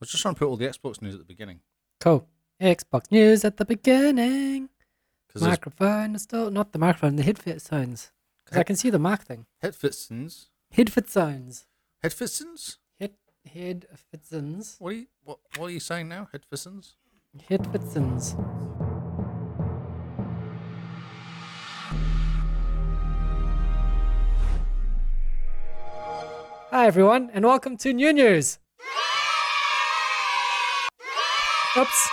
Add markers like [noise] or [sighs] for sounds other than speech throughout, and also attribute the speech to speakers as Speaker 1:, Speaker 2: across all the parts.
Speaker 1: was just trying to put all the Xbox news at the beginning.
Speaker 2: Cool. Xbox news at the beginning.
Speaker 1: 'Cause there's
Speaker 2: Microphone is still not the microphone, the headset zones. Because I
Speaker 1: Head-
Speaker 2: can see the mark thing.
Speaker 1: Hetfitsons.
Speaker 2: Headfit zones.
Speaker 1: Hetfitsons?
Speaker 2: Head headfitsons.
Speaker 1: What are you what, what are you saying now? Hetfitsons?
Speaker 2: Headfitsons. Hi everyone, and welcome to New News. Oops,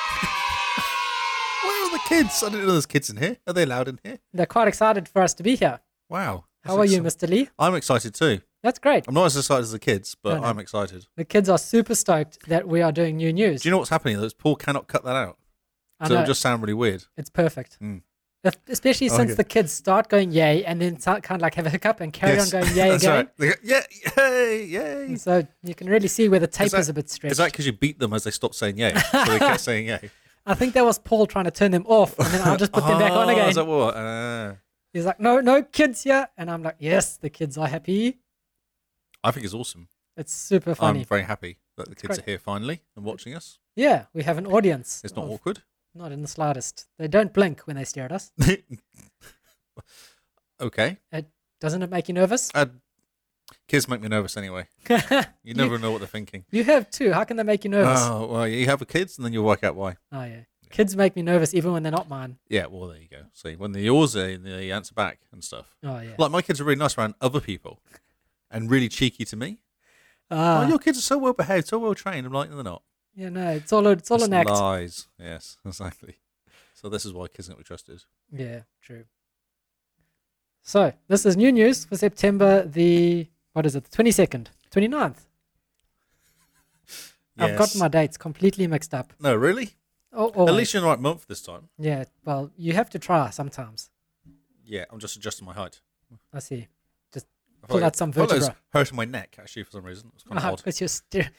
Speaker 1: Where are the kids? I didn't know there's kids in here. Are they loud in here?
Speaker 2: they're quite excited for us to be here.
Speaker 1: Wow.
Speaker 2: How
Speaker 1: That's
Speaker 2: are you,
Speaker 1: exci-
Speaker 2: Mr. Lee?
Speaker 1: I'm excited too.
Speaker 2: That's great.
Speaker 1: I'm not as excited as the kids, but
Speaker 2: No, no.
Speaker 1: I'm excited.
Speaker 2: The kids are super stoked that we are doing new news.
Speaker 1: Do you know what's happening? Those Paul cannot cut that out.
Speaker 2: I
Speaker 1: So
Speaker 2: know,
Speaker 1: it'll just sound really weird.
Speaker 2: it's perfect.
Speaker 1: Mm.
Speaker 2: Es- Especially
Speaker 1: I like
Speaker 2: since
Speaker 1: it.
Speaker 2: the kids start going yay and then start kind of like have a hiccup and carry
Speaker 1: Yes. [laughs]
Speaker 2: on going yay
Speaker 1: That's
Speaker 2: again.
Speaker 1: right. They go, Yeah, yay, yay.
Speaker 2: And So you can really see where the tape is,
Speaker 1: that-
Speaker 2: a bit stretched.
Speaker 1: Is that because you beat them as they stopped saying yay? So they
Speaker 2: [laughs]
Speaker 1: kept saying yay.
Speaker 2: I think that was Paul trying to turn them off, and then I'll just put them
Speaker 1: [laughs]
Speaker 2: back on
Speaker 1: Oh,
Speaker 2: again.
Speaker 1: Is that what? Ah.
Speaker 2: He's like, "No, no kids here," and I'm like, "Yes, the kids are happy.
Speaker 1: I think it's awesome.
Speaker 2: It's super funny.
Speaker 1: I'm very happy that the kids
Speaker 2: great.
Speaker 1: are here finally and watching us.
Speaker 2: yeah, we have an audience.
Speaker 1: It's not
Speaker 2: of-
Speaker 1: awkward. [laughs]
Speaker 2: not in the slightest. They don't blink when they stare at us.
Speaker 1: okay.
Speaker 2: It, doesn't it make
Speaker 1: [laughs]
Speaker 2: you nervous?
Speaker 1: Uh, kids make me nervous anyway. You
Speaker 2: You-
Speaker 1: never know what they're thinking.
Speaker 2: [laughs] You have too. How can they make you nervous?
Speaker 1: Oh, well, you have a kids and then you'll work out why.
Speaker 2: Oh yeah. Kids make me nervous even when they're not mine.
Speaker 1: Yeah, well, there you go. See, when they're yours, they, they answer back and stuff.
Speaker 2: Oh yeah.
Speaker 1: Like, my kids are really nice around other people and really cheeky to me.
Speaker 2: Ah,
Speaker 1: oh, your kids are so well behaved, so well trained. I'm like, no, they're not.
Speaker 2: yeah, no, it's all a, it's all
Speaker 1: It's
Speaker 2: an act.
Speaker 1: lies. Yes, [laughs] exactly. So this is why kids can't be trusted.
Speaker 2: Yeah, true. So this is new news for September the what is it? The twenty second, 29th. I've got
Speaker 1: Yes.
Speaker 2: my dates completely mixed up.
Speaker 1: No, really?
Speaker 2: Oh, always.
Speaker 1: At least you're in the right month this time.
Speaker 2: yeah. Well, you have to try sometimes.
Speaker 1: Yeah, I'm just adjusting my height.
Speaker 2: I see. Just
Speaker 1: I
Speaker 2: pull
Speaker 1: like-
Speaker 2: out some
Speaker 1: I felt like it was
Speaker 2: vertebra
Speaker 1: hurting my neck, actually, for some reason. It's
Speaker 2: [laughs]
Speaker 1: kind of odd.
Speaker 2: because you're sti-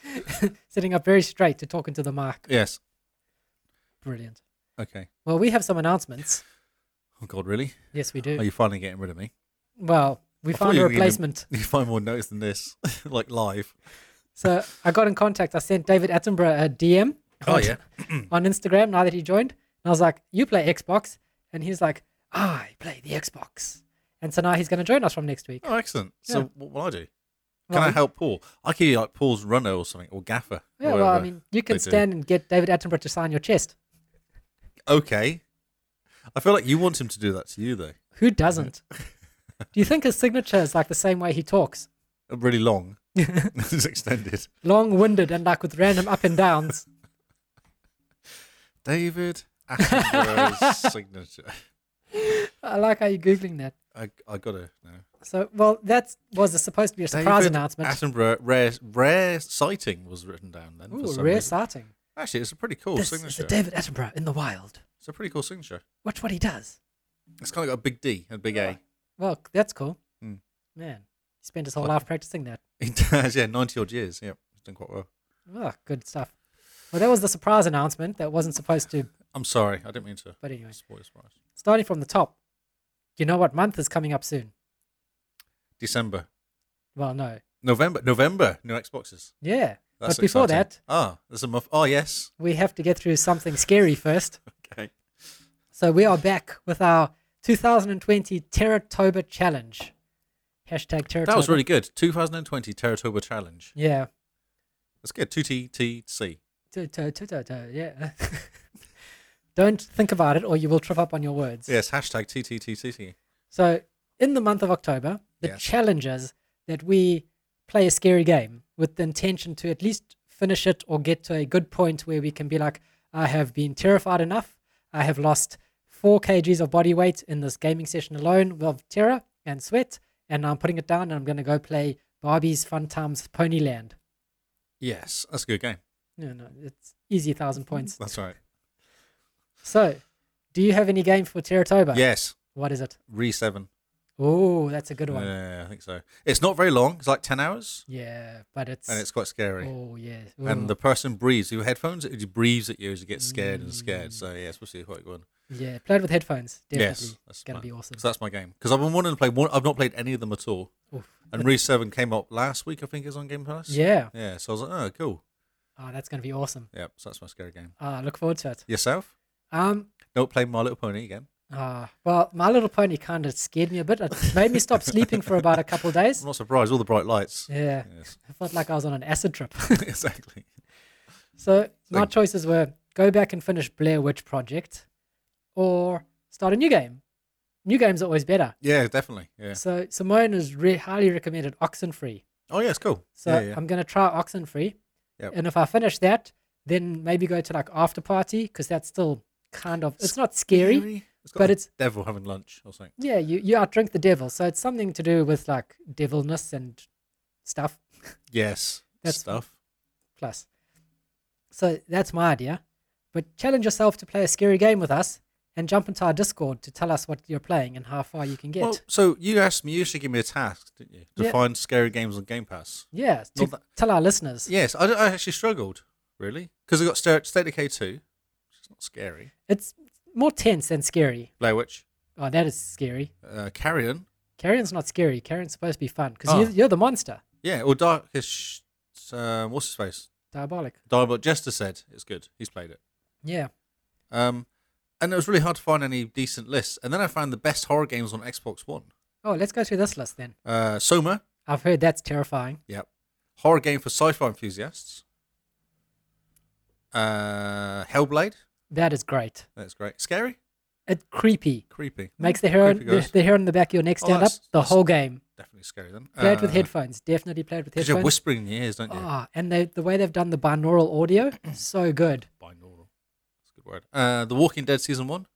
Speaker 2: sitting up very straight to talk into the mic.
Speaker 1: Yes.
Speaker 2: Brilliant.
Speaker 1: Okay.
Speaker 2: Well, we have some announcements.
Speaker 1: Oh, God, really?
Speaker 2: Yes, we do.
Speaker 1: Are you finally getting rid of me? [laughs]
Speaker 2: Well, we
Speaker 1: I thought
Speaker 2: found
Speaker 1: you
Speaker 2: a
Speaker 1: were gonna-
Speaker 2: replacement.
Speaker 1: You find more notice than this, [laughs] like live.
Speaker 2: So I got in contact. I sent David Attenborough a DM.
Speaker 1: Oh,
Speaker 2: on-
Speaker 1: yeah.
Speaker 2: [clears throat] on Instagram now that he joined, and I was like, "You play Xbox," and he's like, "I play the Xbox." And so now he's going to join us from next week.
Speaker 1: Oh, excellent. So,
Speaker 2: Yeah.
Speaker 1: what will I do? Can I
Speaker 2: Well,
Speaker 1: help Paul? I could be like Paul's runner or something, or gaffer. or
Speaker 2: Yeah, well, I
Speaker 1: whatever.
Speaker 2: mean, you
Speaker 1: they
Speaker 2: can
Speaker 1: do.
Speaker 2: stand and get David Attenborough to sign your chest.
Speaker 1: Okay. I feel like you want him to do that to you, though. [laughs]
Speaker 2: Who doesn't? Do you think his signature is like the same way he talks,
Speaker 1: Really
Speaker 2: [laughs]
Speaker 1: long. [laughs] it's extended.
Speaker 2: long-winded and like with random up and downs?
Speaker 1: David Attenborough's
Speaker 2: [laughs]
Speaker 1: signature.
Speaker 2: I like how you're googling that.
Speaker 1: I, I gotta know.
Speaker 2: So, well, that was supposed to be a surprise
Speaker 1: David
Speaker 2: announcement.
Speaker 1: Attenborough rare rare sighting was written down then. for
Speaker 2: Ooh,
Speaker 1: some
Speaker 2: rare
Speaker 1: reason.
Speaker 2: sighting.
Speaker 1: Actually, it's a pretty cool
Speaker 2: This is
Speaker 1: signature.
Speaker 2: the David Attenborough in the wild.
Speaker 1: it's a pretty cool signature.
Speaker 2: Watch what he does.
Speaker 1: It's kind of got a big D and a big A.
Speaker 2: Well, that's cool.
Speaker 1: Mm.
Speaker 2: Man, he spent his whole
Speaker 1: Fucking-
Speaker 2: life practicing that.
Speaker 1: [laughs] It does, yeah, ninety odd years. Yep, it's done quite well.
Speaker 2: Oh, good stuff. Well, that was the surprise announcement that wasn't supposed to,
Speaker 1: I'm sorry, I didn't mean to
Speaker 2: but anyway.
Speaker 1: spoil your surprise.
Speaker 2: Starting from the top, you know what month is coming up soon?
Speaker 1: December,
Speaker 2: Well, no.
Speaker 1: November, November, new Xboxes.
Speaker 2: Yeah.
Speaker 1: That's
Speaker 2: but before
Speaker 1: exciting.
Speaker 2: that,
Speaker 1: ah, there's a month. Oh yes, [laughs]
Speaker 2: we have to get through something scary first.
Speaker 1: okay.
Speaker 2: So we are back with our 2020 Terratoba Challenge. Hashtag Terratoba.
Speaker 1: That was really good. 2020 Terratoba Challenge.
Speaker 2: Yeah.
Speaker 1: That's good. Two T T C.
Speaker 2: Tu- tu- tu- tu- tu- Yeah. [laughs] Don't think about it or you will trip up on your words.
Speaker 1: Yes. Hashtag T T T T E. T.
Speaker 2: So, in the month of October, the
Speaker 1: Yes.
Speaker 2: challenge is that we play a scary game with the intention to at least finish it or get to a good point where we can be like, I have been terrified enough. I have lost four kgs of body weight in this gaming session alone of terror and sweat. And now I'm putting it down and I'm going to go play Barbie's Fun Times Ponyland.
Speaker 1: Yes, that's a good game.
Speaker 2: No, no, it's easy thousand points.
Speaker 1: That's right. Mm.
Speaker 2: So, do you have any game for Terratoba?
Speaker 1: Yes,
Speaker 2: What is it?
Speaker 1: Re Seven.
Speaker 2: Oh, that's a good one.
Speaker 1: Yeah, I think so. It's not very long. It's like ten hours,
Speaker 2: yeah, but it's.
Speaker 1: and it's quite scary.
Speaker 2: Oh, yeah. Ooh.
Speaker 1: And the person breathes. Your headphones, it breathes at you as you get scared and
Speaker 2: Mm.
Speaker 1: scared. So yeah, it's probably quite good.
Speaker 2: Yeah, played with headphones. Definitely.
Speaker 1: Yes, that's
Speaker 2: gonna
Speaker 1: my-
Speaker 2: be awesome.
Speaker 1: So that's my game because I've been wanting to play one. I've not played any of them at all.
Speaker 2: Oof.
Speaker 1: And Re Seven came up last week. I think is on Game Pass.
Speaker 2: Yeah.
Speaker 1: Yeah. So I was like, oh, cool.
Speaker 2: Oh, that's going to be awesome.
Speaker 1: Yep. So that's my scary game.
Speaker 2: Uh, look forward to it.
Speaker 1: Yourself?
Speaker 2: Um,
Speaker 1: Don't play My Little Pony again.
Speaker 2: ah, well, My Little Pony kind of scared me a bit. It made me stop sleeping for about a couple of
Speaker 1: I'm
Speaker 2: days.
Speaker 1: not surprised. All the bright lights.
Speaker 2: Yeah,
Speaker 1: Yes. [laughs]
Speaker 2: I felt like I was on an acid trip.
Speaker 1: exactly.
Speaker 2: So my choices were go back and finish Blair Witch Project, or start a new game. New games are always better.
Speaker 1: Yeah, definitely. Yeah.
Speaker 2: So Simone has re- highly recommended Oxenfree.
Speaker 1: Oh yeah, it's cool.
Speaker 2: So
Speaker 1: yeah, yeah.
Speaker 2: I'm going to try Oxenfree.
Speaker 1: Yep.
Speaker 2: And if I finish that, then maybe go to like After Party because that's still kind of, it's not scary.
Speaker 1: It's got
Speaker 2: but
Speaker 1: the
Speaker 2: it's-
Speaker 1: devil having lunch or something.
Speaker 2: Yeah, you, you outdrink the devil. So it's something to do with like devilness and stuff
Speaker 1: Yes.
Speaker 2: That's-
Speaker 1: stuff.
Speaker 2: plus. So that's my idea. But challenge yourself to play a scary game with us and jump into our Discord to tell us what you're playing and how far you can get.
Speaker 1: Well, so you asked me. You should give me a task, didn't you? To
Speaker 2: Yeah.
Speaker 1: find scary games on Game Pass.
Speaker 2: yeah, to
Speaker 1: not that-
Speaker 2: tell our listeners.
Speaker 1: Yes, I, I actually struggled really because I got Star- State of K two, which is not scary.
Speaker 2: It's more tense than scary.
Speaker 1: Blair Witch,
Speaker 2: Oh, that is scary.
Speaker 1: uh, Carrion,
Speaker 2: Carrion's not scary. Carrion's supposed to be fun because
Speaker 1: Oh.
Speaker 2: you're, you're the monster.
Speaker 1: yeah, or Darkish. Um, what's his face?
Speaker 2: Diabolic.
Speaker 1: Diablo Jester said it's good. He's played it.
Speaker 2: Yeah.
Speaker 1: Um, and it was really hard to find any decent lists. And then I found the best horror games on Xbox One.
Speaker 2: Oh, let's go through this list then.
Speaker 1: Uh, Soma,
Speaker 2: I've heard that's terrifying.
Speaker 1: Yep. Horror game for sci-fi enthusiasts. Uh, Hellblade.
Speaker 2: That is great.
Speaker 1: That's great. Scary.
Speaker 2: It's creepy.
Speaker 1: Creepy. Hmm,
Speaker 2: Makes the hero
Speaker 1: Creepy
Speaker 2: the,
Speaker 1: guys.
Speaker 2: the hero in the back of your neck
Speaker 1: Oh,
Speaker 2: stand up
Speaker 1: that's-
Speaker 2: the
Speaker 1: that's-
Speaker 2: whole game.
Speaker 1: Definitely scary then.
Speaker 2: Play it with
Speaker 1: Uh,
Speaker 2: headphones. Definitely play it with
Speaker 1: 'cause you're
Speaker 2: headphones.
Speaker 1: whispering in your ears, don't you?
Speaker 2: Ah, and they, the way they've done the binaural
Speaker 1: [clears throat]
Speaker 2: audio, so good.
Speaker 1: Binaural. That's a good word. Uh, the Walking Dead season one.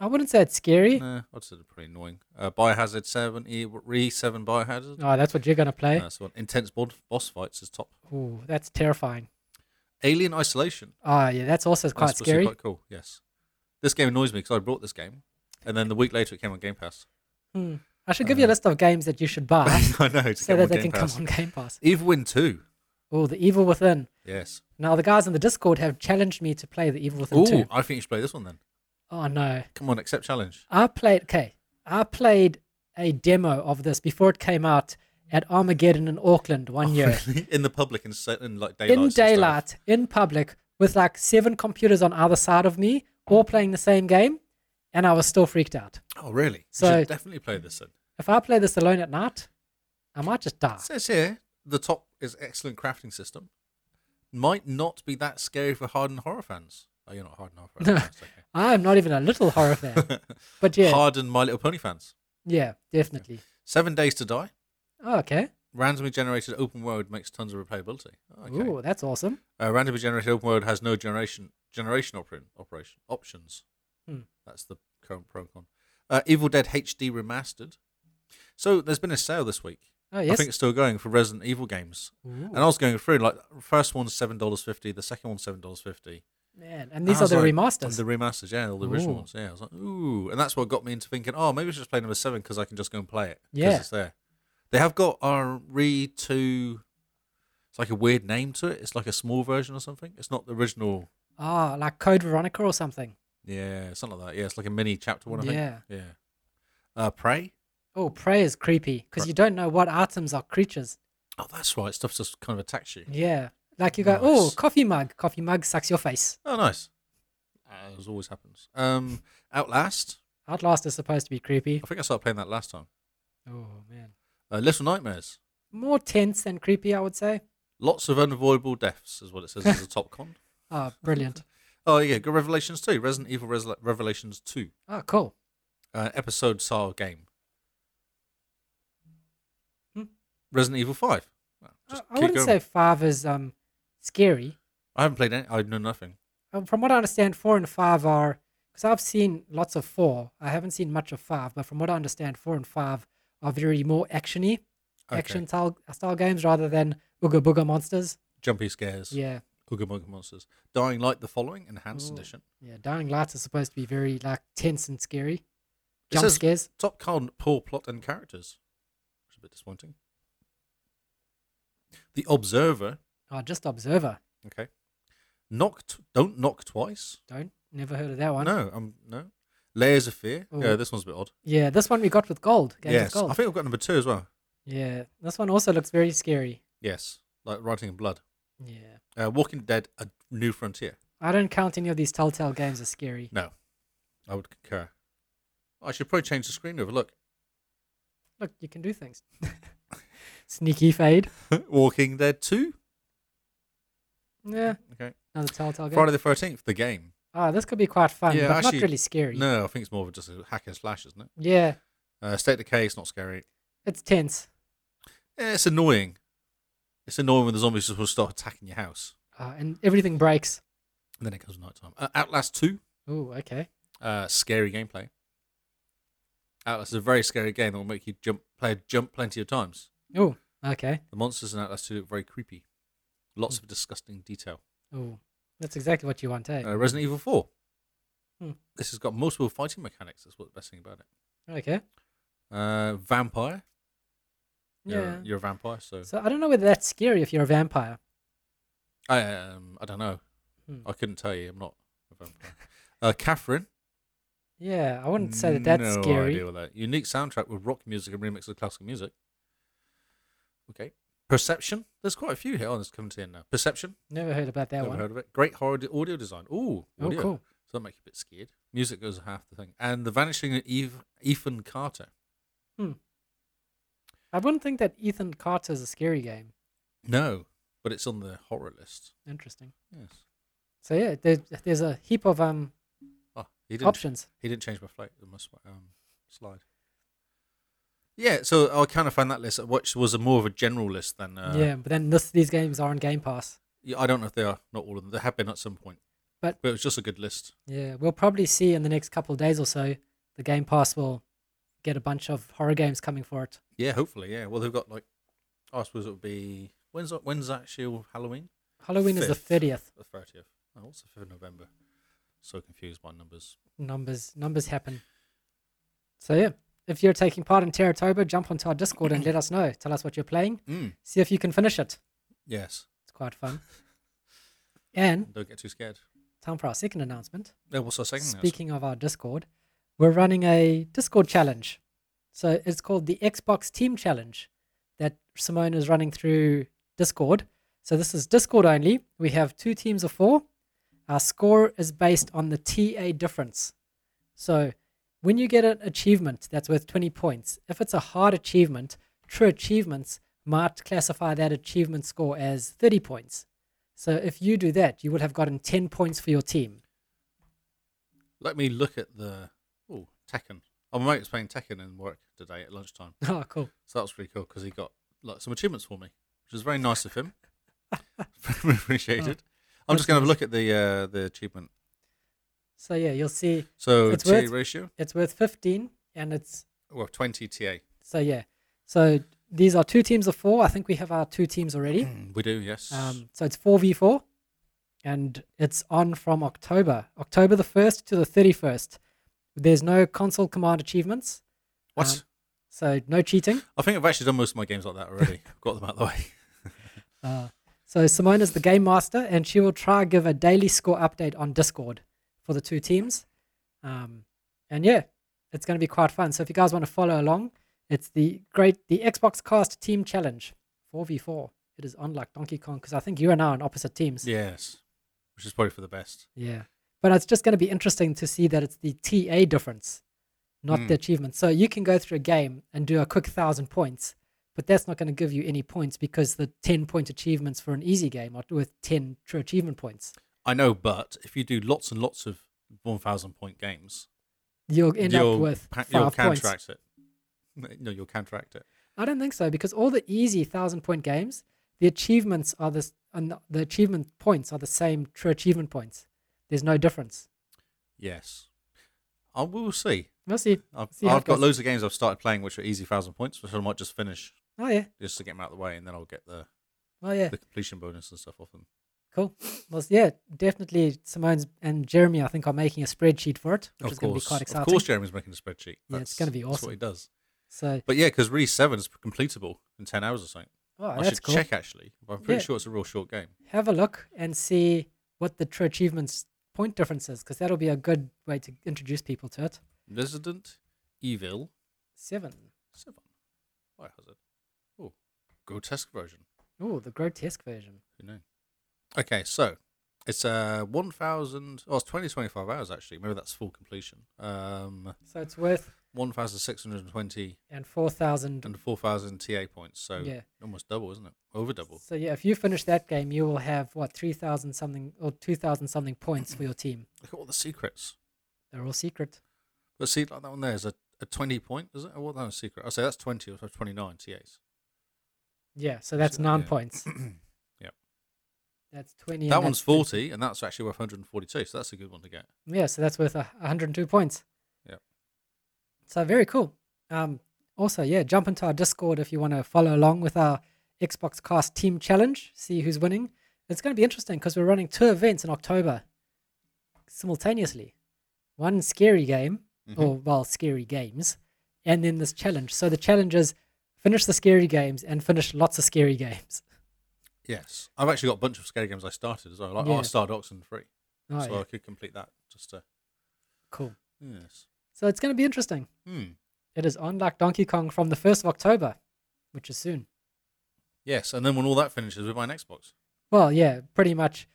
Speaker 2: I wouldn't say it's scary.
Speaker 1: Nah, I'd say they're pretty annoying. Uh, Biohazard seven. E re seven Biohazard.
Speaker 2: Oh, that's what you're gonna play.
Speaker 1: That's the one. Intense bod- boss fights is top.
Speaker 2: Ooh, that's terrifying.
Speaker 1: Alien Isolation.
Speaker 2: Ah, yeah, that's also quite
Speaker 1: That's supposed to be
Speaker 2: scary.
Speaker 1: Quite cool. Yes. This game annoys me because I bought this game, and then the week later it came on Game
Speaker 2: [laughs]
Speaker 1: Pass.
Speaker 2: Hmm. I should
Speaker 1: Uh.
Speaker 2: give you a list of games that you
Speaker 1: [laughs]
Speaker 2: should buy
Speaker 1: I know. It's
Speaker 2: Ah. so
Speaker 1: come
Speaker 2: that
Speaker 1: on
Speaker 2: they
Speaker 1: Game
Speaker 2: can
Speaker 1: Pass.
Speaker 2: come on Game Pass.
Speaker 1: Eve Win two.
Speaker 2: Oh, The Evil Within.
Speaker 1: Yes.
Speaker 2: Now the guys in the Discord have challenged me to play The Evil Within
Speaker 1: Ooh,
Speaker 2: too.
Speaker 1: I think you should play this one then.
Speaker 2: Oh no.
Speaker 1: Come on, accept challenge.
Speaker 2: I played okay. I played a demo of this before it came out at Armageddon in Auckland one year.
Speaker 1: Oh, in the public in, sa- in like [laughs] daylight.
Speaker 2: in
Speaker 1: and stuff.
Speaker 2: daylight, in public, with like seven computers on either side of me, all playing the same game, and I was still freaked out.
Speaker 1: Oh, really?
Speaker 2: So-
Speaker 1: you should definitely play this then.
Speaker 2: If I play this alone at night, I might just die.
Speaker 1: It says here the top is excellent crafting system. Might not be that scary for hardened horror fans. Oh, you're not hardened horror
Speaker 2: [laughs]
Speaker 1: fans. that's okay.
Speaker 2: I am not even a little horror [laughs] fan.
Speaker 1: [laughs]
Speaker 2: but yeah,
Speaker 1: Hardened My Little Pony fans.
Speaker 2: yeah, definitely.
Speaker 1: Seven Days to Die.
Speaker 2: Oh, okay.
Speaker 1: Randomly generated open world makes tons of replayability. Oh, Okay.
Speaker 2: Ooh, that's awesome.
Speaker 1: Uh, randomly generated open world has no generation generation operin, operation options.
Speaker 2: Hmm.
Speaker 1: That's the current pro and con. Uh, Evil Dead HD remastered. So there's been a sale this week.
Speaker 2: Oh
Speaker 1: I
Speaker 2: yes.
Speaker 1: think it's still going for Resident Evil games.
Speaker 2: Ooh,
Speaker 1: And I was going through like first one's seven dollars fifty, the second one's seven dollars fifty.
Speaker 2: man, and these are the remasters.
Speaker 1: The remasters, yeah, all the original
Speaker 2: Ooh.
Speaker 1: ones. Yeah, I was like, ooh, and that's what got me into thinking. Oh, maybe I should just play number seven because I can just go and play it. 'cause
Speaker 2: Yeah.
Speaker 1: it's there. They have got a re two. It's like a weird name to it. It's like a small version or something. It's not the original
Speaker 2: Ah, like Code Veronica or something.
Speaker 1: yeah, something like that. Yeah, it's like a mini chapter one, I think.
Speaker 2: Yeah.
Speaker 1: Yeah. Uh, Prey?
Speaker 2: Oh, prey is creepy because
Speaker 1: Right.
Speaker 2: you don't know what items are creatures.
Speaker 1: Oh, that's right. Stuff just kind of attacks you.
Speaker 2: Yeah. Like you go, oh,
Speaker 1: Nice.
Speaker 2: coffee mug. Coffee mug sucks your face.
Speaker 1: Oh, nice. As always happens. Um, Outlast?
Speaker 2: Outlast is supposed to be creepy.
Speaker 1: I think I started playing that last time.
Speaker 2: Oh man.
Speaker 1: Uh, Little Nightmares.
Speaker 2: More tense than creepy, I would say.
Speaker 1: Lots of unavoidable deaths is what it says as a top
Speaker 2: [laughs]
Speaker 1: con. [laughs]
Speaker 2: Oh, brilliant.
Speaker 1: Oh, yeah. Good Revelations 2. Resident Evil Resla Revelations 2.
Speaker 2: Oh, cool.
Speaker 1: Uh, episode style game.
Speaker 2: Hmm.
Speaker 1: Resident Evil 5. Well,
Speaker 2: I,
Speaker 1: Just
Speaker 2: I
Speaker 1: keep
Speaker 2: wouldn't
Speaker 1: going.
Speaker 2: say five is um scary.
Speaker 1: I haven't played any. I know nothing.
Speaker 2: Um, from what I understand, four and five are because I've seen lots of four. I haven't seen much of five, but from what I understand, four and five are very more actiony,
Speaker 1: Okay.
Speaker 2: action style, style games rather than ooga booga monsters.
Speaker 1: Jumpy scares.
Speaker 2: Yeah,
Speaker 1: Ooga Booga Monsters. Dying Light the following, enhanced
Speaker 2: Ooh.
Speaker 1: edition.
Speaker 2: yeah. Dying Lights is supposed to be very like tense and scary.
Speaker 1: It
Speaker 2: Jump
Speaker 1: says-
Speaker 2: scares.
Speaker 1: Top con poor plot and characters. Which is a bit disappointing. The Observer.
Speaker 2: Oh, just Observer.
Speaker 1: Okay. Knock t- don't knock twice.
Speaker 2: Don't never heard of that one.
Speaker 1: No, um no. Layers of Fear. Yeah,
Speaker 2: Ooh.
Speaker 1: this one's a bit odd.
Speaker 2: Yeah, this one we got with gold. Games
Speaker 1: yes.
Speaker 2: with
Speaker 1: I
Speaker 2: gold.
Speaker 1: think I've got number two as well.
Speaker 2: Yeah, this one also looks very scary.
Speaker 1: Yes. Like writing in blood.
Speaker 2: Yeah.
Speaker 1: Uh, Walking Dead: A New Frontier.
Speaker 2: I don't count any of these Telltale games as scary.
Speaker 1: No, I would concur. I should probably change the screen over. Look, [laughs]
Speaker 2: Look, you can do things. Sneaky fade.
Speaker 1: Walking Dead Two.
Speaker 2: Yeah,
Speaker 1: Okay.
Speaker 2: another Telltale game.
Speaker 1: Friday the Thirteenth, the game.
Speaker 2: Ah, this could be quite fun,
Speaker 1: Yeah,
Speaker 2: but
Speaker 1: actually-
Speaker 2: not really scary.
Speaker 1: No, I think it's more of just a hack and slash, isn't it?
Speaker 2: Yeah,
Speaker 1: Uh, State of Decay is not scary.
Speaker 2: it's tense.
Speaker 1: Eh, it's annoying. It's annoying when the zombies just will start attacking your house,
Speaker 2: Uh, and everything breaks.
Speaker 1: and then it comes nighttime. Uh, Outlast Two,
Speaker 2: Ooh, okay.
Speaker 1: uh, scary gameplay. Outlast is a very scary game that will make you jump, play jump plenty of times.
Speaker 2: Ooh, okay.
Speaker 1: The monsters in Outlast Two look very creepy. Lots of disgusting detail.
Speaker 2: Ooh, that's exactly what you want, eh?
Speaker 1: Uh, Resident Evil Four.
Speaker 2: Hmm.
Speaker 1: This has got multiple fighting mechanics. That's what the best thing about it.
Speaker 2: okay.
Speaker 1: Uh, vampire. You're,
Speaker 2: Yeah.
Speaker 1: you're a vampire, so
Speaker 2: So I don't know whether that's scary if you're a vampire.
Speaker 1: I um, I don't know.
Speaker 2: Hmm.
Speaker 1: I couldn't tell you. I'm not a vampire. [laughs] uh, Catherine.
Speaker 2: Yeah, I wouldn't say that that's
Speaker 1: no
Speaker 2: scary.
Speaker 1: Idea what that. Unique soundtrack with rock music and remixes of classical music. Okay. Perception. There's quite a few here. Oh, this coming to the end now. Perception.
Speaker 2: Never heard about that
Speaker 1: Never
Speaker 2: one.
Speaker 1: heard of it. Great horror de- audio design. Ooh,
Speaker 2: Oh,
Speaker 1: audio.
Speaker 2: cool.
Speaker 1: So that make you a bit scared. Music goes half the thing. And the vanishing of Eve, Ethan Carter.
Speaker 2: I wouldn't think that Ethan Carter is a scary game.
Speaker 1: No, but it's on the horror list.
Speaker 2: Interesting.
Speaker 1: Yes.
Speaker 2: So yeah, there, there's a heap of um
Speaker 1: Oh, he didn't.
Speaker 2: options.
Speaker 1: He didn't change my flight. My sw- um, slide. Yeah, so I kind of found that list, which was a more of a general list than. Uh,
Speaker 2: yeah, but then this, these games are on Game Pass.
Speaker 1: Yeah, I don't know if they are. Not all of them. They have been at some point.
Speaker 2: But-
Speaker 1: but it was just a good list.
Speaker 2: Yeah, we'll probably see in the next couple of days or so, the Game Pass will get a bunch of horror games coming for it.
Speaker 1: Yeah, hopefully. Yeah. Well, they've got like. I suppose it would be when's that, when's actually Halloween?
Speaker 2: Halloween is the
Speaker 1: Fifth.
Speaker 2: thirtieth.
Speaker 1: The thirtieth. Oh, what's the fifth of November? So confused by numbers.
Speaker 2: Numbers numbers happen. So yeah, if you're taking part in Terratoba, jump onto our Discord and let us know. Tell us what you're playing.
Speaker 1: Mm.
Speaker 2: See if you can finish it.
Speaker 1: Yes.
Speaker 2: It's quite fun. and
Speaker 1: Don't get too scared.
Speaker 2: time for our second announcement.
Speaker 1: Yeah, what's our second? announcement?
Speaker 2: Speaking of our Discord, we're running a Discord challenge. So it's called the Xbox Team Challenge that Simone is running through Discord. So this is Discord only. We have two teams of four. Our score is based on the TA difference. So when you get an achievement that's worth 20 points, if it's a hard achievement, true achievements might classify that achievement score as 30 points. So if you do that, you would have gotten 10 points for your team. [laughs]
Speaker 1: Let me look at the oh Tekken. Oh, my mate was playing Tekken in work today at lunchtime,
Speaker 2: Oh, cool.
Speaker 1: so that was pretty cool because he got like some achievements for me, which was very nice of
Speaker 2: [laughs]
Speaker 1: him. [laughs] very appreciated. I'm
Speaker 2: that's
Speaker 1: just going to look at the uh, the achievement.
Speaker 2: So yeah, you'll see
Speaker 1: So
Speaker 2: It's
Speaker 1: TA
Speaker 2: worth-
Speaker 1: ratio,
Speaker 2: it's worth 15 and it's
Speaker 1: well, 20 TA.
Speaker 2: [clears throat] so yeah. So these are two teams of 4. I think we have our two teams already.
Speaker 1: We do, yes.
Speaker 2: Um, so it's 4v4 and it's on from October. October the 1st to the 31st. There's no console command achievements,
Speaker 1: what?
Speaker 2: um, so no cheating.
Speaker 1: I think I've actually done most of my games like that
Speaker 2: [laughs]
Speaker 1: already. Got them out of the way.
Speaker 2: Uh, so Simone is the game master, and she will try give a daily score update on Discord for the two teams. Um, and yeah, it's going to be quite fun. So if you guys want to follow along, it's the great the Xbox Cast Team Challenge, four v four. It is unlike Donkey Kong because I think you and I are on opposite teams.
Speaker 1: Yes. Which is probably for the best.
Speaker 2: Yeah. But it's just going to be interesting to see that it's the TA difference, not
Speaker 1: Hmm.
Speaker 2: the achievement. So you can go through a game and do a quick thousand points, but that's not going to give you any points because the 10 point achievements for an easy game are worth 10 true achievement points.
Speaker 1: I know, but if you do lots and lots of 1,000 point games,
Speaker 2: You'll end
Speaker 1: you'll,
Speaker 2: up with
Speaker 1: pa-
Speaker 2: 5
Speaker 1: you'll
Speaker 2: points.
Speaker 1: contract it. [laughs] No, you'll contract it.
Speaker 2: I don't think so because all the easy thousand point games, the achievements are this, and the achievement points are the same true achievement points. There's no difference.
Speaker 1: Yes. I will see.
Speaker 2: We'll see.
Speaker 1: I've,
Speaker 2: See how
Speaker 1: I've
Speaker 2: it
Speaker 1: got
Speaker 2: goes.
Speaker 1: loads of games I've started playing which are easy 1,000 points, which I might just finish
Speaker 2: Oh, yeah.
Speaker 1: just to get them out of the way, and then I'll get the,
Speaker 2: Oh, yeah.
Speaker 1: the completion bonus and stuff off them.
Speaker 2: Cool. Well, yeah, definitely. Simone and Jeremy, I think, are making a spreadsheet for it, which
Speaker 1: of
Speaker 2: is going to
Speaker 1: course.
Speaker 2: be quite
Speaker 1: Of
Speaker 2: exciting.
Speaker 1: course, Jeremy's making a spreadsheet.
Speaker 2: Yeah, it's
Speaker 1: That's-
Speaker 2: gonna be
Speaker 1: That's
Speaker 2: awesome.
Speaker 1: what he does.
Speaker 2: So,
Speaker 1: But yeah, because Re 7 is completable in 10 hours or something.
Speaker 2: oh,
Speaker 1: I
Speaker 2: that's
Speaker 1: should
Speaker 2: cool.
Speaker 1: check actually. but I'm pretty
Speaker 2: Yeah.
Speaker 1: sure it's a real short game.
Speaker 2: Have a look and see what the true achievements point difference is, because that'll be a good way to introduce people to it.
Speaker 1: Resident Evil
Speaker 2: Seven.
Speaker 1: Seven. Why has it? Oh, grotesque version.
Speaker 2: Oh, the grotesque version.
Speaker 1: Who knows? Okay, so it's uh one thousand. Oh, it's twenty twenty five hours actually. Maybe that's full completion. Um,
Speaker 2: So it's worth
Speaker 1: one thousand six hundred and twenty
Speaker 2: and four thousand.
Speaker 1: and four thousand TA points. So
Speaker 2: Yeah.
Speaker 1: almost double, isn't it? Over double.
Speaker 2: So yeah, if you finish that game, you will have what three thousand something or two thousand something points for your team.
Speaker 1: Look at all the secrets.
Speaker 2: They're all secret.
Speaker 1: But see, like that one there is a, a twenty point, is it? Oh, well, that's a secret. I say that's twenty or twenty nine TAs.
Speaker 2: Yeah, so that's
Speaker 1: that,
Speaker 2: nine
Speaker 1: yeah.
Speaker 2: points.
Speaker 1: [clears throat] Yep.
Speaker 2: That's twenty. and
Speaker 1: that
Speaker 2: that's
Speaker 1: one's
Speaker 2: 20.
Speaker 1: forty, and that's actually worth one hundred and forty two. So that's a good one to get.
Speaker 2: Yeah, so that's worth a 102 points.
Speaker 1: Yep.
Speaker 2: So very cool. Um, also, yeah, jump into our Discord if you want to follow along with our Xbox Cast Team Challenge. See who's winning. It's going to be interesting because we're running two events in October simultaneously. One scary game, or well, scary games, and then this challenge. So the challenge is finish the scary games and finish lots of scary [laughs] games.
Speaker 1: Yes, I've actually got a bunch of scary games I started as well. Like
Speaker 2: Yeah.
Speaker 1: I started Oxen Free,
Speaker 2: Oh,
Speaker 1: so
Speaker 2: yeah.
Speaker 1: I could complete that just to
Speaker 2: Cool.
Speaker 1: yes.
Speaker 2: So it's going to be interesting.
Speaker 1: Hmm.
Speaker 2: It is on like Donkey Kong from the 1st of October, which is soon.
Speaker 1: Yes, and then when all that finishes, we buy an Xbox.
Speaker 2: Well, yeah, pretty much.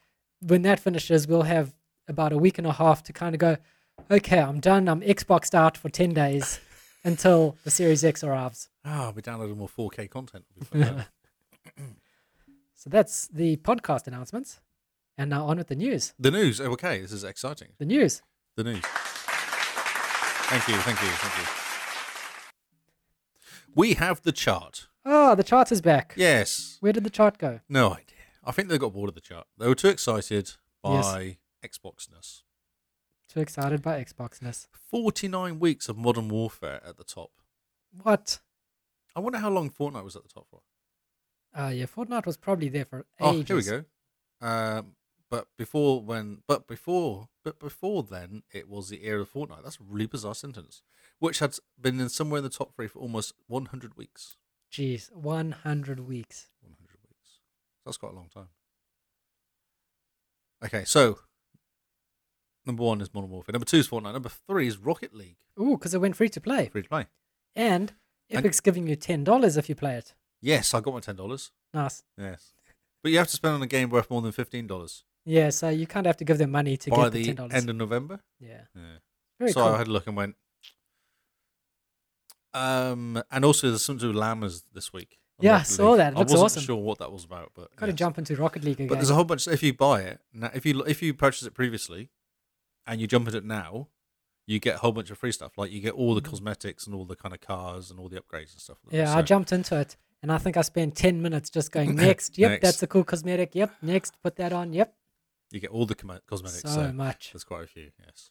Speaker 2: When that finishes, we'll have about a week and a half to kind of go, okay, I'm done. I'm Xboxed out for
Speaker 1: [laughs]
Speaker 2: 10 days until the Series X arrives.
Speaker 1: Ah, we downloaded more 4K content. It'll be
Speaker 2: [laughs]
Speaker 1: fun, yeah.
Speaker 2: So that's the podcast announcements. And now on with the news.
Speaker 1: the news. oh, Okay, this is exciting.
Speaker 2: The news.
Speaker 1: The news. Thank you, thank you, thank you. We have the chart.
Speaker 2: Oh, the chart is back.
Speaker 1: Yes.
Speaker 2: Where did the chart go?
Speaker 1: No idea. I think they got bored of the chart. They were too excited
Speaker 2: Yes.
Speaker 1: by Xboxness.
Speaker 2: Too excited by Xboxness.
Speaker 1: 49 weeks of Modern Warfare at the top.
Speaker 2: What?
Speaker 1: I wonder how long Fortnite was at the top for.
Speaker 2: Ah, yeah, Fortnite was probably there for ages.
Speaker 1: Oh, here we go. Um, but before when, but before, but before then, it was the era of Fortnite. That's a really bizarre sentence, which had been in somewhere in the top three for almost 100 weeks.
Speaker 2: Jeez, 100 weeks.
Speaker 1: 100 weeks. That's quite a long time. Okay, so number one is Modern Warfare. Number two is Fortnite. Number three is Rocket League.
Speaker 2: Ooh, because it went free to play.
Speaker 1: Free to play.
Speaker 2: And
Speaker 1: And-
Speaker 2: Epic's giving you $10 if you play it.
Speaker 1: Yes, I got my ten dollars.
Speaker 2: Nice.
Speaker 1: Yes, but you have to spend on a game worth more than fifteen dollars
Speaker 2: Yeah, so you kind of have to give them money to
Speaker 1: by
Speaker 2: get the
Speaker 1: the
Speaker 2: ten dollars.
Speaker 1: end of November.
Speaker 2: yeah,
Speaker 1: Yeah.
Speaker 2: very
Speaker 1: so
Speaker 2: cool.
Speaker 1: I had a look and went. Um, and also there's something to do with llamas this week. on
Speaker 2: Yeah, I
Speaker 1: Rocket
Speaker 2: saw
Speaker 1: League.
Speaker 2: that. It
Speaker 1: I
Speaker 2: looks
Speaker 1: wasn't
Speaker 2: awesome.
Speaker 1: sure what that was about, but
Speaker 2: Got to
Speaker 1: yes.
Speaker 2: jump into Rocket League
Speaker 1: But
Speaker 2: again.
Speaker 1: there's a whole bunch. If you buy it now, if you if you purchase it previously, and you jump into it now, you get a whole bunch of free stuff. Like you get all the cosmetics and all the kind of cars and all the upgrades and stuff. Like that.
Speaker 2: Mm-hmm. yeah,
Speaker 1: So-
Speaker 2: I jumped into it, and I think I spent ten minutes
Speaker 1: [laughs]
Speaker 2: just going next. Yep, that's
Speaker 1: Next.
Speaker 2: a cool cosmetic. Yep, next, put that on. Yep,
Speaker 1: You get all the com- cosmetics.
Speaker 2: so,
Speaker 1: So,
Speaker 2: much.
Speaker 1: there's quite a few. Yes.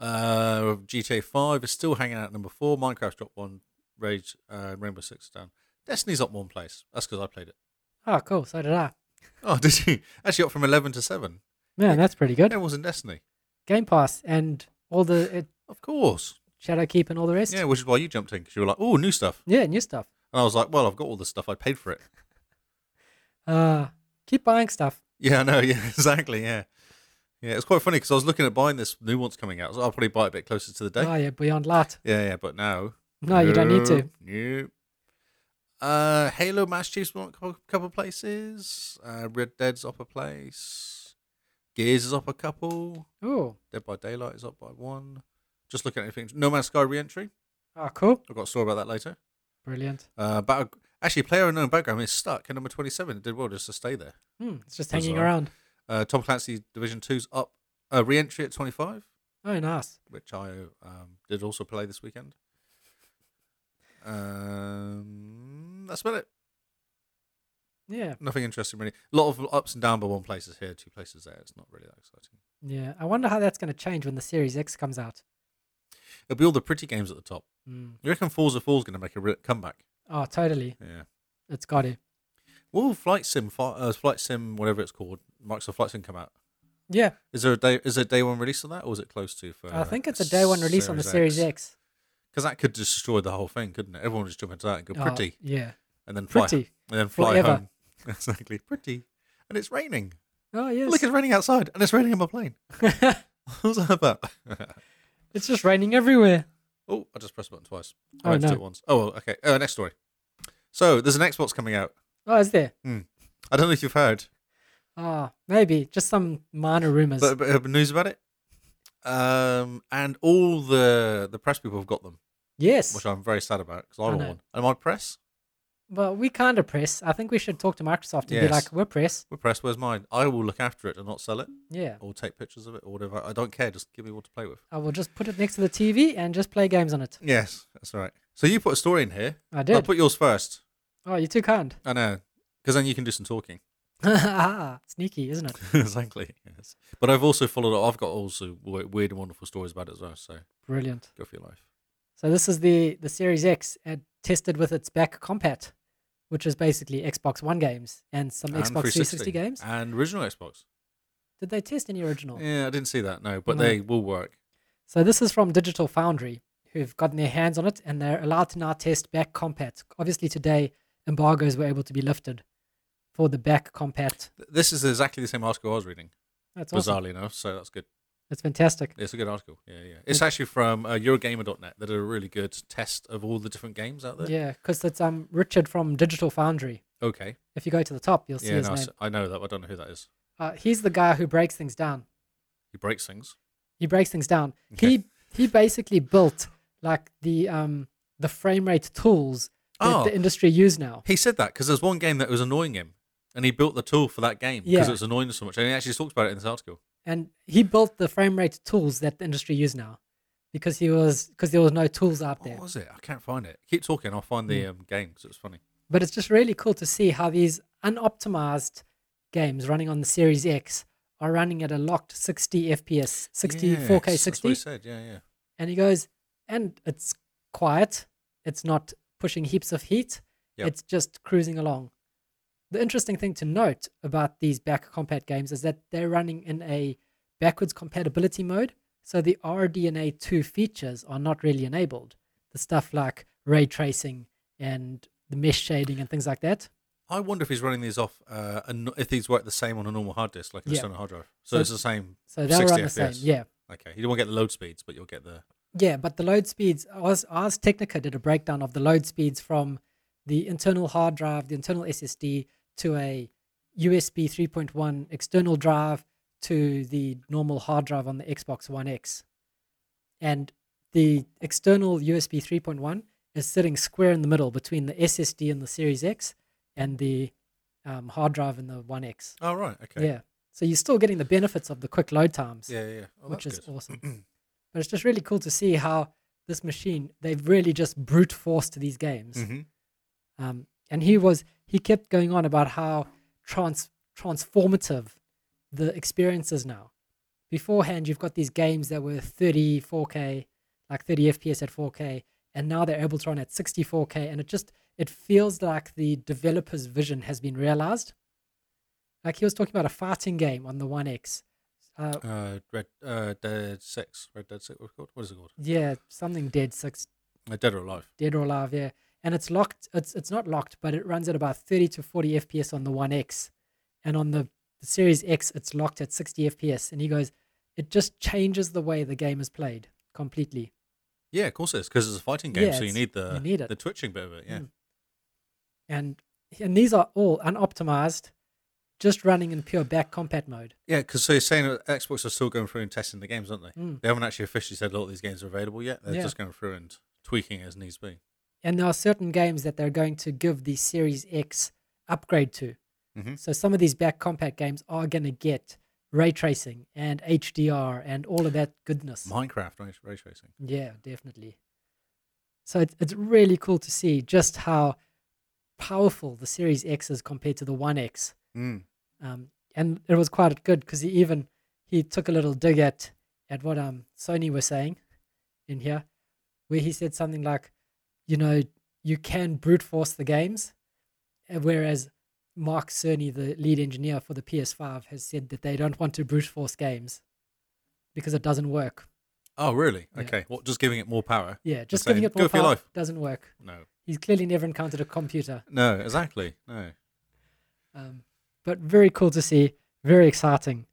Speaker 1: Uh, GTA Five is still hanging out at number four. Minecraft dropped one. Rage, uh, Rainbow Six is down. Destiny's up one place. That's because I played it.
Speaker 2: Oh, cool. So did I.
Speaker 1: Oh, [laughs] did you actually up from eleven to seven?
Speaker 2: Man, that's pretty good.
Speaker 1: No one's in Destiny,
Speaker 2: Game Pass and all the uh,
Speaker 1: of course.
Speaker 2: Shadowkeep and all the rest.
Speaker 1: Yeah, which is why you jumped in because you were like, "Oh, new stuff,"
Speaker 2: Yeah, new stuff.
Speaker 1: and I was like, "Well, I've got all this stuff. I paid for it." [laughs]
Speaker 2: Uh keep buying stuff.
Speaker 1: Yeah, I know. [laughs] Yeah, exactly. Yeah, yeah. It's quite funny because I was looking at buying this new one's coming out. So I'll probably buy it a bit closer to the date.
Speaker 2: Oh yeah, Beyond Light.
Speaker 1: Yeah, yeah. But now,
Speaker 2: No, you don't need to.
Speaker 1: Nope. Uh, Halo Mass Chiefs won a cou- couple places. Uh, Red Dead's up a place. Gears is up a couple.
Speaker 2: Ooh,
Speaker 1: Dead by Daylight is up by one. Just looking at anything. No Man's Sky re-entry.
Speaker 2: oh cool,
Speaker 1: I've got a story about that later.
Speaker 2: brilliant.
Speaker 1: Uh, battle. Actually, Player Unknown Background is stuck at number twenty-seven. It did well just to stay there.
Speaker 2: Hmm, it's just hanging
Speaker 1: Bizarre.
Speaker 2: around.
Speaker 1: Uh, Tom Clancy Division 2's up uh, re-entry at 25,
Speaker 2: Oh, nice.
Speaker 1: which I um, did also play this weekend. Um, that's about it.
Speaker 2: Yeah,
Speaker 1: Nothing interesting really. A lot of ups and downs by one places here, two places there. It's not really that exciting.
Speaker 2: yeah. I wonder how that's going to change when the Series X comes out.
Speaker 1: It'll be all the pretty games at the top.
Speaker 2: Mm.
Speaker 1: You reckon Forza 4 is going to make a re- comeback?
Speaker 2: Oh, totally.
Speaker 1: Yeah.
Speaker 2: It's got it.
Speaker 1: Will Flight Sim, fi- uh, Flight Sim, whatever it's called, Microsoft Flight Sim come out?
Speaker 2: Yeah,
Speaker 1: Is there a day? Is there a day one release of that, or is it close to? For
Speaker 2: I think it's a day one release on the Series X.
Speaker 1: because that could destroy the whole thing, couldn't it? Everyone would just jump into that and go
Speaker 2: Oh,
Speaker 1: pretty.
Speaker 2: yeah,
Speaker 1: and then fly,
Speaker 2: pretty.
Speaker 1: and then fly
Speaker 2: Forever.
Speaker 1: home. [laughs] Exactly, pretty. And it's raining.
Speaker 2: Oh yes.
Speaker 1: Look, it's raining outside, and it's raining in my plane. [laughs] What's that about?
Speaker 2: [laughs]
Speaker 1: [laughs]
Speaker 2: it's just raining everywhere.
Speaker 1: oh, I just pressed the button twice.
Speaker 2: Oh,
Speaker 1: I meant to do it
Speaker 2: no.
Speaker 1: once. Oh, well, okay. Uh, next story. So there's an Xbox coming out.
Speaker 2: Oh, is there?
Speaker 1: I don't know if you've heard.
Speaker 2: Ah, maybe just some minor rumors.
Speaker 1: But, but uh, news about it. Um, and all the the press people have got them,
Speaker 2: yes.
Speaker 1: which I'm very sad about because I
Speaker 2: I
Speaker 1: want
Speaker 2: know.
Speaker 1: one. And my press,
Speaker 2: Well, we kind of press. I think we should talk to Microsoft and be
Speaker 1: Yes.
Speaker 2: like, we're press.
Speaker 1: my press, where's mine? I will look after it and not sell it
Speaker 2: Yeah.
Speaker 1: or take pictures of it or whatever. I don't care. Just give me what to play with.
Speaker 2: I will just put it next to the TV and just play games on it.
Speaker 1: Yes, that's all right. So you put a story in here.
Speaker 2: I
Speaker 1: I
Speaker 2: did.
Speaker 1: put yours first.
Speaker 2: Oh, you're too kind. [laughs]
Speaker 1: I know, because then you can do some talking. [laughs]
Speaker 2: Ah, Sneaky, isn't it?
Speaker 1: exactly. Yes. But I've also followed up. I've got also w- weird and wonderful stories about it as well. So
Speaker 2: Brilliant.
Speaker 1: go for your life.
Speaker 2: So this is the the Series X uh, tested with its back compat, which is basically Xbox One games and some
Speaker 1: And
Speaker 2: Xbox 360 games.
Speaker 1: and original Xbox.
Speaker 2: Did they test any original?
Speaker 1: Yeah, I didn't see that. No, but
Speaker 2: No.
Speaker 1: they will work.
Speaker 2: So this is from Digital Foundry, who've gotten their hands on it and they're allowed to now test back compat. Obviously today embargoes were able to be lifted for the back compat.
Speaker 1: Th- This is exactly the same article I was reading,
Speaker 2: That's awesome.
Speaker 1: bizarrely enough. So that's good.
Speaker 2: That's fantastic.
Speaker 1: It's a good article. Yeah, yeah. It's actually from uh, Eurogamer.net. They did a really good test of all the different games out there.
Speaker 2: Yeah, because that's um Richard from Digital Foundry.
Speaker 1: Okay.
Speaker 2: If you go to the top, you'll see
Speaker 1: Yeah,
Speaker 2: his
Speaker 1: no, I
Speaker 2: name.
Speaker 1: s- I know that. But I don't know who that is.
Speaker 2: Uh, he's the guy who breaks things down.
Speaker 1: He breaks things.
Speaker 2: he breaks things down.
Speaker 1: Okay.
Speaker 2: He he basically built like the um the frame rate tools that
Speaker 1: Oh.
Speaker 2: the industry use now.
Speaker 1: He said that because there's one game that was annoying him, and he built the tool for that game because
Speaker 2: Yeah.
Speaker 1: it was annoying him so much. And he actually talks about it in this article.
Speaker 2: And he built the frame rate tools that the industry use now because he was because there was no tools out there. Mm.
Speaker 1: What was it? I can't find it. Keep talking. I'll find the um, game because it's funny.
Speaker 2: But it's just really cool to see how these unoptimized games running on the Series X are running at a locked 60 FPS, 60
Speaker 1: Yes,
Speaker 2: 4K
Speaker 1: That's what
Speaker 2: 60.
Speaker 1: he said. Yeah, yeah.
Speaker 2: And he goes, and it's quiet. It's not pushing heaps of heat.
Speaker 1: Yep.
Speaker 2: It's just cruising along. The interesting thing to note about these back compat games is that they're running in a backwards compatibility mode. So the RDNA 2 features are not really enabled. The stuff like ray tracing and the mesh shading and things like that.
Speaker 1: I wonder if he's running these off, uh, and if these work the same on a normal hard disk, like an
Speaker 2: Yeah.
Speaker 1: external hard drive. So,
Speaker 2: So-
Speaker 1: it's the same.
Speaker 2: So they'll
Speaker 1: 60
Speaker 2: run the same.
Speaker 1: FPS.
Speaker 2: Yeah.
Speaker 1: Okay. You don't get the load speeds, but you'll get the.
Speaker 2: Yeah, but the load speeds, Ars, Ars Technica did a breakdown of the load speeds from the internal hard drive, the internal SSD, to a USB 3.1 external drive to the normal hard drive on the Xbox One X. And the external USB 3.1 is sitting square in the middle between the SSD and the Series X and the um, hard drive and the One X.
Speaker 1: Oh, right. Okay.
Speaker 2: Yeah. So you're still getting the benefits of the quick load times
Speaker 1: Yeah, yeah. yeah. Oh,
Speaker 2: which
Speaker 1: that's
Speaker 2: is
Speaker 1: good. [clears throat]
Speaker 2: awesome. but it's just really cool to see how this machine they've really just brute forced these games.
Speaker 1: Mhm.
Speaker 2: Um, and he was he kept going on about how trans transformative the experience is now. Beforehand, you've got these games that were 30 4K, like 30 FPS at 4K, and now they're able to run at 64K, and it just it feels like the developer's vision has been realized. Like he was talking about a fighting game on the One X. Uh,
Speaker 1: Uh, Red uh, Dead Six, Red Dead Six. What's it called? What is it called?
Speaker 2: Yeah, something dead six,
Speaker 1: Uh, Dead or Alive.
Speaker 2: dead or alive. Yeah, and it's locked. It's it's not locked, but it runs at about thirty to forty FPS on the One X, and on the, the Series X, it's locked at sixty FPS. And he goes, it just changes the way the game is played completely.
Speaker 1: Yeah, of course it is because it's a fighting game,
Speaker 2: Yeah,
Speaker 1: so you
Speaker 2: it's-
Speaker 1: need the
Speaker 2: you need it.
Speaker 1: the twitching bit of it. Yeah.
Speaker 2: Mm. And and these are all unoptimized, just running in pure back compat mode.
Speaker 1: Yeah, because so you're saying that Xbox are still going through and testing the games, aren't they?
Speaker 2: Mm.
Speaker 1: They haven't actually officially said a lot of these games are available yet. They're
Speaker 2: Yeah.
Speaker 1: just going through and tweaking as needs be.
Speaker 2: and there are certain games that they're going to give the Series X upgrade to.
Speaker 1: Mhm.
Speaker 2: So some of these back compact games are going to get ray tracing and HDR and all of that goodness.
Speaker 1: Minecraft ray, ray tracing.
Speaker 2: yeah, definitely. So it's, it's really cool to see just how powerful the Series X is compared to the One X.
Speaker 1: Mm.
Speaker 2: Um, and it was quite good because he even he took a little dig at at what um Sony were saying in here, where he said something like, you know, you can brute force the games, uh, whereas Mark Cerny, the lead engineer for the PS5, has said that they don't want to brute force games because it doesn't work.
Speaker 1: Oh, really?
Speaker 2: Yeah.
Speaker 1: Okay. What? Just giving it more power?
Speaker 2: Yeah, just
Speaker 1: saying,
Speaker 2: giving it
Speaker 1: "Go
Speaker 2: more
Speaker 1: for your
Speaker 2: power
Speaker 1: life."
Speaker 2: doesn't work.
Speaker 1: No.
Speaker 2: He's clearly never encountered a computer.
Speaker 1: No. Exactly. No.
Speaker 2: Um, but very cool to see, very exciting.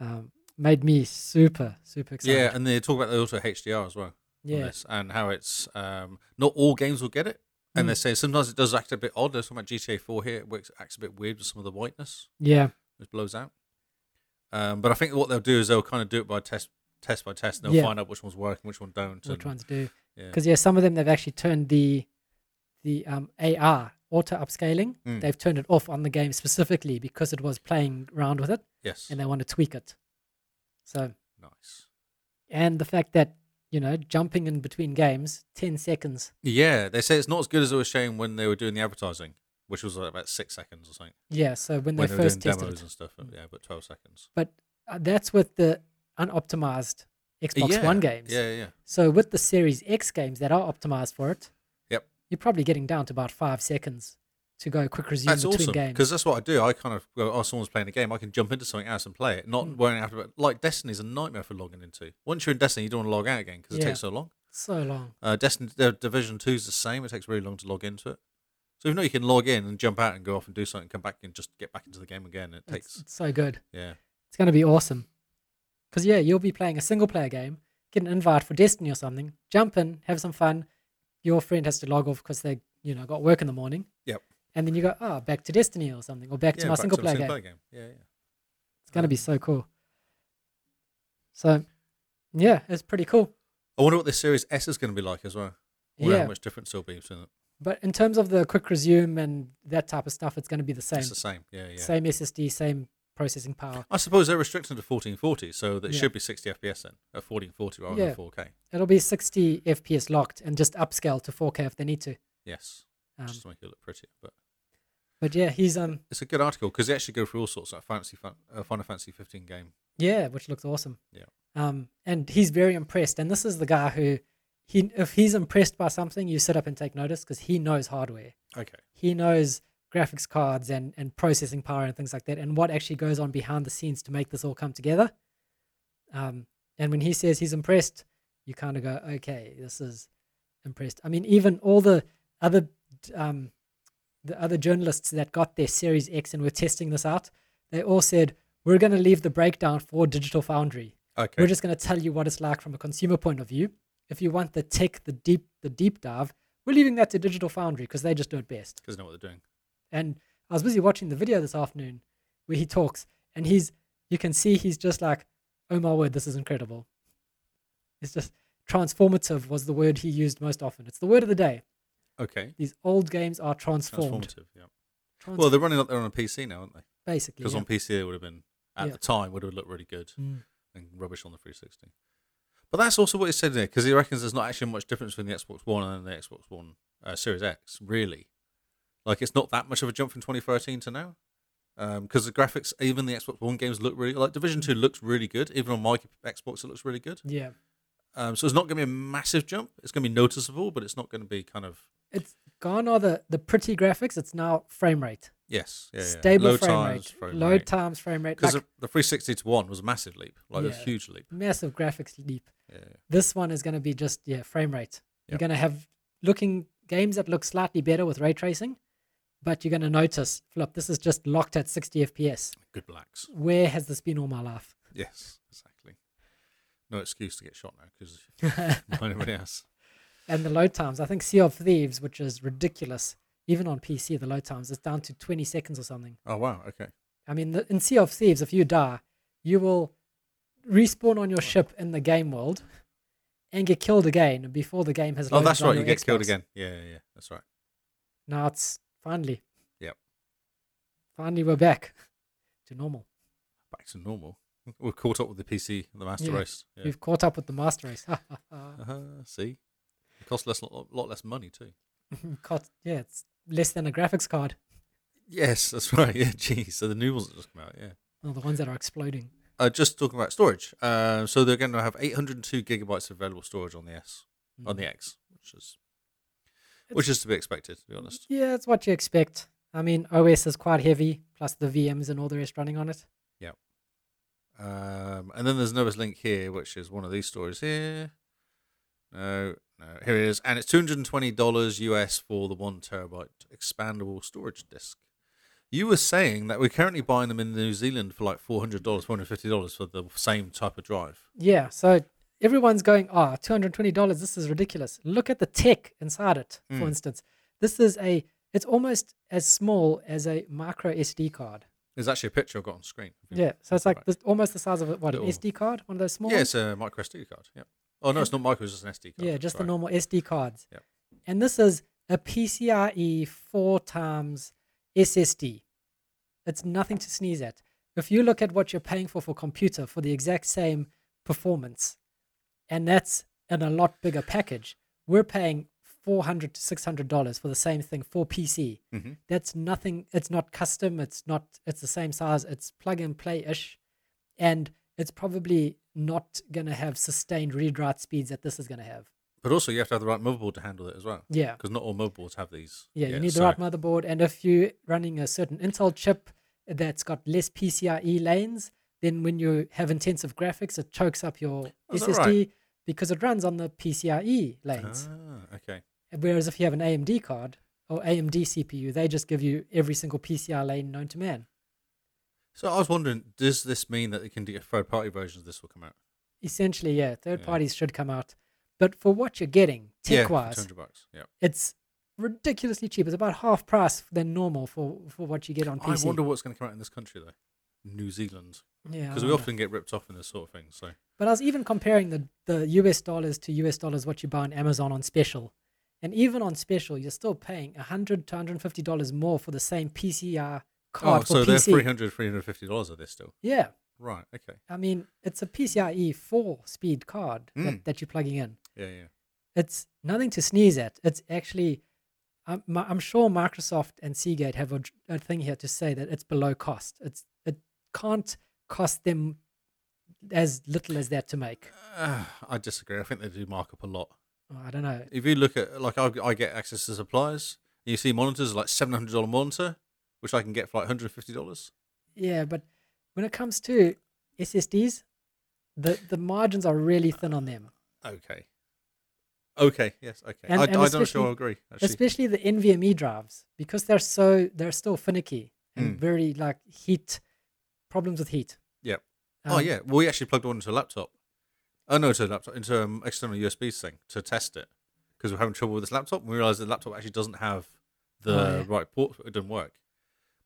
Speaker 2: Um, made me super, super excited.
Speaker 1: Yeah, and they talk about the also HDR as well. on
Speaker 2: Yeah.
Speaker 1: this and how it's um, not all games will get it. And they
Speaker 2: Mm.
Speaker 1: say sometimes it does act a bit odd. There's something about GTA 4 here. It works, acts a bit weird with some of the whiteness.
Speaker 2: Yeah,
Speaker 1: which blows out. Um, but I think what they'll do is they'll kind of do it by test, test by test, and they'll
Speaker 2: Yeah.
Speaker 1: find out which ones work and which one don't.
Speaker 2: which
Speaker 1: and-
Speaker 2: ones do?
Speaker 1: Yeah.
Speaker 2: Because yeah. some of them they've actually turned the the um, AR auto upscaling.
Speaker 1: Mm.
Speaker 2: They've turned it off on the game specifically because it was playing around with it
Speaker 1: Yes.
Speaker 2: and they want to tweak it. So
Speaker 1: nice.
Speaker 2: and the fact that you know jumping in between games, ten seconds.
Speaker 1: Yeah, they say it's not as good as it was showing when they were doing the advertising, which was like about six seconds or something.
Speaker 2: Yeah. So
Speaker 1: When
Speaker 2: when, they,
Speaker 1: they were doing
Speaker 2: first tested
Speaker 1: demos
Speaker 2: it,
Speaker 1: and stuff. Yeah, but 12 seconds.
Speaker 2: but uh, that's with the unoptimized Xbox
Speaker 1: yeah.
Speaker 2: One games.
Speaker 1: Yeah, yeah.
Speaker 2: So with the Series X games that are optimized for it,
Speaker 1: Yep.
Speaker 2: you're probably getting down to about five seconds to go quick resume
Speaker 1: That's
Speaker 2: between
Speaker 1: awesome
Speaker 2: games.
Speaker 1: because that's what I do. I kind of go, oh, someone's playing a game. I can jump into something else and play it, not
Speaker 2: Mm.
Speaker 1: worrying after. Like Destiny's a nightmare for logging into. Once you're in Destiny, you don't want to log out again because
Speaker 2: Yeah.
Speaker 1: it takes so long.
Speaker 2: So long.
Speaker 1: Uh, Destiny uh, Division Two's the same. It takes really long to log into it. So if not, you can log in and jump out and go off and do something, come back and just get back into the game again. It
Speaker 2: It's,
Speaker 1: takes
Speaker 2: it's so good.
Speaker 1: yeah,
Speaker 2: It's going to be awesome. Because, yeah, you'll be playing a single player game, get an invite for Destiny or something, jump in, have some fun. Your friend has to log off because they, you know, got work in the morning.
Speaker 1: Yep.
Speaker 2: And then you go, oh, back to Destiny or something, or back
Speaker 1: yeah,
Speaker 2: to my
Speaker 1: back
Speaker 2: single
Speaker 1: the
Speaker 2: player game.
Speaker 1: single-player Yeah, yeah.
Speaker 2: It's going to be so cool. So, yeah, it's pretty cool.
Speaker 1: I wonder what this Series S is going to be like as well. I wonder
Speaker 2: Yeah.
Speaker 1: how much difference it'll be between it.
Speaker 2: But in terms of the quick resume and that type of stuff, it's going to be the same.
Speaker 1: It's the same. Yeah, yeah.
Speaker 2: Same SSD, same processing power.
Speaker 1: I suppose they're restricted to 1440, so that
Speaker 2: Yeah.
Speaker 1: should be 60 FPS then at 1440 rather
Speaker 2: Yeah.
Speaker 1: than 4K.
Speaker 2: It'll be 60 FPS locked and just upscale to 4K if they need to.
Speaker 1: Yes,
Speaker 2: Um,
Speaker 1: just to make it look prettier. But
Speaker 2: but yeah, he's um
Speaker 1: it's a good article because they actually go through all sorts of fancy fun, uh, Final Fantasy 15 game.
Speaker 2: yeah, which looks awesome.
Speaker 1: Yeah.
Speaker 2: Um, and he's very impressed. And this is the guy who, he if he's impressed by something, you sit up and take notice because he knows hardware.
Speaker 1: Okay.
Speaker 2: He knows graphics cards and and processing power and things like that, and what actually goes on behind the scenes to make this all come together. Um, and when he says he's impressed, you kind of go, okay, this is impressed. I mean, even all the other um, the other journalists that got their Series X and were testing this out, they all said we're going to leave the breakdown for Digital Foundry.
Speaker 1: Okay.
Speaker 2: We're just going to tell you what it's like from a consumer point of view. If you want the tech, the deep, the deep dive, we're leaving that to Digital Foundry because they just do it best.
Speaker 1: Because know what they're doing.
Speaker 2: And I was busy watching the video this afternoon where he talks, and he's you can see he's just like, oh my word, this is incredible. It's just transformative was the word he used most often. It's the word of the day.
Speaker 1: Okay.
Speaker 2: These old games are transformed.
Speaker 1: Transformative. Yeah.
Speaker 2: Trans-
Speaker 1: Well, they're running up there on a PC now, aren't they?
Speaker 2: basically.
Speaker 1: Because
Speaker 2: yeah.
Speaker 1: on PC it would have been at
Speaker 2: Yeah.
Speaker 1: the time would have looked really good
Speaker 2: Mm.
Speaker 1: and rubbish on the 360. But that's also what it said there because he reckons there's not actually much difference between the Xbox One and the Xbox One uh, Series X really. Like it's not that much of a jump from 2013 to now. Because the graphics, even the Xbox One games look really like Division Two looks really good. Even on my Xbox, it looks really good.
Speaker 2: Yeah.
Speaker 1: Um, so it's not going to be a massive jump. It's going to be noticeable, but it's not going to be kind of
Speaker 2: It's gone are the, the pretty graphics, it's now frame rate.
Speaker 1: yes, yeah, yeah.
Speaker 2: Stable
Speaker 1: Low
Speaker 2: frame,
Speaker 1: times,
Speaker 2: rate,
Speaker 1: frame
Speaker 2: Load
Speaker 1: rate.
Speaker 2: times frame rate.
Speaker 1: because
Speaker 2: Like
Speaker 1: the 360 to one was a massive leap, like a
Speaker 2: Yeah.
Speaker 1: huge leap.
Speaker 2: massive graphics leap.
Speaker 1: Yeah, yeah.
Speaker 2: this one is going to be just yeah frame rate you're
Speaker 1: Yep.
Speaker 2: going to have looking games that look slightly better with ray tracing but you're going to notice flip this is just locked at 60 fps
Speaker 1: good blacks.
Speaker 2: where has this been all my life
Speaker 1: Yes, exactly. No excuse to get shot now
Speaker 2: [laughs]
Speaker 1: because mind everybody else.
Speaker 2: and the load times i think sea of thieves which is ridiculous even on pc the load times is down to 20 seconds or something
Speaker 1: Oh wow, okay.
Speaker 2: i mean the, in sea of thieves if you die you will respawn on your ship in the game world and get killed again before the game has
Speaker 1: Oh,
Speaker 2: loaded
Speaker 1: that's
Speaker 2: on
Speaker 1: right. You
Speaker 2: your
Speaker 1: get killed
Speaker 2: Xbox.
Speaker 1: again. Yeah, yeah, yeah. That's right.
Speaker 2: Now it's finally.
Speaker 1: Yep.
Speaker 2: Finally, we're back [laughs] to normal.
Speaker 1: Back to normal. [laughs] We're caught up with the PC, the master
Speaker 2: Yeah.
Speaker 1: race. Yeah.
Speaker 2: We've caught up with the master race. [laughs]
Speaker 1: Uh-huh, see, it costs less, lot, lot less money too.
Speaker 2: Caught, yeah, it's less than a graphics card.
Speaker 1: Yes, [laughs] that's right. Yeah, geez. So the new ones that just come out. Yeah.
Speaker 2: Well, the ones that are exploding.
Speaker 1: Uh, just talking about storage. Uh, so they're going to have 802 gigabytes of available storage on the S, on
Speaker 2: Hmm.
Speaker 1: the X, which is, which is to be expected, to be honest.
Speaker 2: Yeah, it's what you expect. I mean, OS is quite heavy, plus the VMs and all the rest running on it.
Speaker 1: Um, and then there's another link here, which is one of these stories here. No, no, here it is, and it's two hundred and twenty dollars US for the one terabyte expandable storage disk. You were saying that we're currently buying them in New Zealand for like four hundred dollars, four hundred fifty dollars for the same type of drive.
Speaker 2: Yeah, so everyone's going, ah, $220, this is ridiculous. Look at the tech inside it, for
Speaker 1: Hmm.
Speaker 2: instance. This is a, it's almost as small as a micro SD card.
Speaker 1: There's actually a picture I've got on screen. if you-
Speaker 2: Yeah, so it's like
Speaker 1: Right.
Speaker 2: this, almost the size of a, what an
Speaker 1: Little-
Speaker 2: SD card, one of those small.
Speaker 1: Yeah,
Speaker 2: ones?
Speaker 1: it's a micro SD card. Yeah. Oh no, it's not micro. It's just an SD card.
Speaker 2: yeah, just the
Speaker 1: Sorry.
Speaker 2: normal SD cards.
Speaker 1: Yep.
Speaker 2: And this is a PCIe E four times SSD. It's nothing to sneeze at. If you look at what you're paying for for computer for the exact same performance, and that's in a lot bigger package, we're paying four hundred to six hundred dollars for the same thing for PC.
Speaker 1: Mhm.
Speaker 2: That's nothing. It's not custom. It's not. It's the same size. It's plug and play ish and it's probably not going to have sustained read write speeds that this is going to have.
Speaker 1: But also, you have to have the right motherboard to handle it as well.
Speaker 2: Yeah.
Speaker 1: Because not all motherboards have these.
Speaker 2: Yeah, you need the
Speaker 1: so-
Speaker 2: right motherboard. And if you're running a certain Intel chip that's got less PCIe E lanes, then when you have intensive graphics, it chokes up your
Speaker 1: Oh, Is that
Speaker 2: SSD
Speaker 1: right?
Speaker 2: because it runs on the PCIe E lanes.
Speaker 1: Ah, okay.
Speaker 2: Whereas if you have an AMD card or AMD CPU, they just give you every single PCI lane known to man.
Speaker 1: So I was wondering, does this mean that they can get third-party versions of this will come out?
Speaker 2: Essentially, yeah, third
Speaker 1: Yeah.
Speaker 2: parties should come out. But for what you're getting,
Speaker 1: yeah,
Speaker 2: tech
Speaker 1: for
Speaker 2: wise,
Speaker 1: 200 bucks. Yeah.
Speaker 2: it's ridiculously cheap. It's about half price than normal for, for what you get on PC.
Speaker 1: I wonder what's going to come out in this country though, New Zealand,
Speaker 2: yeah, I
Speaker 1: because we
Speaker 2: wonder.
Speaker 1: often get ripped off in this sort of thing. So
Speaker 2: But I was even comparing the, the US dollars to US dollars what you buy on Amazon on special. And even on special, you're still paying 100 to 150 dollars more for the same PCR card
Speaker 1: oh,
Speaker 2: for
Speaker 1: so they're
Speaker 2: PC.
Speaker 1: 300 350 dollars are they still?
Speaker 2: yeah,
Speaker 1: Right. Okay.
Speaker 2: I mean it's a PCIe E four speed card that,
Speaker 1: Mm.
Speaker 2: that you're plugging in.
Speaker 1: Yeah. Yeah.
Speaker 2: it's nothing to sneeze at. It's actually, I'm, mi- I'm sure Microsoft and Seagate have a, dr- a thing here to say that it's below cost. It's it can't cost them as little as that to make.
Speaker 1: Uh, I disagree. I think they do mark up a lot.
Speaker 2: Oh, I don't know.
Speaker 1: If you look at like I, I get access to supplies, and you see monitors like seven hundred dollar monitor, which I can get for like hundred fifty dollars.
Speaker 2: Yeah, but when it comes to SSDs, the the margins are really thin on them,
Speaker 1: Okay. Okay. Yes. Okay.
Speaker 2: And-
Speaker 1: I,
Speaker 2: and
Speaker 1: I'm not sure
Speaker 2: especially-
Speaker 1: I agree. Actually.
Speaker 2: especially the NVMe E drives because they're so they're still finicky and
Speaker 1: Mm.
Speaker 2: very like heat problems with heat.
Speaker 1: Yep. oh
Speaker 2: Um,
Speaker 1: yeah. Well, we actually plugged one into a laptop. Oh no, to a laptop into an external USB thing to test it because we're having trouble with this laptop. And we realized the laptop actually doesn't have the
Speaker 2: Oh, yeah.
Speaker 1: right port. It didn't work.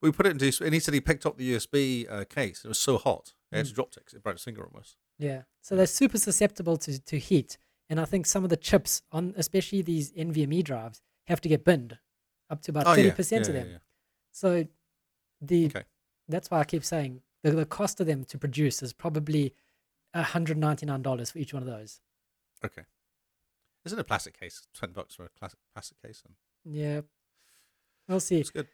Speaker 1: We put it into and he said he picked up the USB uh, case. It was so hot, it
Speaker 2: Hmm.
Speaker 1: actually dropped it. 'cause It broke his finger almost.
Speaker 2: Yeah. So they're super susceptible to, to heat. And I think some of the chips on especially these NVMe E drives have to get binned up to about
Speaker 1: Oh,
Speaker 2: thirty
Speaker 1: yeah,
Speaker 2: percent of
Speaker 1: yeah,
Speaker 2: them.
Speaker 1: yeah,
Speaker 2: So the
Speaker 1: Okay.
Speaker 2: that's why I keep saying the, the cost of them to produce is probably hundred ninety nine dollars for each one of those.
Speaker 1: yeah. Okay. Isn't a plastic case ten bucks for a classic plastic case? And
Speaker 2: Yeah. We'll see.
Speaker 1: it's good.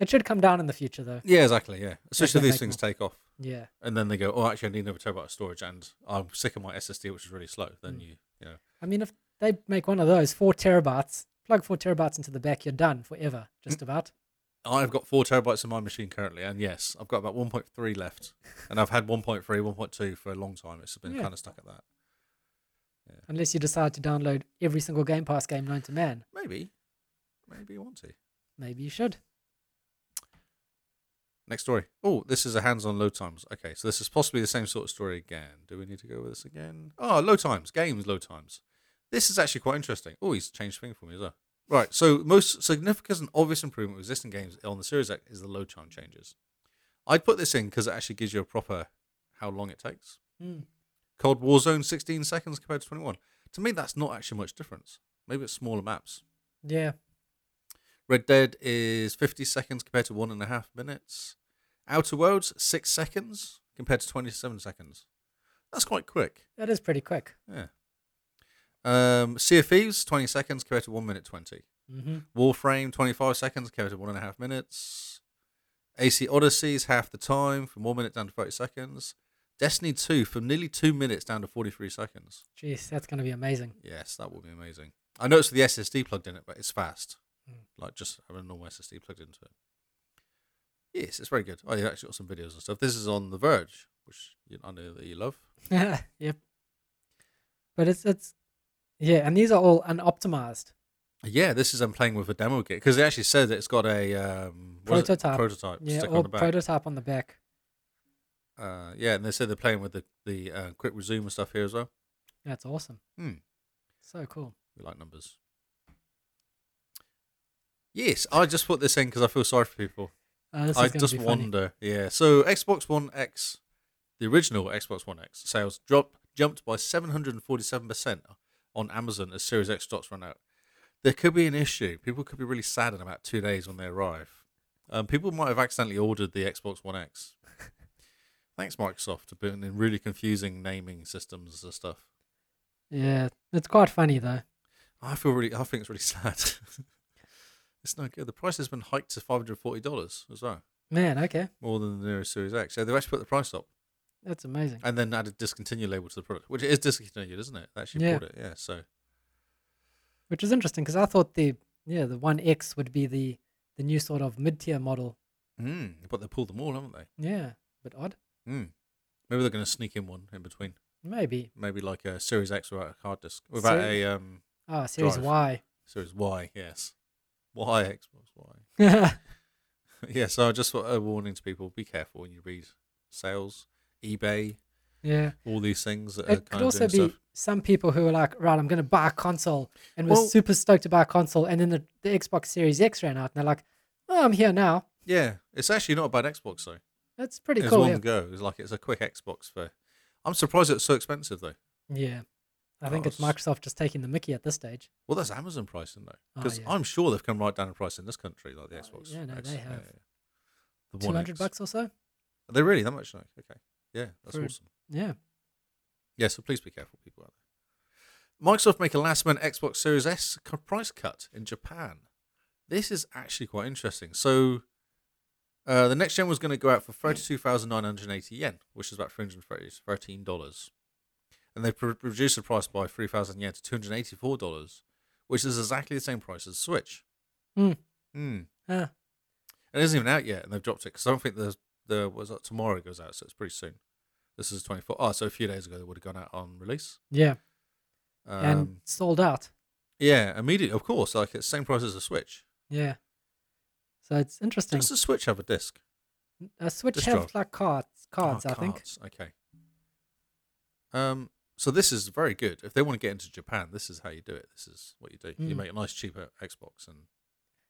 Speaker 2: It should come down in the future though.
Speaker 1: Yeah, exactly. Yeah, especially
Speaker 2: they
Speaker 1: these
Speaker 2: make
Speaker 1: things take off.
Speaker 2: Yeah.
Speaker 1: And then they go, oh, actually, I need another terabyte of storage, and I'm sick of my SSD, which is really slow. Then you, you know,
Speaker 2: I mean if they make one of those four terabytes, plug four terabytes into the back, you're done forever, just about.
Speaker 1: I've got four terabytes in my machine currently, and yes, I've got about 1.3 left, and I've had 1.3, 1.2 for a long time. It's been
Speaker 2: Yeah.
Speaker 1: kind of stuck at that.
Speaker 2: Unless you decide to download every single Game Pass game known to man.
Speaker 1: Maybe, maybe you want to.
Speaker 2: Maybe you should.
Speaker 1: Next story. Oh, this is a hands-on load times. Okay, so this is possibly the same sort of story again. Do we need to go with this again? Oh, load times, games, load times. This is actually quite interesting. Oh, he's changed thing for me as well. Right. So most significant and obvious improvement of existing games on the Series X is the load time changes. I'd put this in because it actually gives you a proper how long it takes.
Speaker 2: Mm.
Speaker 1: Cold War Zone 16 seconds compared to 21. To me, that's not actually much difference. Maybe it's smaller maps.
Speaker 2: Yeah.
Speaker 1: Red Dead is 50 seconds compared to one and a half minutes. Outer Worlds, six seconds compared to 27 seconds. That's quite quick.
Speaker 2: That is pretty quick.
Speaker 1: Yeah. Um, sea of Thieves, 20 seconds compared to one minute 20.
Speaker 2: Mm-hmm.
Speaker 1: Warframe, 25 seconds compared to one and a half minutes. AC Odyssey is half the time from one minute down to 30 seconds. Destiny 2 from nearly two minutes down to 43 seconds.
Speaker 2: Jeez, that's going to be amazing. [laughs]
Speaker 1: Yes, that would be amazing. I know it's with the SSD plugged in it, but it's fast.
Speaker 2: Mm.
Speaker 1: Like just having a normal SSD plugged into it. Yes, it's very good. I actually got some videos and stuff. This is on The Verge, which you, I know that you love.
Speaker 2: yep. But it's it's yeah, and these are all unoptimized.
Speaker 1: Yeah, this is I'm playing with a demo kit because it actually says that it's got a um, what is it?
Speaker 2: Prototype.
Speaker 1: prototype
Speaker 2: Yeah,
Speaker 1: stick
Speaker 2: all
Speaker 1: on the back.
Speaker 2: prototype on the back.
Speaker 1: uh, yeah, and they said they're playing with the the uh, quick resume and stuff here as well.
Speaker 2: That's awesome.
Speaker 1: Hmm.
Speaker 2: So cool.
Speaker 1: We like numbers. Yes, I just put this in because I feel sorry for people.
Speaker 2: Uh, this
Speaker 1: I
Speaker 2: is gonna
Speaker 1: just
Speaker 2: be funny.
Speaker 1: wonder. Yeah. So Xbox One X, the original Xbox One X sales drop jumped by 747% on Amazon as Series X stocks run out. There could be an issue. People could be really sad in about two days when they arrive. Um, people might have accidentally ordered the Xbox One X. [laughs] Thanks, Microsoft, for putting in really confusing naming systems and stuff.
Speaker 2: Yeah, it's quite funny though.
Speaker 1: I feel really. I think it's really [laughs] sad. it's no good. The price has been hiked to five hundred forty dollars as well,
Speaker 2: Man, okay,
Speaker 1: more than the nearest Series X. So they've actually put the price up.
Speaker 2: that's amazing.
Speaker 1: and then added discontinue label to the product, which is discontinued, isn't it? They actually
Speaker 2: Yeah.
Speaker 1: bought it, yeah. So
Speaker 2: Which is interesting because I thought the yeah the One X would be the the new sort of mid tier model.
Speaker 1: mm. but they pulled them all, haven't they?
Speaker 2: Yeah, but odd.
Speaker 1: Mm. Maybe they're going to sneak in one in between,
Speaker 2: Maybe.
Speaker 1: maybe like a Series X without a hard disk, without a um
Speaker 2: Ah, Series
Speaker 1: Drive.
Speaker 2: Y.
Speaker 1: Series Y. Yes, Y Xbox Y. [laughs]
Speaker 2: [laughs] yeah,
Speaker 1: yeah. So I just thought a warning to people: be careful when you read sales, eBay, all these things that are
Speaker 2: it could
Speaker 1: kind of
Speaker 2: also
Speaker 1: doing
Speaker 2: be
Speaker 1: stuff.
Speaker 2: some people who are like, right, I'm going to buy a console, and were
Speaker 1: Well-
Speaker 2: super stoked to buy a console, and then the, the Xbox Series X ran out, and they're like, oh, I'm here now.
Speaker 1: Yeah, it's actually not a bad Xbox though.
Speaker 2: That's pretty
Speaker 1: It's
Speaker 2: cool.
Speaker 1: one
Speaker 2: Yeah.
Speaker 1: go. It's like it's a quick Xbox for. I'm surprised it's so expensive though.
Speaker 2: Yeah. I think it's
Speaker 1: Nice.
Speaker 2: Microsoft just taking the mickey at this stage.
Speaker 1: Well, that's Amazon pricing though,
Speaker 2: Oh,
Speaker 1: because
Speaker 2: yeah.
Speaker 1: I'm sure they've come right down in price in this country, like the
Speaker 2: Oh,
Speaker 1: Xbox.
Speaker 2: yeah, no,
Speaker 1: X,
Speaker 2: they have.
Speaker 1: The
Speaker 2: Two
Speaker 1: One
Speaker 2: hundred
Speaker 1: X.
Speaker 2: bucks or so.
Speaker 1: Are they really that much? Like, okay, yeah, that's
Speaker 2: For-
Speaker 1: awesome.
Speaker 2: Yeah.
Speaker 1: Yeah, so please be careful, people out there. Microsoft make a last-minute Xbox Series S co- price cut in Japan. This is actually quite interesting. So, uh, the next gen was going to go out for thirty-two thousand nine hundred eighty yen, which is about three hundred thirteen dollars, and they pr- reduced the price by three thousand yen to two hundred eighty-four dollars, which is exactly the same price as Switch.
Speaker 2: Hmm.
Speaker 1: Hmm.
Speaker 2: Ah,
Speaker 1: It isn't even out yet, and they've dropped it because I don't think the the was that tomorrow it goes out, so it's pretty soon. This is twenty four. Oh, so a few days ago they would have gone out on release.
Speaker 2: yeah.
Speaker 1: Um,
Speaker 2: and sold out.
Speaker 1: yeah, immediately, of course. Like it's same price as a Switch.
Speaker 2: Yeah. So it's interesting.
Speaker 1: Does the Switch have a disc?
Speaker 2: A Switch
Speaker 1: disc
Speaker 2: have
Speaker 1: drive.
Speaker 2: like cards, cards,
Speaker 1: Oh,
Speaker 2: I think.
Speaker 1: cards, Okay. Um. So this is very good. If they want to get into Japan, this is how you do it. This is what you do. You
Speaker 2: Mm.
Speaker 1: make a nice, cheaper Xbox and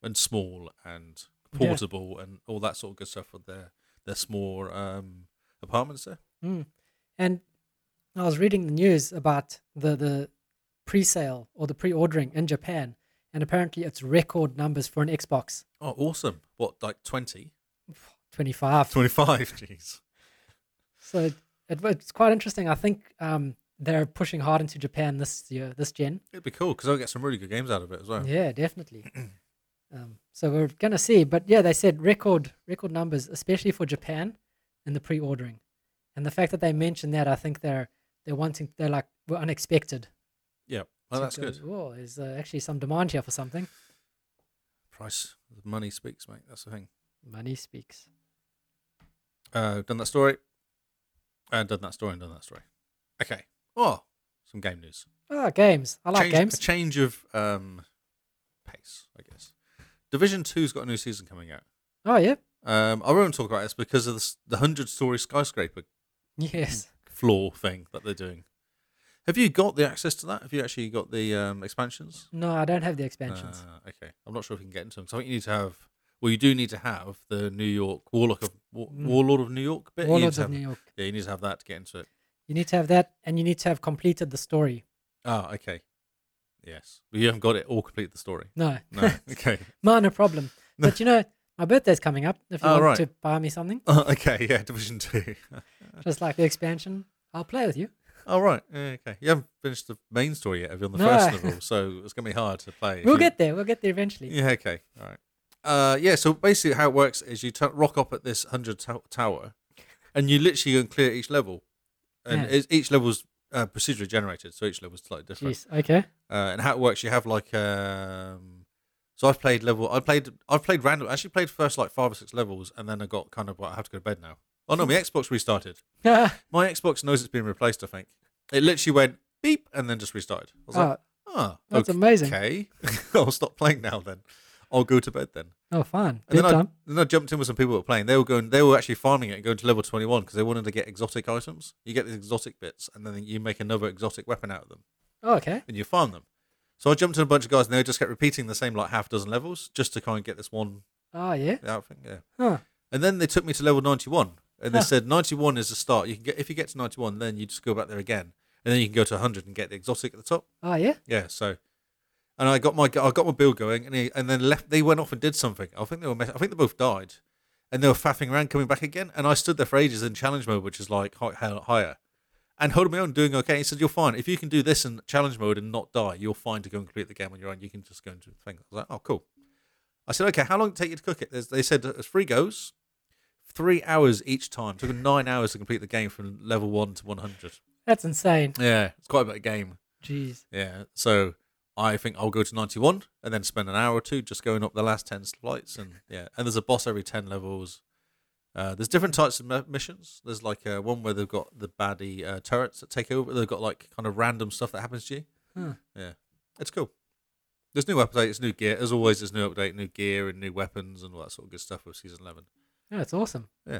Speaker 1: and small and
Speaker 2: Yeah.
Speaker 1: portable and all that sort of good stuff for their their small um apartments there.
Speaker 2: Mm. And I was reading the news about the the pre-sale or the pre-ordering in Japan, and apparently it's record numbers for an Xbox
Speaker 1: Oh, awesome! What like twenty?
Speaker 2: 25.
Speaker 1: 25 [laughs] jeez
Speaker 2: So it, it, it's quite interesting. I think um, they're pushing hard into Japan this year, this gen.
Speaker 1: it'd be cool because i'll get some really good games out of it as well
Speaker 2: Yeah, definitely. [clears throat] um, so we're gonna see, but yeah, they said record record numbers, especially for Japan, in the pre-ordering, and the fact that they mentioned that, I think they're they're wanting they're like were unexpected.
Speaker 1: yeah well
Speaker 2: So
Speaker 1: that's
Speaker 2: it goes,
Speaker 1: good
Speaker 2: Whoa, there's uh, actually some demand here for something.
Speaker 1: price the money speaks mate that's the thing
Speaker 2: Money speaks.
Speaker 1: uh done that story and done that story and done that story okay oh some game news
Speaker 2: Ah, games. I like
Speaker 1: change, a
Speaker 2: games.
Speaker 1: change of um pace i guess division two's got a new season coming out
Speaker 2: Oh yeah,
Speaker 1: um i won't talk about this because of the, s- the 100 story skyscraper
Speaker 2: yes.
Speaker 1: floor thing that they're doing have you got the access to that have you actually got the um expansions
Speaker 2: No, I don't have the expansions.
Speaker 1: Ah, okay, I'm not sure if we can get into them. So I think you need to have. Well, you do need to have the New York Warlock of Wa-
Speaker 2: Mm.
Speaker 1: Warlord of New York bit. you need
Speaker 2: Warlords
Speaker 1: to
Speaker 2: of
Speaker 1: have,
Speaker 2: New York.
Speaker 1: Yeah, you need to have that to get into it.
Speaker 2: You need to have that, and you need to have completed the story.
Speaker 1: Ah, okay. Yes, but you haven't got it all. Complete the story.
Speaker 2: No,
Speaker 1: No. [laughs] okay.
Speaker 2: [laughs] minor problem.
Speaker 1: [laughs] No.
Speaker 2: But you know, my birthday's coming up. If you
Speaker 1: Oh,
Speaker 2: want
Speaker 1: right.
Speaker 2: to buy me something,
Speaker 1: Ah, okay. Yeah, Division [laughs] Two.
Speaker 2: just like the expansion, I'll play with you.
Speaker 1: All Oh, right. yeah, Okay. You haven't finished the main story yet. Have you on the
Speaker 2: No.
Speaker 1: first level? So it's gonna be hard to play. if
Speaker 2: We'll
Speaker 1: you-
Speaker 2: get there. We'll get there eventually.
Speaker 1: [laughs] Yeah. Okay. All right. Uh, yeah. So basically, how it works is you t- rock up at this hundred to- tower, and you literally go and clear each level, and
Speaker 2: Yeah.
Speaker 1: it's- each level's uh, procedurally generated, so each level's slightly different.
Speaker 2: Jeez. Okay. [laughs]
Speaker 1: Uh, and how it works, you have like um. So I've played level. I played. I've played random. Actually, played first like five or six levels, and then I got kind of. like, I have to go to bed now. Oh
Speaker 2: Hmm.
Speaker 1: no, my Xbox restarted.
Speaker 2: oh,
Speaker 1: My Xbox knows it's been replaced. I think it literally went beep and then just restarted. I was like, oh,
Speaker 2: Ah, that's amazing.
Speaker 1: Okay, [laughs] I'll stop playing now. Then I'll go to bed then.
Speaker 2: oh, fine.
Speaker 1: And then I,
Speaker 2: Bedtime.
Speaker 1: then I jumped in with some people that were playing. They were going. They were actually farming it and going to level twenty one because they wanted to get exotic items. You get these exotic bits, and then you make another exotic weapon out of them,
Speaker 2: Oh, okay.
Speaker 1: and you farm them. So I jumped in with a bunch of guys, and they just kept repeating the same like half dozen levels just to kind of get this one
Speaker 2: Oh, yeah.
Speaker 1: outfit. Yeah,
Speaker 2: Huh.
Speaker 1: And then they took me to level 91 and they said 91 is the start. You can get if you get to 91, then you just go back there again, and then you can go to 100 and get the exotic at the top.
Speaker 2: Oh yeah.
Speaker 1: Yeah, so. And I got my I got my build going, and, he, and then left. They went off and did something. I think they were. mess- I think they both died, and they were faffing around, coming back again. And I stood there for ages in challenge mode, which is like hi- hi- higher, and holding my own, doing okay. He said, "You're fine. If you can do this in challenge mode and not die, you're fine to go and complete the game on your own. You can just go and do the thing." I was like, "Oh, cool." I said, "Okay, how long did it take you to cook it?" There's, they said it's three goes, three hours each time. took them nine hours to complete the game from level one to 100.
Speaker 2: That's insane.
Speaker 1: Yeah, it's quite a bit of game.
Speaker 2: Jeez.
Speaker 1: Yeah. So I think I'll go to 91 and then spend an hour or two just going up the last 10 flights. And yeah, and there's a boss every 10 levels. Uh, there's different types of mi- missions. There's like uh, one where they've got the baddie uh, turrets that take over. They've got like kind of random stuff that happens to you.
Speaker 2: Hmm.
Speaker 1: Yeah. It's cool. There's new updates, new gear. As always, there's new update, new gear, and new weapons and all that sort of good stuff with Season 11.
Speaker 2: Yeah, it's awesome. Hmm.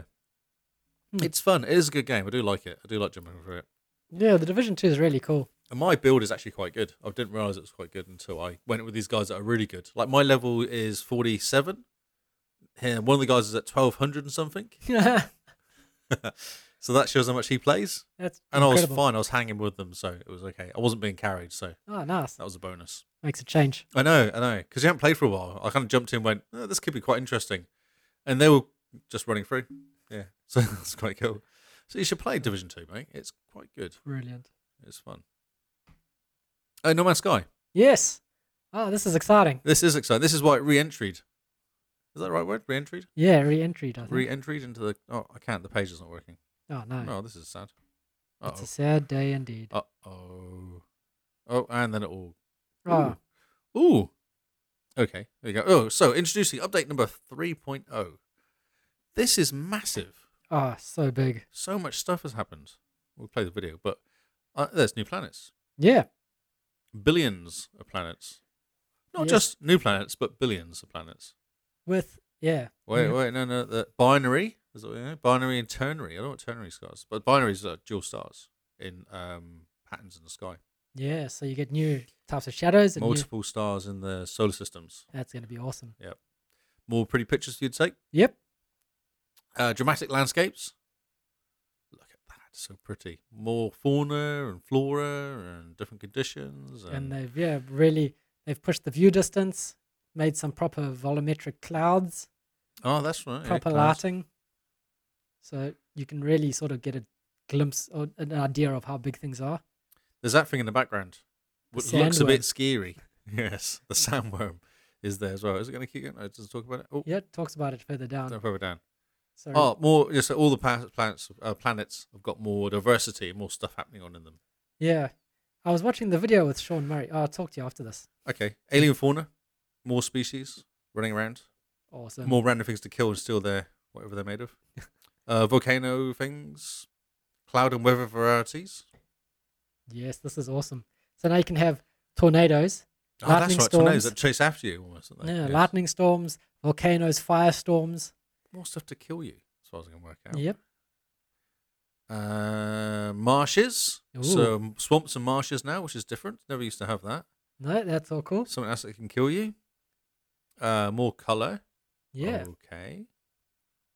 Speaker 1: It's fun. It is a good game. I do like it. I do like jumping through it.
Speaker 2: Yeah, the Division Two is really cool. [laughs]
Speaker 1: And my build is actually quite good. I didn't realize it was quite good until I went with these guys that are really good. Like my level is 47. And one of the guys is at 1200 and something.
Speaker 2: That's
Speaker 1: So that shows how much he plays. And I was
Speaker 2: incredible.
Speaker 1: fine. I was hanging with them. So it was okay. I wasn't being carried. So
Speaker 2: Oh, nice.
Speaker 1: that was a bonus.
Speaker 2: Makes a change.
Speaker 1: I know. I know. Because you haven't played for a while. I kind of jumped in and went, oh, this could be quite interesting. And they were just running through. Yeah. [laughs] So that's quite cool. So you should play Division 2, mate. It's quite good.
Speaker 2: Brilliant.
Speaker 1: It's fun. Oh, No Man's Sky.
Speaker 2: Yes. Oh, this is exciting.
Speaker 1: This is exciting. This is why it re-entried. Is that the right word? Re-entried?
Speaker 2: Yeah, re-entried. I think.
Speaker 1: Re-entried into the. Oh, I can't. The page is not working.
Speaker 2: oh no,
Speaker 1: Oh, this is sad. Uh
Speaker 2: it's a sad day indeed.
Speaker 1: oh. Uh oh. Oh, and then it all.
Speaker 2: Oh,
Speaker 1: Ooh. Ooh. Okay. There you go. Oh, so introducing update number 3.0. This is massive.
Speaker 2: oh, so big.
Speaker 1: So much stuff has happened. We'll play the video, but uh, there's new planets.
Speaker 2: Yeah,
Speaker 1: Billions of planets. Not
Speaker 2: Yes.
Speaker 1: just new planets, but billions of planets.
Speaker 2: with yeah.
Speaker 1: Wait,
Speaker 2: Yeah.
Speaker 1: wait, no, no, the binary is that what you know? binary and ternary. I don't know what ternary stars, but binaries are dual stars in um, patterns in the sky.
Speaker 2: Yeah, so you get new types of shadows. And new,
Speaker 1: Multiple stars in the solar systems.
Speaker 2: that's going to be awesome.
Speaker 1: More pretty pictures you'd take.
Speaker 2: Yep.
Speaker 1: Uh, dramatic landscapes. Look at that, so pretty. More fauna and flora and different conditions. And,
Speaker 2: And they've yeah really they've pushed the view distance, made some proper volumetric clouds,
Speaker 1: oh, that's right. yeah,
Speaker 2: proper
Speaker 1: clouds.
Speaker 2: lighting, so you can really sort of get a glimpse or an idea of how big things are.
Speaker 1: There's that thing in the background.
Speaker 2: The
Speaker 1: Which looks a
Speaker 2: sandworm.
Speaker 1: bit scary. [laughs] Yes, the sandworm is there as well. Is it going to keep going? No, it doesn't talk about it. Oh,
Speaker 2: Yeah, it talks about it further down.
Speaker 1: don't further down.
Speaker 2: So
Speaker 1: Oh, more. Yeah, so all the pa- planets, uh, planets have got more diversity, more stuff happening on in them.
Speaker 2: yeah, I was watching the video with Sean Murray. Oh, I'll talk to you after this.
Speaker 1: Okay, alien fauna, more species running around,
Speaker 2: Awesome.
Speaker 1: more random things to kill and steal their whatever they're made
Speaker 2: [laughs]
Speaker 1: of. uh, volcano things, cloud and weather varieties.
Speaker 2: Yes, this is awesome. So now you can have tornadoes,
Speaker 1: Oh, that's
Speaker 2: Lightning
Speaker 1: right. Tornadoes
Speaker 2: storms.
Speaker 1: that chase after you, almost. Aren't they?
Speaker 2: yeah,
Speaker 1: Yes.
Speaker 2: lightning storms, volcanoes, firestorms.
Speaker 1: More stuff to kill you, as far as I can work out.
Speaker 2: Yep.
Speaker 1: Uh, marshes. So m- swamps and marshes now, which is different. Never used to have that.
Speaker 2: No, that's all cool.
Speaker 1: Something else that can kill you. Uh, more color.
Speaker 2: Yeah.
Speaker 1: Okay.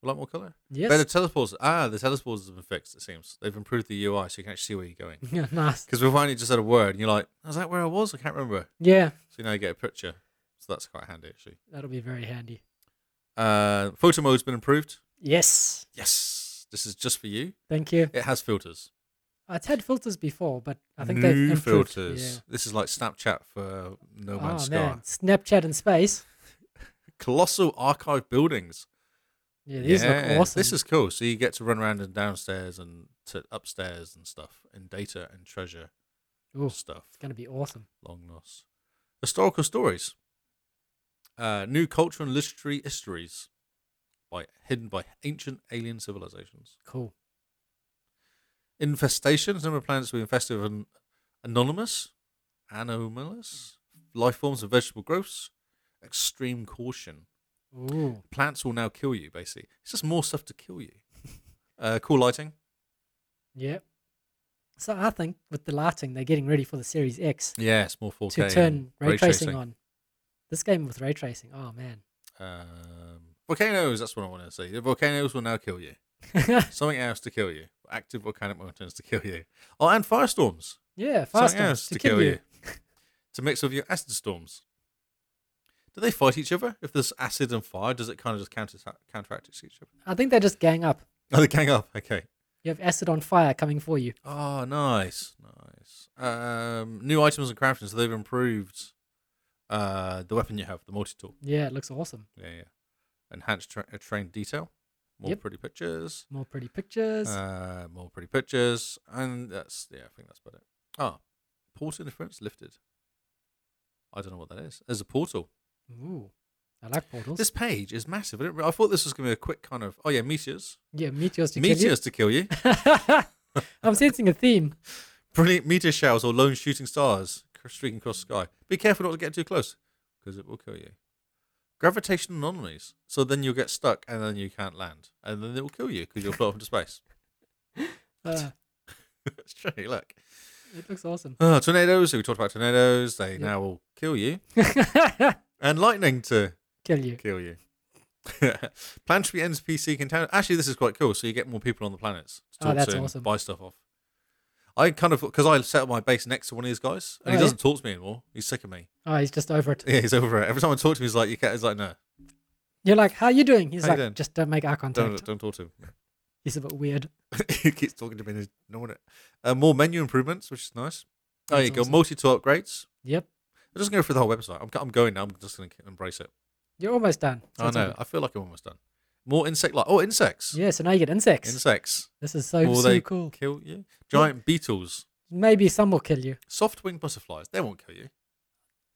Speaker 1: A lot more color.
Speaker 2: Yes.
Speaker 1: Oh.
Speaker 2: [laughs]
Speaker 1: Better [laughs] teleports. Ah, the teleports have been fixed, it seems. They've improved the UI so you can actually see where you're
Speaker 2: [laughs]
Speaker 1: going.
Speaker 2: Yeah, nice.
Speaker 1: Because we finally just had a word and you're like, is that where I was? I can't remember.
Speaker 2: Yeah,
Speaker 1: So now you get a picture. So that's quite handy, actually.
Speaker 2: that'll be very handy.
Speaker 1: Uh, photo mode's been improved.
Speaker 2: Yes.
Speaker 1: Yes. This is just for you.
Speaker 2: Thank you.
Speaker 1: It has filters.
Speaker 2: I'd had filters before, but I think they've
Speaker 1: New
Speaker 2: improved.
Speaker 1: filters.
Speaker 2: Yeah.
Speaker 1: This is like Snapchat for No Man's
Speaker 2: oh
Speaker 1: Sky.
Speaker 2: man, Snapchat in space.
Speaker 1: Colossal archive buildings.
Speaker 2: Yeah, these look awesome.
Speaker 1: This is cool. So you get to run around and downstairs and to upstairs and stuff, and data and treasure
Speaker 2: Ooh, it's
Speaker 1: stuff.
Speaker 2: gonna be awesome.
Speaker 1: Long lost. Historical stories. Uh, new culture and literary histories by hidden by ancient alien civilizations.
Speaker 2: Cool.
Speaker 1: Infestations, number of planets will be infested with an anonymous, anomalous, life forms and vegetable growths. Extreme caution.
Speaker 2: Ooh,
Speaker 1: Plants will now kill you, basically. It's just more stuff to kill you. Uh, cool lighting.
Speaker 2: yeah. So I think with the lighting, they're getting ready for the Series X
Speaker 1: Yeah, it's more 4K.
Speaker 2: to
Speaker 1: and
Speaker 2: turn ray, tracing, on. This game with ray tracing. Oh man,
Speaker 1: Um, Volcanoes, that's what I want to say. The volcanoes will now kill you. Something else to kill you. Active volcanic mountains to kill you. Oh, and firestorms.
Speaker 2: [laughs] yeah,
Speaker 1: Something
Speaker 2: fast
Speaker 1: else
Speaker 2: to, kill, you. [laughs]
Speaker 1: to mix with your acid storms. Do they fight each other? If there's acid and fire, does it kind of just counter- counteract each other?
Speaker 2: I think they just gang up.
Speaker 1: Oh, they gang up. Okay.
Speaker 2: You have acid on fire coming for you.
Speaker 1: Oh, nice, nice. Um, new items and crafting, so they've improved uh, the weapon you have, the multi-tool.
Speaker 2: Yeah, it looks awesome.
Speaker 1: Yeah, yeah. Enhanced tra- uh, trained detail, more
Speaker 2: Yep.
Speaker 1: pretty pictures,
Speaker 2: More pretty pictures.
Speaker 1: uh, more pretty pictures, and that's yeah. I think that's about it. Ah, portal interference lifted. I don't know what that is. There's a portal.
Speaker 2: Ooh, I like portals.
Speaker 1: This page is massive. I, didn't re- I thought this was gonna be a quick kind of oh yeah meteors,
Speaker 2: yeah, meteors to kill you.
Speaker 1: meteors to kill you.
Speaker 2: [laughs] I'm sensing a theme.
Speaker 1: Brilliant meteor showers or lone shooting stars cr- streaking across the sky. Be careful not to get too close, because it will kill you. Gravitational anomalies. So then you'll get stuck, and then you can't land, and then it will kill you because you'll float off into space. [laughs]
Speaker 2: Uh,
Speaker 1: That's true. Look,
Speaker 2: it looks awesome.
Speaker 1: Ah, tornadoes. We talked about tornadoes. They now will kill
Speaker 2: [laughs]
Speaker 1: you, and lightning to
Speaker 2: kill you.
Speaker 1: kill you. [laughs] Plan to be NPC contaminant. Actually, this is quite cool. So you get more people on the planets to
Speaker 2: Oh,
Speaker 1: talk
Speaker 2: that's
Speaker 1: to and
Speaker 2: awesome.
Speaker 1: buy stuff off. I kind of because I set up my base next to one of these guys, and
Speaker 2: Oh,
Speaker 1: he
Speaker 2: yeah?
Speaker 1: doesn't talk to me anymore. He's sick of me. [laughs]
Speaker 2: Oh, he's just over it.
Speaker 1: Yeah, he's over it. Every time I talk to him, he's like, "You can't." He's like, "No,
Speaker 2: You're like, how you doing? He's
Speaker 1: How you
Speaker 2: like,
Speaker 1: doing?
Speaker 2: just don't make eye contact.
Speaker 1: don't don't talk to him." [laughs]
Speaker 2: He's a bit weird.
Speaker 1: he keeps talking to me. And he's no one. Uh, more menu improvements, which is nice. There
Speaker 2: That's
Speaker 1: you go.
Speaker 2: awesome.
Speaker 1: Multi-tool upgrades.
Speaker 2: Yep.
Speaker 1: I'm just going to go through the whole website. I'm, I'm going now. I'm just going to embrace it.
Speaker 2: You're almost done. So
Speaker 1: I
Speaker 2: it's all
Speaker 1: know. I feel like I'm almost done. More insect like oh insects.
Speaker 2: good. Yeah, so now you get insects.
Speaker 1: Insects.
Speaker 2: this is so,
Speaker 1: Will
Speaker 2: so
Speaker 1: they
Speaker 2: cool.
Speaker 1: kill you? Giant beetles.
Speaker 2: Maybe some will kill you.
Speaker 1: Soft winged butterflies. They won't kill you.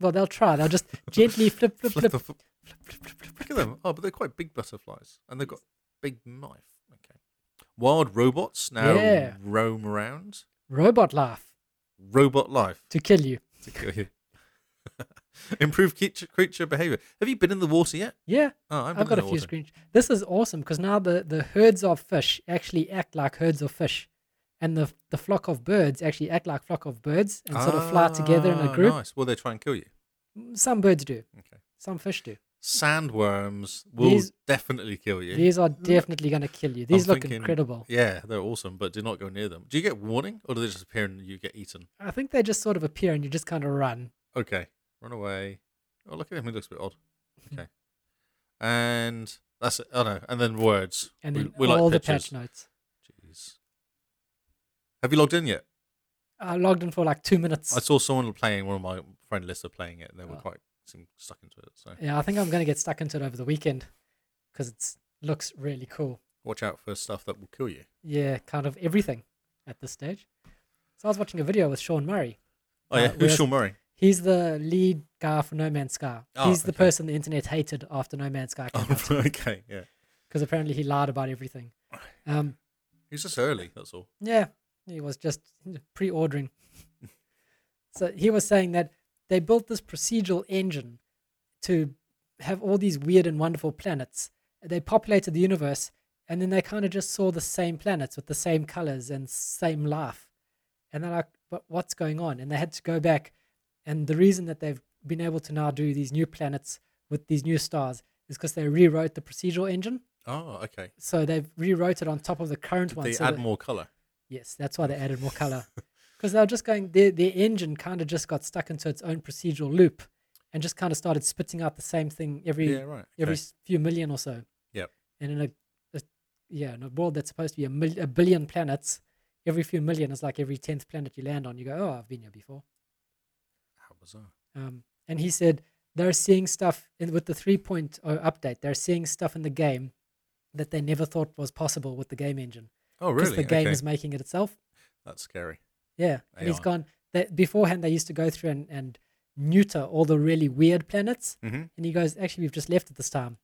Speaker 2: Well, they'll try.
Speaker 1: [laughs]
Speaker 2: They'll just gently flip, flip,
Speaker 1: Flip
Speaker 2: flip,
Speaker 1: the
Speaker 2: flip,
Speaker 1: f-
Speaker 2: flip, flip,
Speaker 1: [laughs]
Speaker 2: flip,
Speaker 1: look at them. Oh, but they're quite big butterflies, and they've got big knife. Okay. Wild robots now
Speaker 2: Yeah.
Speaker 1: roam around.
Speaker 2: Robot laugh
Speaker 1: Robot life.
Speaker 2: to kill you.
Speaker 1: to kill you. [laughs] Improve creature, creature behavior. Have you been in the water yet?
Speaker 2: Yeah,
Speaker 1: Oh, I've,
Speaker 2: I've got a
Speaker 1: in the
Speaker 2: few
Speaker 1: water.
Speaker 2: screenshots. This is awesome because now the, the herds of fish actually act like herds of fish. And the, the flock of birds actually act like flock of birds and sort of fly together in a
Speaker 1: Ah,
Speaker 2: group.
Speaker 1: Nice. Will they try and kill you?
Speaker 2: Some birds do.
Speaker 1: Okay.
Speaker 2: Some fish do.
Speaker 1: Sandworms will
Speaker 2: These-
Speaker 1: definitely kill you.
Speaker 2: These are definitely going to kill you. These
Speaker 1: I'm
Speaker 2: look
Speaker 1: thinking-
Speaker 2: incredible.
Speaker 1: Yeah, they're awesome, but do not go near them. Do you get warning, or do they just appear and you get eaten?
Speaker 2: I think they just sort of appear and you just kind of run.
Speaker 1: Okay, run away. Oh, look at him. He looks a bit odd.
Speaker 2: Hmm.
Speaker 1: Okay, and that's it. Oh no, and then words.
Speaker 2: And
Speaker 1: We-
Speaker 2: then
Speaker 1: we,
Speaker 2: all
Speaker 1: like
Speaker 2: the
Speaker 1: pictures.
Speaker 2: patch notes.
Speaker 1: Jeez. Have you logged in yet?
Speaker 2: I logged in for like two minutes.
Speaker 1: I saw someone playing. One of my friend lists are playing it, and they were
Speaker 2: Oh.
Speaker 1: quite seemed stuck into it. So
Speaker 2: [laughs] yeah, I think I'm going to get stuck into it over the weekend because it looks really cool.
Speaker 1: watch out for stuff that will kill you.
Speaker 2: Yeah, kind of everything at this stage. So I was watching a video with Sean Murray.
Speaker 1: Oh yeah,
Speaker 2: Uh,
Speaker 1: who's [laughs]
Speaker 2: we're-
Speaker 1: Sean
Speaker 2: [laughs]
Speaker 1: Murray?
Speaker 2: He's the lead guy for No Man's Sky.
Speaker 1: Oh,
Speaker 2: He's the
Speaker 1: okay.
Speaker 2: person the internet hated after No Man's Sky came
Speaker 1: Oh,
Speaker 2: out
Speaker 1: [laughs] okay, yeah.
Speaker 2: because apparently he lied
Speaker 1: [laughs]
Speaker 2: about everything. Um,
Speaker 1: He's just early. That's all.
Speaker 2: Yeah, he was just pre-ordering. so he was saying that they built this procedural engine to have all these weird and wonderful planets. They populated the universe, and then they kind of just saw the same planets with the same colors and same life. And they're like, "But what's going on?" And they had to go back. And the reason that they've been able to now do these new planets with these new stars is because they rewrote the procedural engine.
Speaker 1: Oh, okay.
Speaker 2: So they've rewrote it on top of the current
Speaker 1: Did
Speaker 2: one.
Speaker 1: they
Speaker 2: so
Speaker 1: add
Speaker 2: that-
Speaker 1: more color?
Speaker 2: Yes, that's why they added
Speaker 1: [laughs]
Speaker 2: more color. Because they were just going, their, their engine kind of just got stuck into its own procedural loop and just kind of started spitting out the same thing every
Speaker 1: Yeah, right.
Speaker 2: every
Speaker 1: okay.
Speaker 2: s- few million or so.
Speaker 1: Yep.
Speaker 2: And in a, a yeah, in a world that's supposed to be a, mil- a billion planets, every few million is like every 10th planet you land on. You go, oh, I've been here before.
Speaker 1: How bizarre.
Speaker 2: Um, and he said they're seeing stuff in, with the 3.0 update. They're seeing stuff in the game that they never thought was possible with the game engine
Speaker 1: Oh,
Speaker 2: because
Speaker 1: really?
Speaker 2: the game
Speaker 1: okay.
Speaker 2: is making it itself.
Speaker 1: That's scary.
Speaker 2: Yeah, and he's
Speaker 1: AI.
Speaker 2: gone. That beforehand, they used to go through and, and neuter all the really weird planets,
Speaker 1: Mm-hmm.
Speaker 2: and he goes, "Actually, we've just left it this time."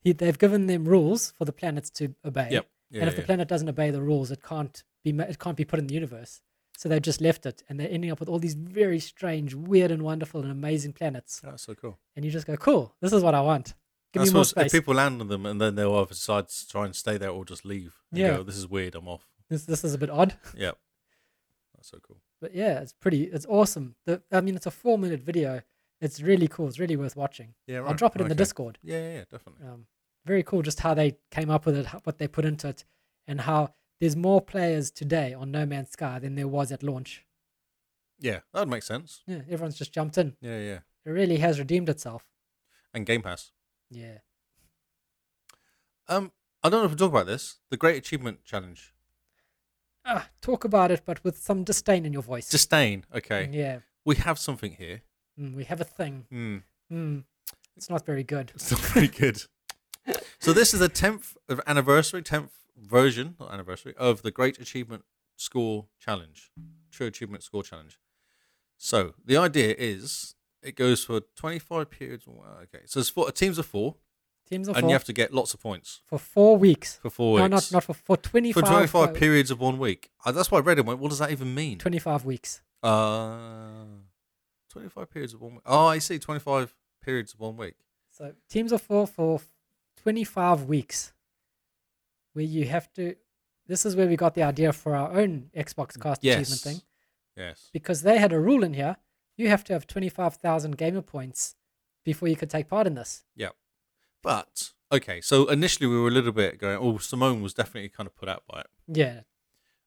Speaker 2: He, they've given them rules for the planets to obey,
Speaker 1: Yep. Yeah,
Speaker 2: and if
Speaker 1: yeah,
Speaker 2: the planet doesn't obey the rules, it can't be ma- it can't be put in the universe. So they've just left it, and they're ending up with all these very strange, weird, and wonderful and amazing planets.
Speaker 1: yeah. That's so cool.
Speaker 2: And you just go, "Cool, this is what I want. Give
Speaker 1: I
Speaker 2: me more
Speaker 1: suppose if
Speaker 2: space.
Speaker 1: people land on them and then they'll either decide to try and stay there or just leave. and
Speaker 2: Yeah.
Speaker 1: go, this is weird. I'm off.
Speaker 2: This, this is a bit odd."
Speaker 1: Yeah. That's so cool.
Speaker 2: but yeah, it's pretty, it's awesome. The, I mean, it's a four minute video. It's really cool. It's really worth watching.
Speaker 1: Yeah.
Speaker 2: I'll drop it in the
Speaker 1: okay.
Speaker 2: Discord.
Speaker 1: Yeah, yeah, yeah, definitely.
Speaker 2: Um, very cool just how they came up with it, how- what they put into it, and how there's more players today on No Man's Sky than there was at launch.
Speaker 1: Yeah, that would make sense.
Speaker 2: Yeah, everyone's just jumped in.
Speaker 1: Yeah, yeah.
Speaker 2: It really has redeemed itself.
Speaker 1: And Game Pass.
Speaker 2: Yeah.
Speaker 1: Um, I don't know if we talk about this. The Great Achievement Challenge.
Speaker 2: Ah, talk about it, but with some disdain in your voice. Mm,
Speaker 1: Disdain. Okay,
Speaker 2: Yeah,
Speaker 1: we have something here.
Speaker 2: mm, we have a thing.
Speaker 1: Hmm.
Speaker 2: Mm, it's not very good.
Speaker 1: It's not very good. so this is the tenth of anniversary, tenth version, not anniversary, of the Great Achievement Score Challenge, True Achievement Score Challenge. So the idea is it goes for twenty-five periods. Wow, Okay, so it's four, teams of four,
Speaker 2: Teams of
Speaker 1: and
Speaker 2: four
Speaker 1: you have to get lots of points
Speaker 2: for four weeks.
Speaker 1: for four
Speaker 2: No,
Speaker 1: weeks.
Speaker 2: not not for for uh, twenty
Speaker 1: for
Speaker 2: five.
Speaker 1: twenty-five periods of one week. Uh, that's why I read it. and Went, what does that even mean?
Speaker 2: Twenty five weeks.
Speaker 1: Uh, twenty-five periods of one week. Oh, I see. Twenty-five periods of one week.
Speaker 2: So teams of four for twenty five weeks, where you have to. This is where we got the idea for our own Xbox Cast achievement
Speaker 1: Yes.
Speaker 2: thing
Speaker 1: Yes.
Speaker 2: because they had a rule in here: you have to have twenty five thousand gamer points before you could take part in this.
Speaker 1: Yeah. But okay, so initially we were a little bit going, oh, Simone was definitely kind of put out by it.
Speaker 2: Yeah,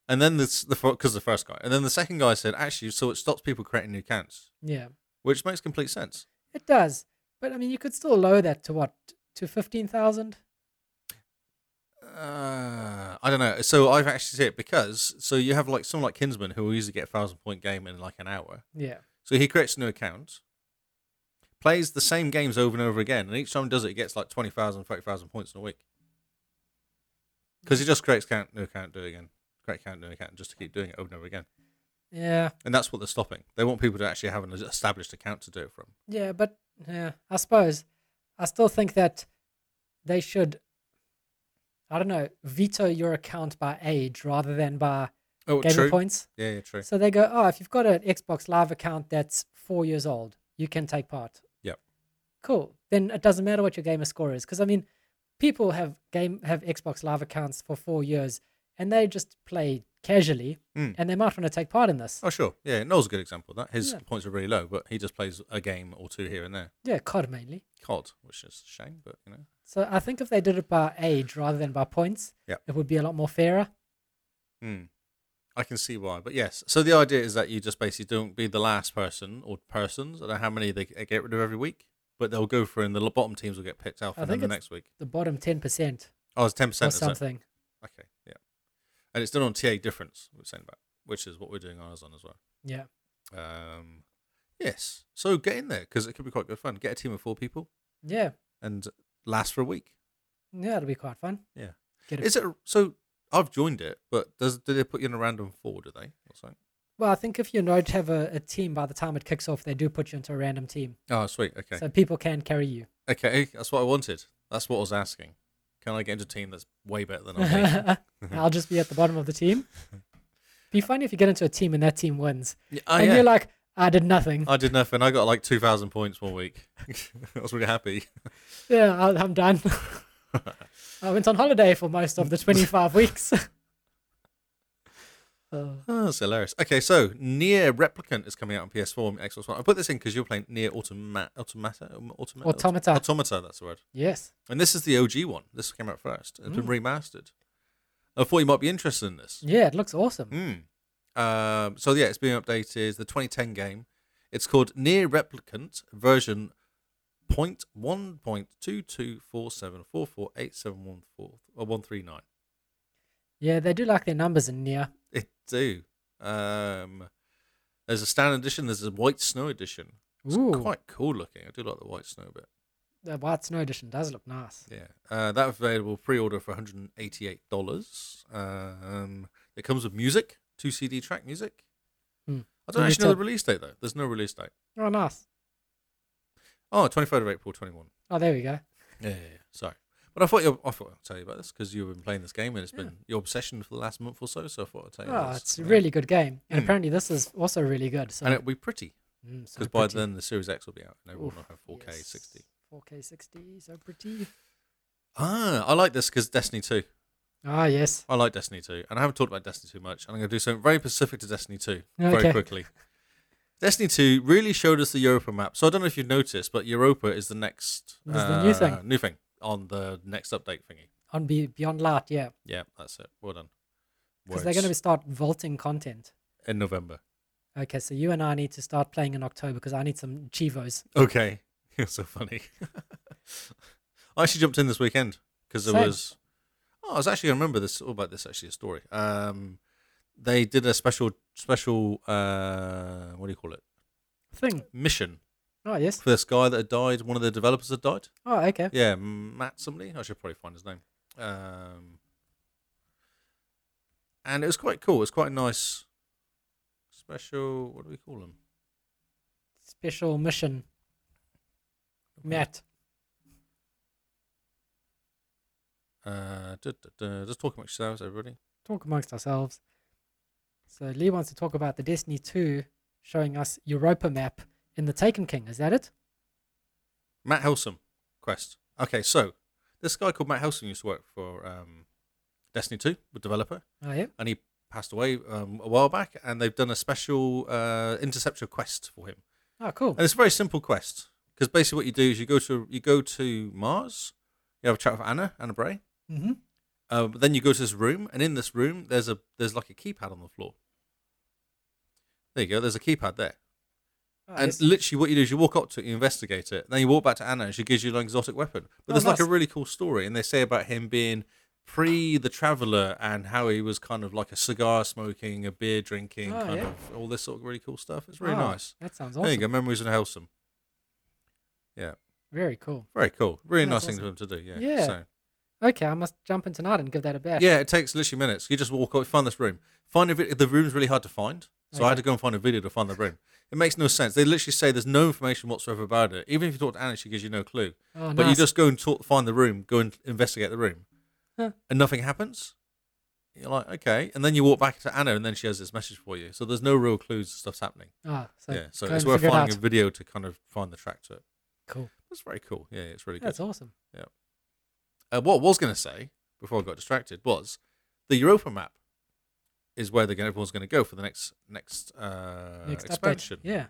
Speaker 1: And then this the because the first guy, and then the second guy said, actually, so it stops people creating new accounts,
Speaker 2: yeah.
Speaker 1: which makes complete sense.
Speaker 2: It does. But I mean, you could still lower that to what? To 15,000?
Speaker 1: Uh, I don't know. So I've actually seen it because so you have like someone like Kinsman who will usually get a thousand point game in like an hour.
Speaker 2: Yeah.
Speaker 1: So he creates a new account, plays the same games over and over again, and each time he does it, he gets like 20,000, 30,000 points in a week. Because he just creates account, new account, do it again, create account, new account, just to keep doing it over and over again.
Speaker 2: Yeah.
Speaker 1: And that's what they're stopping. They want people to actually have an established account to do it from.
Speaker 2: Yeah. But yeah, I suppose I still think that they should, I don't know, veto your account by age rather than by
Speaker 1: Oh,
Speaker 2: gamer
Speaker 1: true.
Speaker 2: points.
Speaker 1: Yeah, yeah,
Speaker 2: [laughs]
Speaker 1: true.
Speaker 2: So they go, oh, if you've got an Xbox Live account that's four years old, you can take part.
Speaker 1: Yep.
Speaker 2: Cool. Then it doesn't matter what your gamer score is, because I mean, people have game have Xbox Live accounts for four years, and they just play casually,
Speaker 1: Mm.
Speaker 2: and they might want to take part in this.
Speaker 1: Oh, sure. Yeah, Noel's a good example of that. His
Speaker 2: Yeah.
Speaker 1: points are really low, but he just plays a game or two here and there.
Speaker 2: Yeah, COD mainly.
Speaker 1: COD, which is a shame, but you know.
Speaker 2: So I think if they did it by age rather than by points,
Speaker 1: Yep.
Speaker 2: it would be a lot more fairer.
Speaker 1: Hmm. I can see why, but yes. So the idea is that you just basically don't be the last person or persons. I don't know how many they they get rid of every week, but they'll go for and the bottom teams will get picked out
Speaker 2: I
Speaker 1: for them
Speaker 2: think
Speaker 1: the
Speaker 2: it's-
Speaker 1: next week.
Speaker 2: The bottom ten percent
Speaker 1: Oh, it's ten
Speaker 2: or
Speaker 1: percent.
Speaker 2: something.
Speaker 1: Okay, yeah, and it's done on TA difference. We're saying about which is what we're doing ours on as well.
Speaker 2: Yeah.
Speaker 1: Um, yes. So get in there because it could be quite good fun. Get a team of four people
Speaker 2: Yeah.
Speaker 1: and last for a week.
Speaker 2: Yeah, it'll be quite fun.
Speaker 1: Yeah.
Speaker 2: Get a
Speaker 1: Is it so? I've joined it, but does do they put you in a random four? Do they? Or something?
Speaker 2: Well, I think if you don't have a, a team by the time it kicks off, they do put you into a random team.
Speaker 1: Oh, sweet. Okay.
Speaker 2: So people can
Speaker 1: [laughs]
Speaker 2: carry you.
Speaker 1: Okay, that's what I wanted. That's what I was asking. Can I get into a team that's way better
Speaker 2: [laughs]
Speaker 1: than I'm? making?
Speaker 2: I'll just be at the bottom of
Speaker 1: [laughs]
Speaker 2: the team. Be funny if you get into a team and that team wins.
Speaker 1: Yeah, oh,
Speaker 2: and
Speaker 1: yeah. Oh.
Speaker 2: you're like, I did nothing.
Speaker 1: I did nothing. I got like two thousand points one week. [laughs] I was really happy. [laughs]
Speaker 2: yeah, I, I'm done. [laughs] I went on holiday for most of the
Speaker 1: [laughs]
Speaker 2: 25 weeks. [laughs] Uh,
Speaker 1: Oh, that's hilarious. Okay, so Near Replicant is coming out on PS4 and Xbox One. I put this in because you're playing Near Automa- Automata, um, Automata,
Speaker 2: Automata.
Speaker 1: Automata. That's the word.
Speaker 2: yes.
Speaker 1: And this is the OG one. This came out first. It's been
Speaker 2: Mm.
Speaker 1: remastered. I thought you might be interested in this.
Speaker 2: Yeah, it looks awesome.
Speaker 1: Mm. Um, so yeah, it's being updated. The 2010 game. It's called Near Replicant version point one point two two four seven four four eight seven one four uh, one three nine.
Speaker 2: Yeah, they do like their numbers in near.
Speaker 1: It do. Um, there's a standard edition. There's a white snow edition. It's
Speaker 2: Ooh,
Speaker 1: quite cool looking. I do like the white snow bit.
Speaker 2: the White Snow Edition does look nice.
Speaker 1: Yeah, uh, that available pre-order for 188 dollars. Um, it comes with music, two CD track music.
Speaker 2: Hmm.
Speaker 1: I don't
Speaker 2: Can you
Speaker 1: actually know the
Speaker 2: tell-
Speaker 1: release date though. There's no release date.
Speaker 2: Oh, nice.
Speaker 1: Oh, 23rd of April, 21.
Speaker 2: Oh, there we go.
Speaker 1: Yeah, yeah, yeah. Sorry. But I thought you, I thought I'd tell you about this because you've been playing this game and it's been your obsession for the last month or so. So I thought I'd tell you.
Speaker 2: Oh,
Speaker 1: this.
Speaker 2: it's a
Speaker 1: Yeah.
Speaker 2: really good game. And
Speaker 1: Mm.
Speaker 2: apparently, this is also really good. So,
Speaker 1: and it'll be pretty
Speaker 2: Mm, so
Speaker 1: because by
Speaker 2: pretty.
Speaker 1: then the Series X will be out and everyone
Speaker 2: Oof,
Speaker 1: will have 4K 60.
Speaker 2: yes. 4K 60, so pretty.
Speaker 1: Ah, I like this because Destiny 2.
Speaker 2: Ah, yes.
Speaker 1: I like Destiny 2, and I haven't talked about Destiny 2 much. and I'm going to do something very specific to Destiny 2
Speaker 2: Okay.
Speaker 1: very quickly. Destiny 2 really showed us the Europa map. So I don't know if you've noticed, but Europa is the next
Speaker 2: This is the new
Speaker 1: uh,
Speaker 2: thing.
Speaker 1: New thing. on the next update thingy.
Speaker 2: on Be- Beyond Light, yeah,
Speaker 1: Yeah, that's it. Well done.
Speaker 2: because they're going to
Speaker 1: Words.
Speaker 2: start vaulting content.
Speaker 1: in November.
Speaker 2: Okay, so you and I need to start playing in October because I need some Chivos.
Speaker 1: [laughs] Okay, you're so funny. I actually jumped in this weekend because there
Speaker 2: Same.
Speaker 1: was. Oh, I was actually gonna remember this all about this actually a story. Um, they did a special special uh what do you call it
Speaker 2: Thing.
Speaker 1: mission
Speaker 2: Oh yes.
Speaker 1: for this guy that had died. One of the developers had died.
Speaker 2: Oh okay.
Speaker 1: Yeah, Matt somebody. I should probably find his name. Um, and it was quite cool. It was quite a nice special. What do we call him?
Speaker 2: Special mission. Matt.
Speaker 1: Uh, duh, duh, duh. just talking about yourselves, everybody.
Speaker 2: Talk amongst ourselves. So Lee wants to talk about the Destiny 2 showing us Europa map in the Taken King. Is that it?
Speaker 1: Matt Helsom, Quest. Okay, so this guy called Matt Helsom used to work for um, Destiny 2, the developer,
Speaker 2: Oh yeah.
Speaker 1: and he passed away um, a while back, and they've done a special uh, interceptor quest for him.
Speaker 2: Oh cool.
Speaker 1: And it's a very simple quest because basically what you do is you go to you go to Mars, you have a chat with Anna, Anna Bray.
Speaker 2: Mm-hmm.
Speaker 1: Uh, but then you go to this room, and in this room there's a there's like a keypad on the floor. There you go. There's a keypad there,
Speaker 2: Oh,
Speaker 1: and
Speaker 2: yes.
Speaker 1: literally what you do is you walk up to it, you investigate it, then you walk back to Anna, and she gives you an exotic weapon. But
Speaker 2: Oh,
Speaker 1: there's like
Speaker 2: nice.
Speaker 1: a really cool story, and they say about him being pre the traveler and how he was kind of like a cigar smoking, a beer drinking,
Speaker 2: Oh,
Speaker 1: kind
Speaker 2: yeah.
Speaker 1: of all this sort of really cool stuff. It's really
Speaker 2: Wow,
Speaker 1: nice.
Speaker 2: That sounds
Speaker 1: There you
Speaker 2: awesome.
Speaker 1: go. Memories and Helsum.
Speaker 2: Very cool.
Speaker 1: Very cool. Really
Speaker 2: That's
Speaker 1: nice thing for them to do. Yeah.
Speaker 2: Yeah.
Speaker 1: So,
Speaker 2: Okay, I must jump in tonight and give that a [laughs] bash.
Speaker 1: yeah, it takes literally minutes. You just walk up, find this room. Find a vid- the room's really hard to find, so I had
Speaker 2: Okay.
Speaker 1: to go and find a video to find the room. It makes no sense. They literally say there's no information whatsoever about it. Even if you talk to Anna, she gives you no clue.
Speaker 2: Oh,
Speaker 1: But you
Speaker 2: nice.
Speaker 1: just go and talk, find the room, go and investigate the room,
Speaker 2: Huh.
Speaker 1: and nothing happens. You're like, okay, and then you walk back to Anna, and then she has this message for you. So there's no real clues to stuff's happening.
Speaker 2: Ah, so
Speaker 1: yeah, so
Speaker 2: go
Speaker 1: it's
Speaker 2: and
Speaker 1: worth
Speaker 2: figure it
Speaker 1: finding
Speaker 2: out.
Speaker 1: a video to kind of find the track to it.
Speaker 2: Cool.
Speaker 1: That's very cool. Yeah, it's really good.
Speaker 2: That's awesome.
Speaker 1: Uh, what I was going to say before I got distracted was the Europa map is where they're gonna, everyone's going to go for the next next, uh,
Speaker 2: Next update.
Speaker 1: expansion.
Speaker 2: Yeah.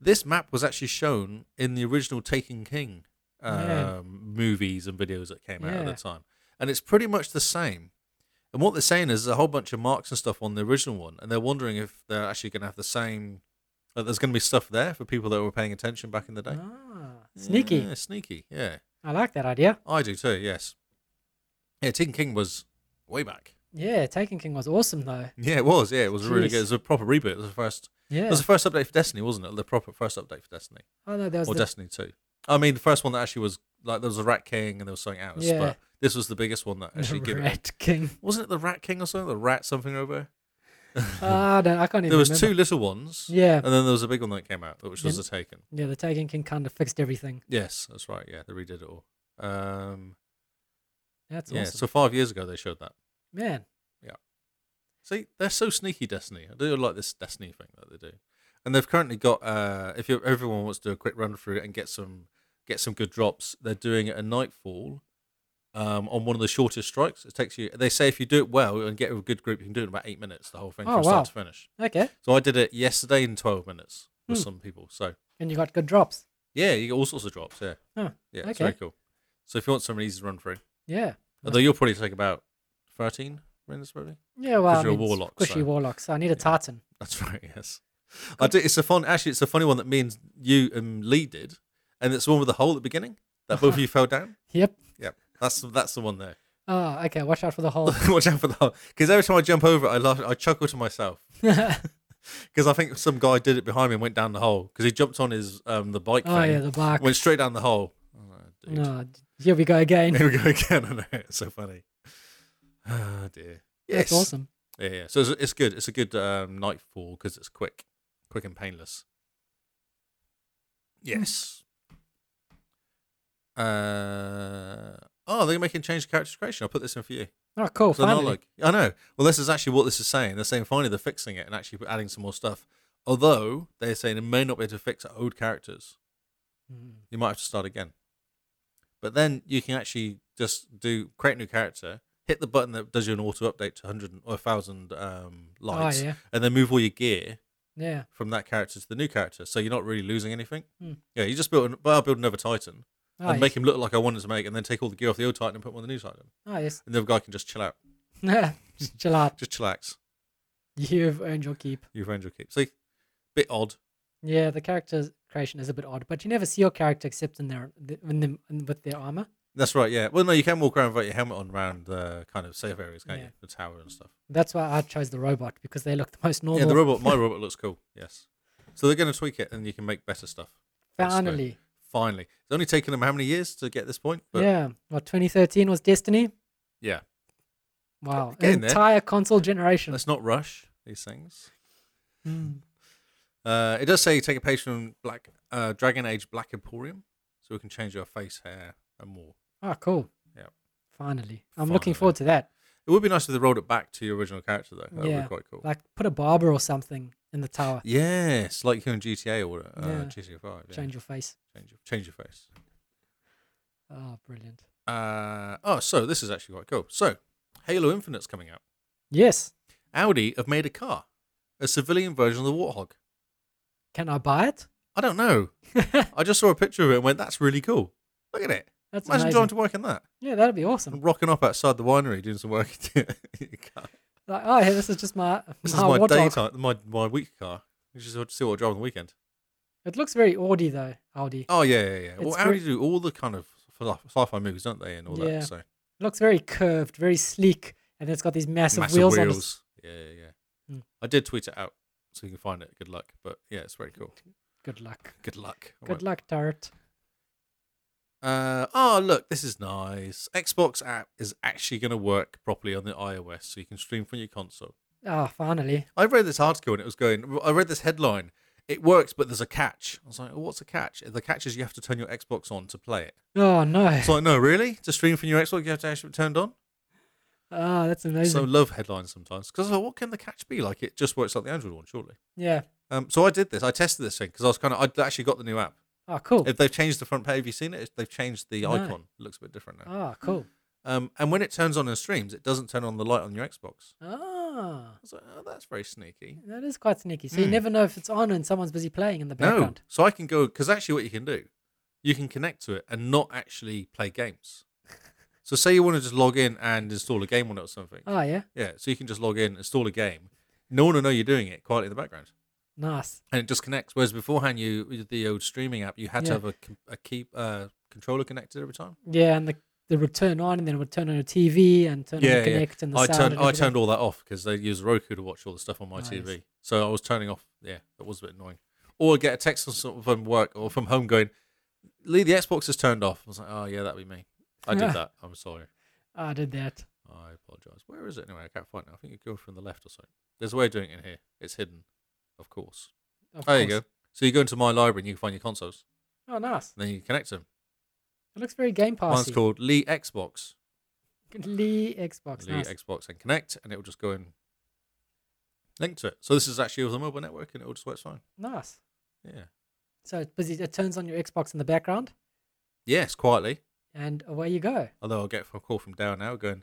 Speaker 1: This map was actually shown in the original Taken King um,
Speaker 2: Oh, Yeah.
Speaker 1: movies and videos that came out at
Speaker 2: Yeah.
Speaker 1: the time, and it's pretty much the same. And what they're saying is there's a whole bunch of marks and stuff on the original one, and they're wondering if they're actually going to have the same. That there's going to be stuff there for people that were paying attention back in the day.
Speaker 2: Ah, sneaky.
Speaker 1: Yeah, sneaky. Yeah.
Speaker 2: I like that idea.
Speaker 1: I do too. Yes. Yeah, Tin King was way back.
Speaker 2: Yeah, Taken King was awesome though.
Speaker 1: Yeah, it was. Yeah, it was really good.
Speaker 2: Jeez.
Speaker 1: It was a proper reboot. It was the first. It
Speaker 2: Yeah.
Speaker 1: was the first update for Destiny, wasn't it? The proper first update for Destiny
Speaker 2: Oh no, there was
Speaker 1: or
Speaker 2: [laughs] the,
Speaker 1: Destiny Two. I mean, the first one that actually was like there was a Rat King and there was something else,
Speaker 2: Yeah.
Speaker 1: but this was the biggest one that actually
Speaker 2: the
Speaker 1: gave it.
Speaker 2: Rat
Speaker 1: [laughs]
Speaker 2: King.
Speaker 1: Wasn't it the Rat King or something? The Rat something over. [laughs]
Speaker 2: Ah, no, I can't even.
Speaker 1: There was
Speaker 2: remember.
Speaker 1: two little ones.
Speaker 2: Yeah,
Speaker 1: And then there was a big one that came out, which was
Speaker 2: Yeah.
Speaker 1: the Taken.
Speaker 2: yeah. The Taken King kind of fixed everything.
Speaker 1: Yes, that's right. Yeah, they redid it all. Um,
Speaker 2: That's
Speaker 1: yeah,
Speaker 2: awesome,
Speaker 1: so five years ago they showed that.
Speaker 2: man.
Speaker 1: See, they're so sneaky, Destiny. I do like this Destiny thing that they do, and they've currently got. Uh, if you everyone wants to do a quick run through and get some get some good drops, they're doing it at nightfall, um, on one of the shortest strikes. It takes you. They say if you do it well and get a good group, you can do it in about eight minutes. The whole thing
Speaker 2: Oh,
Speaker 1: from
Speaker 2: wow.
Speaker 1: start to finish.
Speaker 2: Okay,
Speaker 1: So I did it yesterday in twelve minutes with
Speaker 2: Hmm.
Speaker 1: some people. So
Speaker 2: and you got good drops.
Speaker 1: yeah, you get all sorts of drops. Yeah,
Speaker 2: Oh,
Speaker 1: yeah, it's
Speaker 2: okay.
Speaker 1: very cool. So if you want something easy to run through,
Speaker 2: Yeah,
Speaker 1: although you'll probably take about thirteen minutes, probably.
Speaker 2: yeah. Well, I
Speaker 1: Because you're a
Speaker 2: mean,
Speaker 1: warlock,
Speaker 2: squishy
Speaker 1: so-
Speaker 2: warlock. So I need a
Speaker 1: Yeah.
Speaker 2: tartan.
Speaker 1: [laughs] That's right. Yes, I do, it's a fun. Actually, it's a funny one that me and you and Lee did, and it's the one with the hole at the beginning that both of you
Speaker 2: [laughs]
Speaker 1: fell down.
Speaker 2: Yep.
Speaker 1: That's that's the one there. [laughs]
Speaker 2: Ah, okay. Watch out for the hole. [laughs]
Speaker 1: Watch out for the hole, because every time I jump over, it, I laugh, I chuckle to myself
Speaker 2: oh
Speaker 1: because I think some guy did it behind me and went down the hole because he jumped on his um the bike thing,
Speaker 2: Oh, yeah, the bark.
Speaker 1: went straight down the hole. Oh, dude.
Speaker 2: No, d- here we go
Speaker 1: [laughs]
Speaker 2: again.
Speaker 1: Here we go again. I know it's so funny. [sighs] Oh dear. Yes.
Speaker 2: That's awesome.
Speaker 1: Yeah, yeah. So it's, it's good. It's a good um, nightfall because it's quick, quick and painless.
Speaker 2: Hmm.
Speaker 1: Yes. Uh oh, they're making change to character creation. I'll put this in for you.
Speaker 2: Oh, cool.
Speaker 1: So now,
Speaker 2: finally.
Speaker 1: like, I know. Well, this is actually what this is saying. They're saying finally they're fixing it and actually adding some more stuff. Although they're saying it may not be able to fix old characters
Speaker 2: Mm.
Speaker 1: you might have to start again. But then you can actually just do create a new character, hit the button that does you an auto update to 100 or 1000 um, lights,
Speaker 2: Oh yeah,
Speaker 1: and then move all your gear
Speaker 2: yeah.
Speaker 1: from that character to the new character. So you're not really losing anything.
Speaker 2: Hmm.
Speaker 1: Yeah, you just build, an, well, I'll build another Titan,
Speaker 2: Ah,
Speaker 1: and
Speaker 2: yes.
Speaker 1: make him look like I wanted to make, and then take all the gear off the old Titan and put him on the new Titan.
Speaker 2: Ah, yes. [laughs]
Speaker 1: And the other guy can just chill out,
Speaker 2: Just Chill out.
Speaker 1: just chillax.
Speaker 2: You've earned your keep.
Speaker 1: You've earned your keep. See, bit odd.
Speaker 2: Yeah, the character creation is a bit odd, but you never see your character except in their in them in, with their armor.
Speaker 1: That's right. Yeah. Well, no, you can walk around without your helmet on around the kind of safe areas, can't
Speaker 2: Yeah.
Speaker 1: you? The tower and stuff.
Speaker 2: That's why I chose the robot because they look the most normal.
Speaker 1: Yeah, the robot.
Speaker 2: [laughs]
Speaker 1: My robot looks cool. Yes. So they're going to tweak it, and you can make better stuff. that's fair.
Speaker 2: Finally,
Speaker 1: Finally, it's only taken them how many years to get this point? But
Speaker 2: yeah. What 2013 was Destiny.
Speaker 1: yeah.
Speaker 2: Wow,
Speaker 1: Getting
Speaker 2: an
Speaker 1: there.
Speaker 2: entire console generation.
Speaker 1: Let's not rush these things.
Speaker 2: Mm.
Speaker 1: Uh, it does say take a page from Black uh, Dragon Age Black Emporium, so we can change our face, hair, and more.
Speaker 2: Ah, cool.
Speaker 1: Yep.
Speaker 2: Finally, I'm looking
Speaker 1: Finally.
Speaker 2: forward to that.
Speaker 1: It would be nice if they rolled it back to your original character, though. That would
Speaker 2: Yeah.
Speaker 1: be quite cool.
Speaker 2: Like put a barber or something in the tower.
Speaker 1: Yes, like you in GTA or uh,
Speaker 2: Yeah.
Speaker 1: GTA Five. Yeah.
Speaker 2: Change your face.
Speaker 1: change, your, change your face.
Speaker 2: Oh, brilliant.
Speaker 1: Uh, oh, so this is actually quite cool. So, Halo Infinite's coming out.
Speaker 2: Yes.
Speaker 1: Audi have made a car, a civilian version of the Warthog.
Speaker 2: Can I buy it?
Speaker 1: I don't know. I just saw a picture of it and went, "That's really cool. Look at it.
Speaker 2: That's
Speaker 1: Imagine
Speaker 2: amazing.
Speaker 1: driving to work in that
Speaker 2: [laughs] Yeah, that'd be awesome.
Speaker 1: and rocking up outside the winery doing some work." [laughs] in your car.
Speaker 2: Like, oh, hey, this is just my
Speaker 1: This
Speaker 2: my,
Speaker 1: is my
Speaker 2: watchdog.
Speaker 1: daytime, my my week car. You just have to see what I drive on the weekend.
Speaker 2: It looks very Audi though, Audi.
Speaker 1: Oh yeah, yeah, yeah. well,
Speaker 2: It's
Speaker 1: Audi
Speaker 2: great.
Speaker 1: do all the kind of sci- sci-fi movies, don't they, and all
Speaker 2: Yeah.
Speaker 1: that. So
Speaker 2: It looks very curved, very sleek, and it's got these massive,
Speaker 1: massive
Speaker 2: wheels,
Speaker 1: wheels.
Speaker 2: on it.
Speaker 1: Yeah, yeah, yeah.
Speaker 2: Mm.
Speaker 1: I did tweet it out, so you can find it. Good luck. But yeah, it's very cool.
Speaker 2: Good luck.
Speaker 1: Good luck. I
Speaker 2: Good luck, Tart.
Speaker 1: Uh, oh, look, this is nice. Xbox app is actually going to work properly on the iOS, so you can stream from your console.
Speaker 2: Ah, finally.
Speaker 1: I read this article and it was going. I read this headline. It works, but there's a catch. I was like, oh, "What's the catch?" The catch is you have to turn your Xbox on to play it.
Speaker 2: Oh no.
Speaker 1: It's like, no, really? To stream from your Xbox, you have to actually turn it on.
Speaker 2: Ah, that's amazing.
Speaker 1: So love headlines sometimes because what can the catch be? Like it just works like the Android one, surely.
Speaker 2: yeah.
Speaker 1: Um, so I did this. I tested this thing because I was kind of. I actually got the new app.
Speaker 2: Oh, cool.
Speaker 1: If they've changed the front page, have you seen it? It's- They've changed the
Speaker 2: No.
Speaker 1: icon. It looks a bit different now.
Speaker 2: Ah, cool.
Speaker 1: Um, and when it turns on and streams, it doesn't turn on the light on your Xbox.
Speaker 2: Ah,
Speaker 1: I was like, oh, that's very sneaky.
Speaker 2: that is quite sneaky. So you never know if it's on and someone's busy playing in the
Speaker 1: Hmm. No,
Speaker 2: background.
Speaker 1: so I can go because actually, what you can do, you can connect to it and not actually play
Speaker 2: [laughs]
Speaker 1: games. so say you want to just log in and install a game on it or something.
Speaker 2: Ah, yeah.
Speaker 1: Yeah, so you can just log in, install a game. No one will know you're doing it quietly in the background,
Speaker 2: Nice.
Speaker 1: and it just connects. Whereas beforehand, you with the old streaming app, you had
Speaker 2: Yeah.
Speaker 1: to have a, com- a key uh, controller connected every time.
Speaker 2: Yeah, and the the return on, and then it would turn on your TV and turn on
Speaker 1: Yeah,
Speaker 2: the
Speaker 1: yeah.
Speaker 2: Connect and the
Speaker 1: I
Speaker 2: sound.
Speaker 1: turned
Speaker 2: and
Speaker 1: I
Speaker 2: everything.
Speaker 1: turned all that off because they use Roku to watch all the stuff on my
Speaker 2: Ah, yes.
Speaker 1: TV. So I was turning off. Yeah, that was a bit annoying. Or I'd get a text from sort of from work or from home going, "Lee, the Xbox is turned off." I was like, "Oh yeah, that'd be me." I
Speaker 2: Yeah. [laughs]
Speaker 1: did that. I'm sorry.
Speaker 2: Ah, I did that.
Speaker 1: I apologize. Where is it anyway? I can't find it. I think you go from the left or so. There's a way of doing it in here. It's hidden, of course.
Speaker 2: Of
Speaker 1: there you
Speaker 2: course.
Speaker 1: go. So you go into my library and you can find your consoles,
Speaker 2: Oh, nice.
Speaker 1: and then you connect them.
Speaker 2: It looks very Game
Speaker 1: One's
Speaker 2: Passy.
Speaker 1: called Lee Xbox,
Speaker 2: Lee Xbox.
Speaker 1: Lee
Speaker 2: nice.
Speaker 1: Xbox, and connect, and it will just go and link to it. So this is actually over the mobile network, and it will just works fine.
Speaker 2: nice.
Speaker 1: Yeah.
Speaker 2: So it's busy. It turns on your Xbox in the background,
Speaker 1: Yes, quietly.
Speaker 2: and away you go.
Speaker 1: Although I'll get a call from Down now going,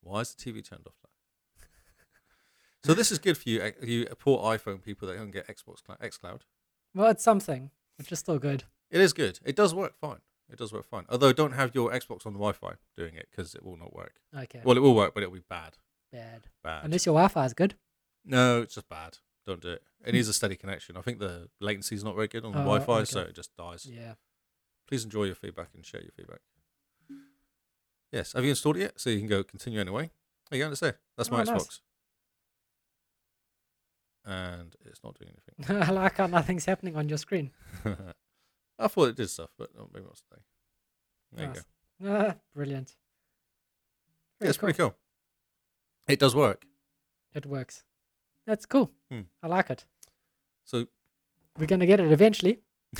Speaker 1: why is the TV turned off? now?" so this is good for you, eh, you poor iPhone people that don't get Xbox Cloud, xCloud.
Speaker 2: Well, it's something, which is still good.
Speaker 1: It is good. It does work fine. It does work fine. Although don't have your Xbox on the Wi-Fi doing it because it will not work.
Speaker 2: Okay.
Speaker 1: Well, it will work, but it'll be bad.
Speaker 2: bad.
Speaker 1: Bad.
Speaker 2: Unless your Wi-Fi is good.
Speaker 1: no, it's just bad. Don't do it. It needs a steady connection. I think the latency is not very good on the
Speaker 2: Oh,
Speaker 1: Wi-Fi,
Speaker 2: okay.
Speaker 1: so it just dies.
Speaker 2: Yeah. [laughs]
Speaker 1: Please enjoy your feedback and share your feedback. Yes, have you installed it yet? So you can go continue anyway. There you go, let's say that's my
Speaker 2: Oh, nice.
Speaker 1: Xbox. And it's not doing
Speaker 2: I like how nothing's happening on your screen.
Speaker 1: anything. [laughs] I thought it did stuff, but oh, maybe not today. There you
Speaker 2: Nice.
Speaker 1: go.
Speaker 2: Ah, brilliant.
Speaker 1: Yeah, it's pretty cool. It does work.
Speaker 2: It works. That's cool.
Speaker 1: Hmm.
Speaker 2: I like it.
Speaker 1: So
Speaker 2: We're gonna get it eventually.
Speaker 1: [laughs]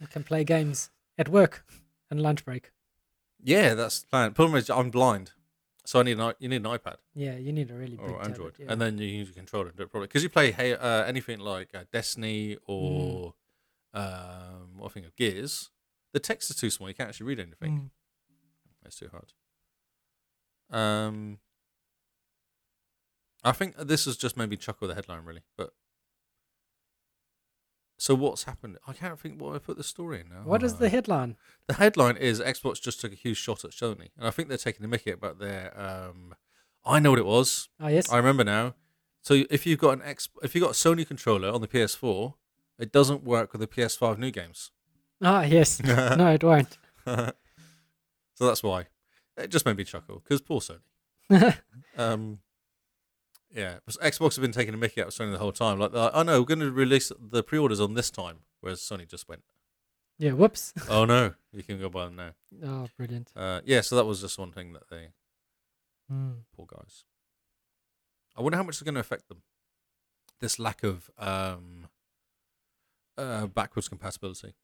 Speaker 2: we can play games at work and lunch break.
Speaker 1: yeah, that's the plan. Problem is I'm blind. So I need an i- you need an iPad
Speaker 2: Yeah, you need a really big
Speaker 1: or
Speaker 2: tablet,
Speaker 1: Android,
Speaker 2: yeah.
Speaker 1: and then you use a controller and do it properly. Because you play hey, uh, anything like uh, Destiny
Speaker 2: Mm.
Speaker 1: or um, what I think of Gears, the text is too small. You can't actually read anything.
Speaker 2: Mm.
Speaker 1: It's too hard. Um, I think this has just made me chuckle with the headline really, but So what's happened? I can't think what I put the story in now.
Speaker 2: Hmm. What is the headline?
Speaker 1: The headline is Xbox just took a huge shot at Sony, and I think they're taking a mickey about their. Um, I know what it was.
Speaker 2: Oh yes.
Speaker 1: I remember now. So if you've got an X, if you've got a Sony controller on the PS4, it doesn't work with the PS5 new games. [laughs]
Speaker 2: Ah yes. no, it won't.
Speaker 1: so that's why. It just made me chuckle because poor Sony. Um, yeah, but Xbox have been taking a mickey out of Sony the whole time. Like, they're like, oh no, we're going to release the pre-orders on this time, whereas Sony just went,
Speaker 2: yeah. Whoops. [laughs]
Speaker 1: oh no, you can go buy them now.
Speaker 2: Oh, brilliant.
Speaker 1: Uh, yeah, so that was just one thing that they
Speaker 2: Mm.
Speaker 1: poor guys. I wonder how much is going to affect them. This lack of um, uh, backwards compatibility.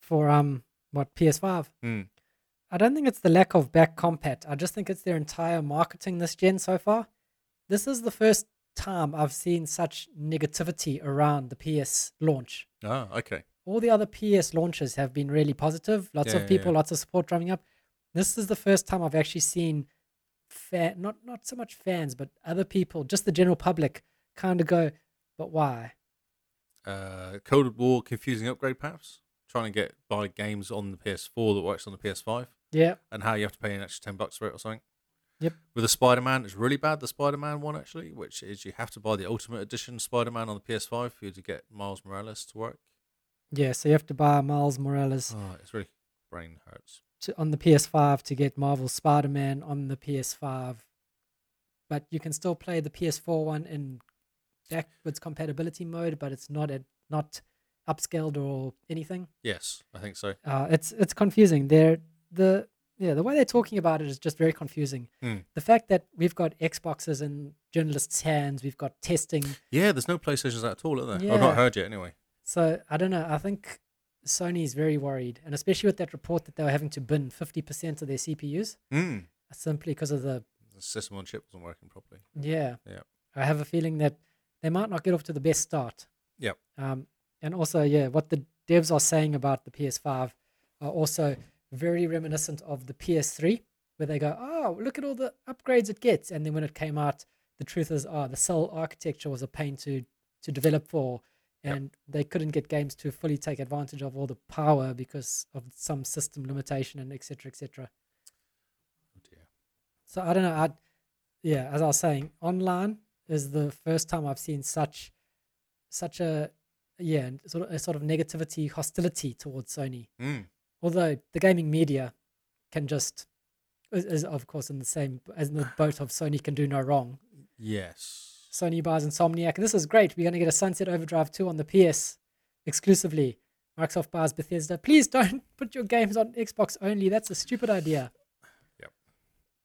Speaker 2: For um, what PS5?
Speaker 1: Hmm.
Speaker 2: I don't think it's the lack of back compat. I just think it's their entire marketing this gen so far. This is the first time I've seen such negativity around the PS launch.
Speaker 1: Ah, okay.
Speaker 2: All the other PS launches have been really positive. Lots
Speaker 1: Yeah,
Speaker 2: of people,
Speaker 1: yeah.
Speaker 2: lots of support drumming up. This is the first time I've actually seen fan not not so much fans, but other people, just the general public, kind of go, but why?
Speaker 1: Uh, Code War confusing upgrade perhaps. Trying to get buy games on the PS4 that works on the PS5,
Speaker 2: Yeah.
Speaker 1: and how you have to pay an extra ten bucks for it or something.
Speaker 2: Yep.
Speaker 1: With the Spider Man, it's really bad. The Spider Man one actually, which is you have to buy the Ultimate Edition Spider Man on the PS5 for you to get Miles Morales to work.
Speaker 2: Yeah, so you have to buy Miles Morales
Speaker 1: Oh, it's really brain hurts.
Speaker 2: to, on the PS5 to get Marvel Spider-Man on the PS5, but you can still play the PS4 one in backwards compatibility mode, but it's not at not upscaled or anything.
Speaker 1: Yes, I think so.
Speaker 2: Uh, it's it's confusing. They're the yeah the way they're talking about it is just very confusing.
Speaker 1: Mm.
Speaker 2: The fact that we've got Xboxes in journalists' hands, we've got testing.
Speaker 1: Yeah, there's no PlayStations out at all, are there? I've not
Speaker 2: Yeah.
Speaker 1: heard yet, anyway.
Speaker 2: So I don't know. I think Sony is very worried, and especially with that report that they were having to bin fifty percent of their CPUs
Speaker 1: Mm.
Speaker 2: simply because of the
Speaker 1: The system on chip wasn't working properly.
Speaker 2: Yeah.
Speaker 1: Yeah.
Speaker 2: I have a feeling that they might not get off to the best start.
Speaker 1: Yep.
Speaker 2: Um, and also, yeah, what the devs are saying about the PS5 are also very reminiscent of the PS3, where they go, oh, look at all the upgrades it gets. And then when it came out, the truth is, oh, the cell architecture was a pain to, to develop for.
Speaker 1: Yep.
Speaker 2: And they couldn't get games to fully take advantage of all the power because of some system limitation and et cetera, et cetera.
Speaker 1: Oh dear.
Speaker 2: So I don't know. I, yeah, as I was saying, online is the first time I've seen such, such a, yeah, and sort of a sort of negativity, hostility towards Sony.
Speaker 1: Mm.
Speaker 2: Although the gaming media can just, is, is of course in the same as in the boat of Sony can do no wrong.
Speaker 1: Yes.
Speaker 2: Sony buys Insomniac. This is great. We're going to get a Sunset Overdrive 2 on the PS exclusively. Microsoft buys Bethesda. Please [laughs] don't put your games on Xbox only. That's a stupid idea.
Speaker 1: Yep.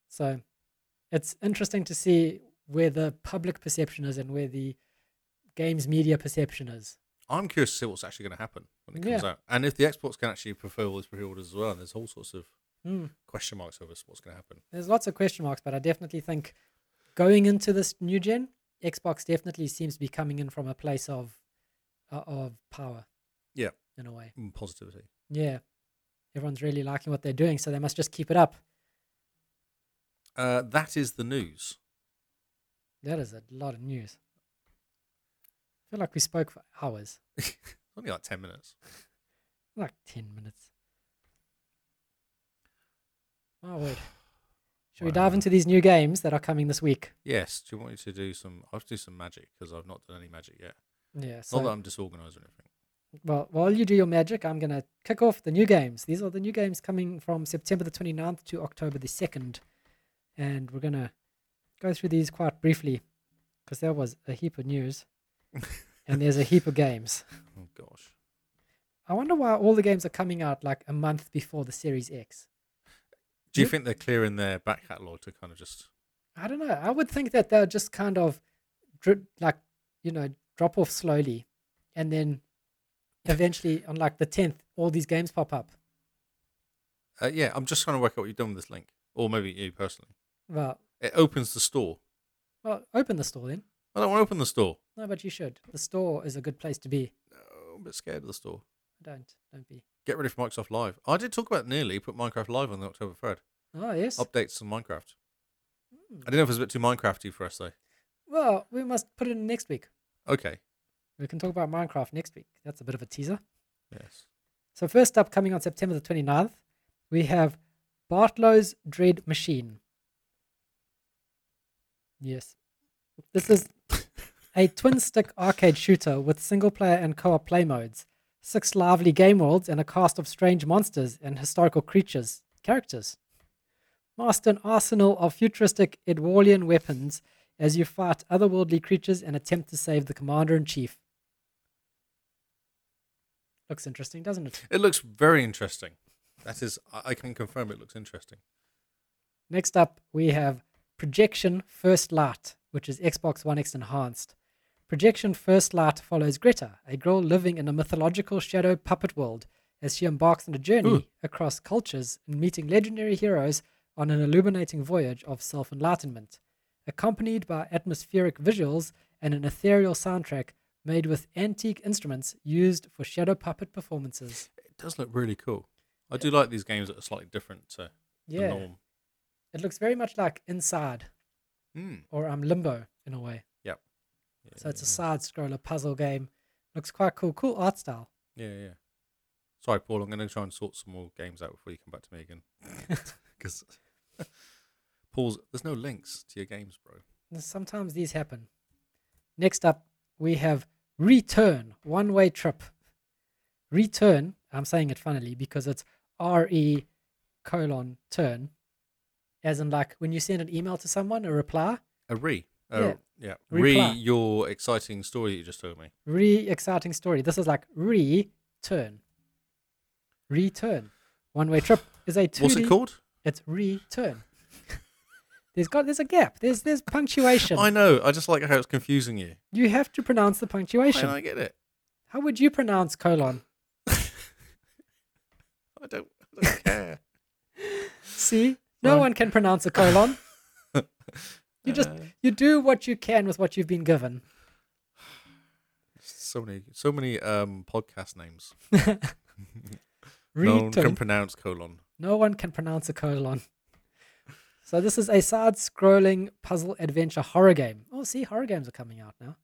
Speaker 2: So it's interesting to see where the public perception is and where the games media perception is.
Speaker 1: I'm curious to see what's actually going to happen when it comes
Speaker 2: Yeah.
Speaker 1: out. And if the Xbox can actually fulfill those pre orders as well, and there's all sorts of
Speaker 2: Hmm.
Speaker 1: question marks over what's going to happen.
Speaker 2: There's lots of question marks, but I definitely think going into this new gen, Xbox definitely seems to be coming in from a place of uh, of power.
Speaker 1: Yeah.
Speaker 2: In a way.
Speaker 1: Mm, Positivity.
Speaker 2: Yeah. Everyone's really liking what they're doing, so they must just keep it up.
Speaker 1: Uh, that is the news.
Speaker 2: That is a lot of news. I feel like we spoke for hours,
Speaker 1: Only like 10 minutes.
Speaker 2: like 10 minutes. My word. Should we dive
Speaker 1: Wow.
Speaker 2: into these new games that are coming this week?
Speaker 1: Yes. Do you want me to do some? I have to do some magic because I've not done any magic yet.
Speaker 2: Yeah.
Speaker 1: Not that
Speaker 2: So,
Speaker 1: I'm disorganized or anything.
Speaker 2: well, while you do your magic, I'm going to kick off the new games. These are the new games coming from September the 29th to October the 2nd. And we're going to go through these quite briefly because there was a heap of news and there's a heap of games.
Speaker 1: Oh, gosh.
Speaker 2: I wonder why all the games are coming out like a month before the Series X.
Speaker 1: Do you
Speaker 2: Yep.
Speaker 1: think they're clearing their back catalogue to kind of just.
Speaker 2: I don't know. I would think that they'll just kind of drip, like, you know, drop off slowly. And then eventually, on like the 10th, all these games pop up.
Speaker 1: Uh, yeah, I'm just trying to work out what you've done with this link. Or maybe you personally.
Speaker 2: Well,
Speaker 1: It opens the store.
Speaker 2: well open the store then.
Speaker 1: I don't want to open the store.
Speaker 2: No, but you should. The store is a good place to be.
Speaker 1: No, I'm a bit scared of the store.
Speaker 2: Don't. Don't be.
Speaker 1: Get ready for Microsoft Live. I did talk about nearly put Minecraft Live on the October 3rd.
Speaker 2: Oh, yes. Hmm.
Speaker 1: Updates on Minecraft. I don't know if it was a bit too Minecrafty for us though.
Speaker 2: Well, we must put it in next week.
Speaker 1: Okay.
Speaker 2: We can talk about Minecraft next week. That's a bit of a teaser.
Speaker 1: Yes.
Speaker 2: So first up, coming on September the 29th, we have Bartlow's Dread Machine. Yes. This is a twin stick arcade shooter with single player and co op play modes, six lively game worlds, and a cast of strange monsters and historical creatures characters. Master an arsenal of futuristic Edwardian weapons as you fight otherworldly creatures and attempt to save the commander in chief. Looks interesting, doesn't it?
Speaker 1: It looks very interesting. That is, I I can confirm it looks interesting.
Speaker 2: Next up, we have Projection First Light, which is Xbox One X enhanced. Projection First Light follows Greta, a girl living in a mythological shadow puppet world, as she embarks on a journey
Speaker 1: Ooh.
Speaker 2: across cultures and meeting legendary heroes on an illuminating voyage of self enlightenment. Accompanied by atmospheric visuals and an ethereal soundtrack made with antique instruments used for shadow puppet performances.
Speaker 1: It does look really cool. I do like these games that are slightly different to the
Speaker 2: Yeah,
Speaker 1: norm.
Speaker 2: it looks very much like Inside
Speaker 1: Mm.
Speaker 2: or um, Limbo in a way.
Speaker 1: Yep.
Speaker 2: So it's a side scroller puzzle game. Looks quite cool. Cool art style.
Speaker 1: Yeah, yeah. Sorry, Paul. I'm going to try and sort some more games out before you come back to me again. Because [laughs] Paul's there's no links to your games, bro.
Speaker 2: And Sometimes these happen. Next up, we have Return One Way Trip. Return, I'm saying it funnily because it's R E colon turn. As in, like, when you send an email to someone, a reply,
Speaker 1: A re. Uh, yeah.
Speaker 2: Yeah.
Speaker 1: Re
Speaker 2: Reply.
Speaker 1: your exciting story that you just told me.
Speaker 2: re exciting story. This is like return. Return. One way trip is a 2D
Speaker 1: What's it called?
Speaker 2: It's return. there's got there's a gap. There's there's
Speaker 1: [laughs]
Speaker 2: punctuation.
Speaker 1: I know. I just like how it's confusing you.
Speaker 2: you have to pronounce the punctuation.
Speaker 1: I, I get it.
Speaker 2: How would you pronounce colon?
Speaker 1: I don't, I don't [laughs] care.
Speaker 2: See, no
Speaker 1: Right.
Speaker 2: one can pronounce
Speaker 1: [laughs]
Speaker 2: a colon. you just
Speaker 1: Uh,
Speaker 2: you do what you can with what you've been given.
Speaker 1: so many, so many um, podcast names. No one
Speaker 2: Return.
Speaker 1: can pronounce colon.
Speaker 2: No one can pronounce a colon. [laughs] So this is a side-scrolling puzzle adventure horror game. Oh, see, horror games are coming out now.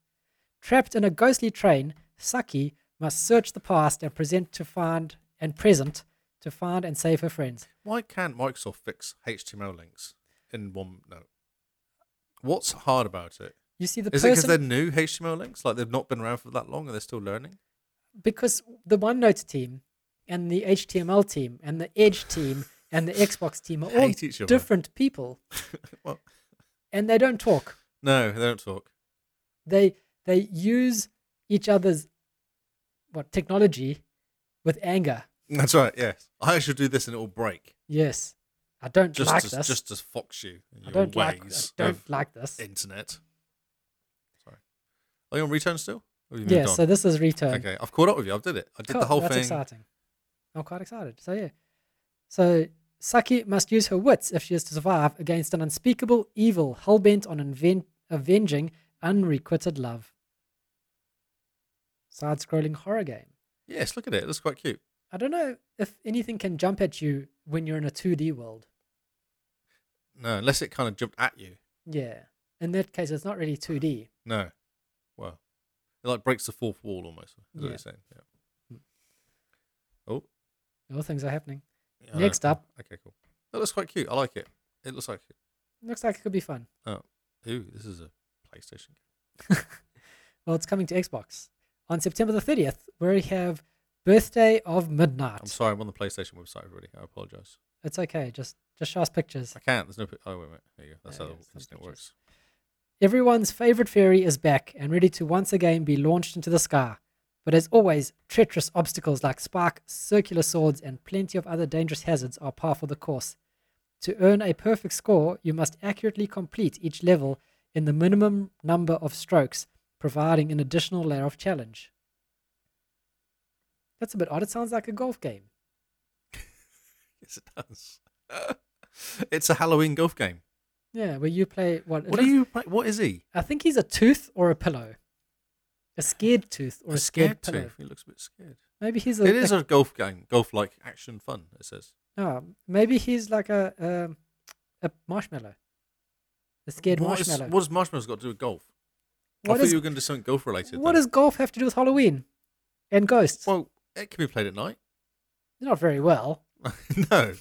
Speaker 2: Trapped in a ghostly train, Saki must search the past and present to find and present to find and save her friends.
Speaker 1: Why can't Microsoft fix HTML links in one note? What's hard about it?
Speaker 2: You see, the
Speaker 1: Is it because
Speaker 2: person
Speaker 1: they're new HTML links? Like they've not been around for that long and they're still learning? [laughs]
Speaker 2: because the OneNote team and the HTML team and the Edge team and the Xbox team are all
Speaker 1: Hate each other.
Speaker 2: different people,
Speaker 1: Well,
Speaker 2: and they don't talk.
Speaker 1: no, they don't talk.
Speaker 2: they they use each other's what technology with anger.
Speaker 1: That's right. Yes, I should do this and it will break.
Speaker 2: Yes, I don't
Speaker 1: Just
Speaker 2: like
Speaker 1: to,
Speaker 2: this.
Speaker 1: just to fox you. in
Speaker 2: I
Speaker 1: Your
Speaker 2: don't like. I
Speaker 1: ways
Speaker 2: don't
Speaker 1: of
Speaker 2: like this.
Speaker 1: internet. Sorry. Are you on return still? Or have you
Speaker 2: Yeah.
Speaker 1: moved on?
Speaker 2: So this is return.
Speaker 1: Okay, I've caught up with you. I did it. I did
Speaker 2: Cool,
Speaker 1: the whole
Speaker 2: that's
Speaker 1: thing.
Speaker 2: exciting. I'm quite excited. So yeah. So Saki must use her wits if she is to survive against an unspeakable evil hellbent on inven- avenging unrequited love. Side-scrolling horror game.
Speaker 1: Yes, look at it. It looks quite cute.
Speaker 2: I don't know if anything can jump at you when you're in a 2D world.
Speaker 1: No, unless it kind of jumped at you.
Speaker 2: Yeah. In that case, it's not really 2D.
Speaker 1: No. Well, it like breaks the fourth wall almost. Is what
Speaker 2: Yeah.
Speaker 1: you're saying? Yeah. Oh.
Speaker 2: All things are happening.
Speaker 1: yeah, I know.
Speaker 2: Next up.
Speaker 1: Okay, cool. That looks quite cute. I like it. It looks like uh,
Speaker 2: Looks like it could be fun.
Speaker 1: ooh, this is a PlayStation. game.
Speaker 2: Well, it's coming to Xbox on September the 30th, where we have Birthday of
Speaker 1: I'm
Speaker 2: Midnight.
Speaker 1: sorry, I'm on the PlayStation website already. I apologize.
Speaker 2: It's okay. Just just show us pictures.
Speaker 1: I can't. There's no. pi- Oh wait a minute. There you go. That's
Speaker 2: There
Speaker 1: how
Speaker 2: it is,
Speaker 1: the
Speaker 2: some
Speaker 1: internet
Speaker 2: pictures.
Speaker 1: works.
Speaker 2: Everyone's favorite fairy is back and ready to once again be launched into the sky. But as always, treacherous obstacles like spark, circular swords, and plenty of other dangerous hazards are par for the course. To earn a perfect score, you must accurately complete each level in the minimum number of strokes, providing an additional layer of challenge. That's a bit odd. It sounds like a golf game.
Speaker 1: [laughs] Yes, it does. [laughs] it's a Halloween golf game.
Speaker 2: Yeah, where you play what? it
Speaker 1: What are
Speaker 2: looks-
Speaker 1: you? play- What is he?
Speaker 2: I think he's a tooth or a pillow, a scared tooth or a, scared,
Speaker 1: too.
Speaker 2: pillow.
Speaker 1: He looks a bit scared.
Speaker 2: Maybe he's a.
Speaker 1: It is a golf game. Golf like action fun. It says.
Speaker 2: No, maybe he's like a um a marshmallow, a scared
Speaker 1: What is-
Speaker 2: marshmallow.
Speaker 1: what has marshmallows got to do with golf? I
Speaker 2: What
Speaker 1: thought
Speaker 2: is-
Speaker 1: you were going to do something golf related.
Speaker 2: What
Speaker 1: then.
Speaker 2: does golf have to do with Halloween and ghosts?
Speaker 1: Well, it can be played at night.
Speaker 2: Not very well.
Speaker 1: [laughs] no.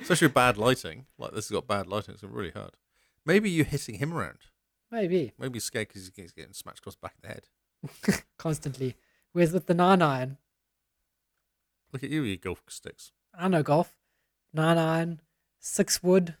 Speaker 1: Especially with bad lighting. Like this has got bad lighting. It's really hard. Maybe you're hitting him around.
Speaker 2: Maybe [laughs]
Speaker 1: Maybe he's scared because he's getting smashed across the back of the head.
Speaker 2: constantly. Whereas with the nine iron,
Speaker 1: Look at you, with your golf sticks.
Speaker 2: I know golf, nine iron, six wood,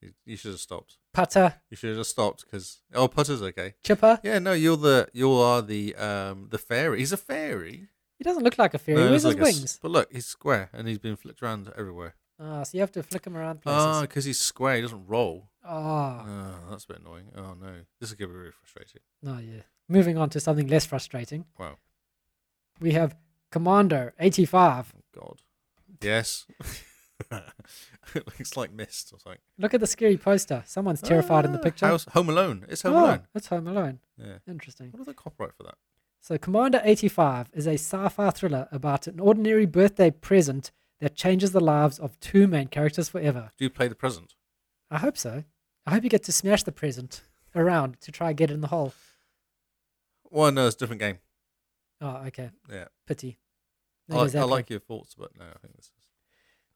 Speaker 1: You, you should have stopped.
Speaker 2: putter,
Speaker 1: You should have just stopped because oh, putter's okay.
Speaker 2: chipper.
Speaker 1: Yeah, no, you're the you are the um the fairy. He's a fairy.
Speaker 2: He doesn't look like a fairy.
Speaker 1: No,
Speaker 2: Where's
Speaker 1: it's
Speaker 2: his
Speaker 1: like a s-
Speaker 2: wings?
Speaker 1: but look, he's square and he's been flipped around everywhere.
Speaker 2: Ah, so you have to flick him around places.
Speaker 1: Ah, because he's square, he doesn't roll.
Speaker 2: Ah,
Speaker 1: Oh, that's a bit annoying. Oh no, this is gonna be really frustrating.
Speaker 2: no, yeah. Moving on to something less frustrating.
Speaker 1: Wow,
Speaker 2: We have Commando 85.
Speaker 1: Oh, God. Yes. [laughs] it looks like mist or something.
Speaker 2: Look at the scary poster. Someone's terrified in the
Speaker 1: Ah,
Speaker 2: picture.
Speaker 1: House, Home Alone. It's Home
Speaker 2: Oh,
Speaker 1: Alone.
Speaker 2: It's Home Alone.
Speaker 1: Yeah.
Speaker 2: Interesting.
Speaker 1: What are the copyright for that?
Speaker 2: So, Commander 85 is a sci fi thriller about an ordinary birthday present that changes the lives of two main characters forever.
Speaker 1: Do you play the present?
Speaker 2: I hope so. I hope you get to smash the present around to try and get it in the hole.
Speaker 1: Well, no, it's a different game.
Speaker 2: Oh, okay.
Speaker 1: Yeah.
Speaker 2: Pity.
Speaker 1: I
Speaker 2: Not
Speaker 1: like, I
Speaker 2: exactly.
Speaker 1: like your thoughts, but no, I think this is.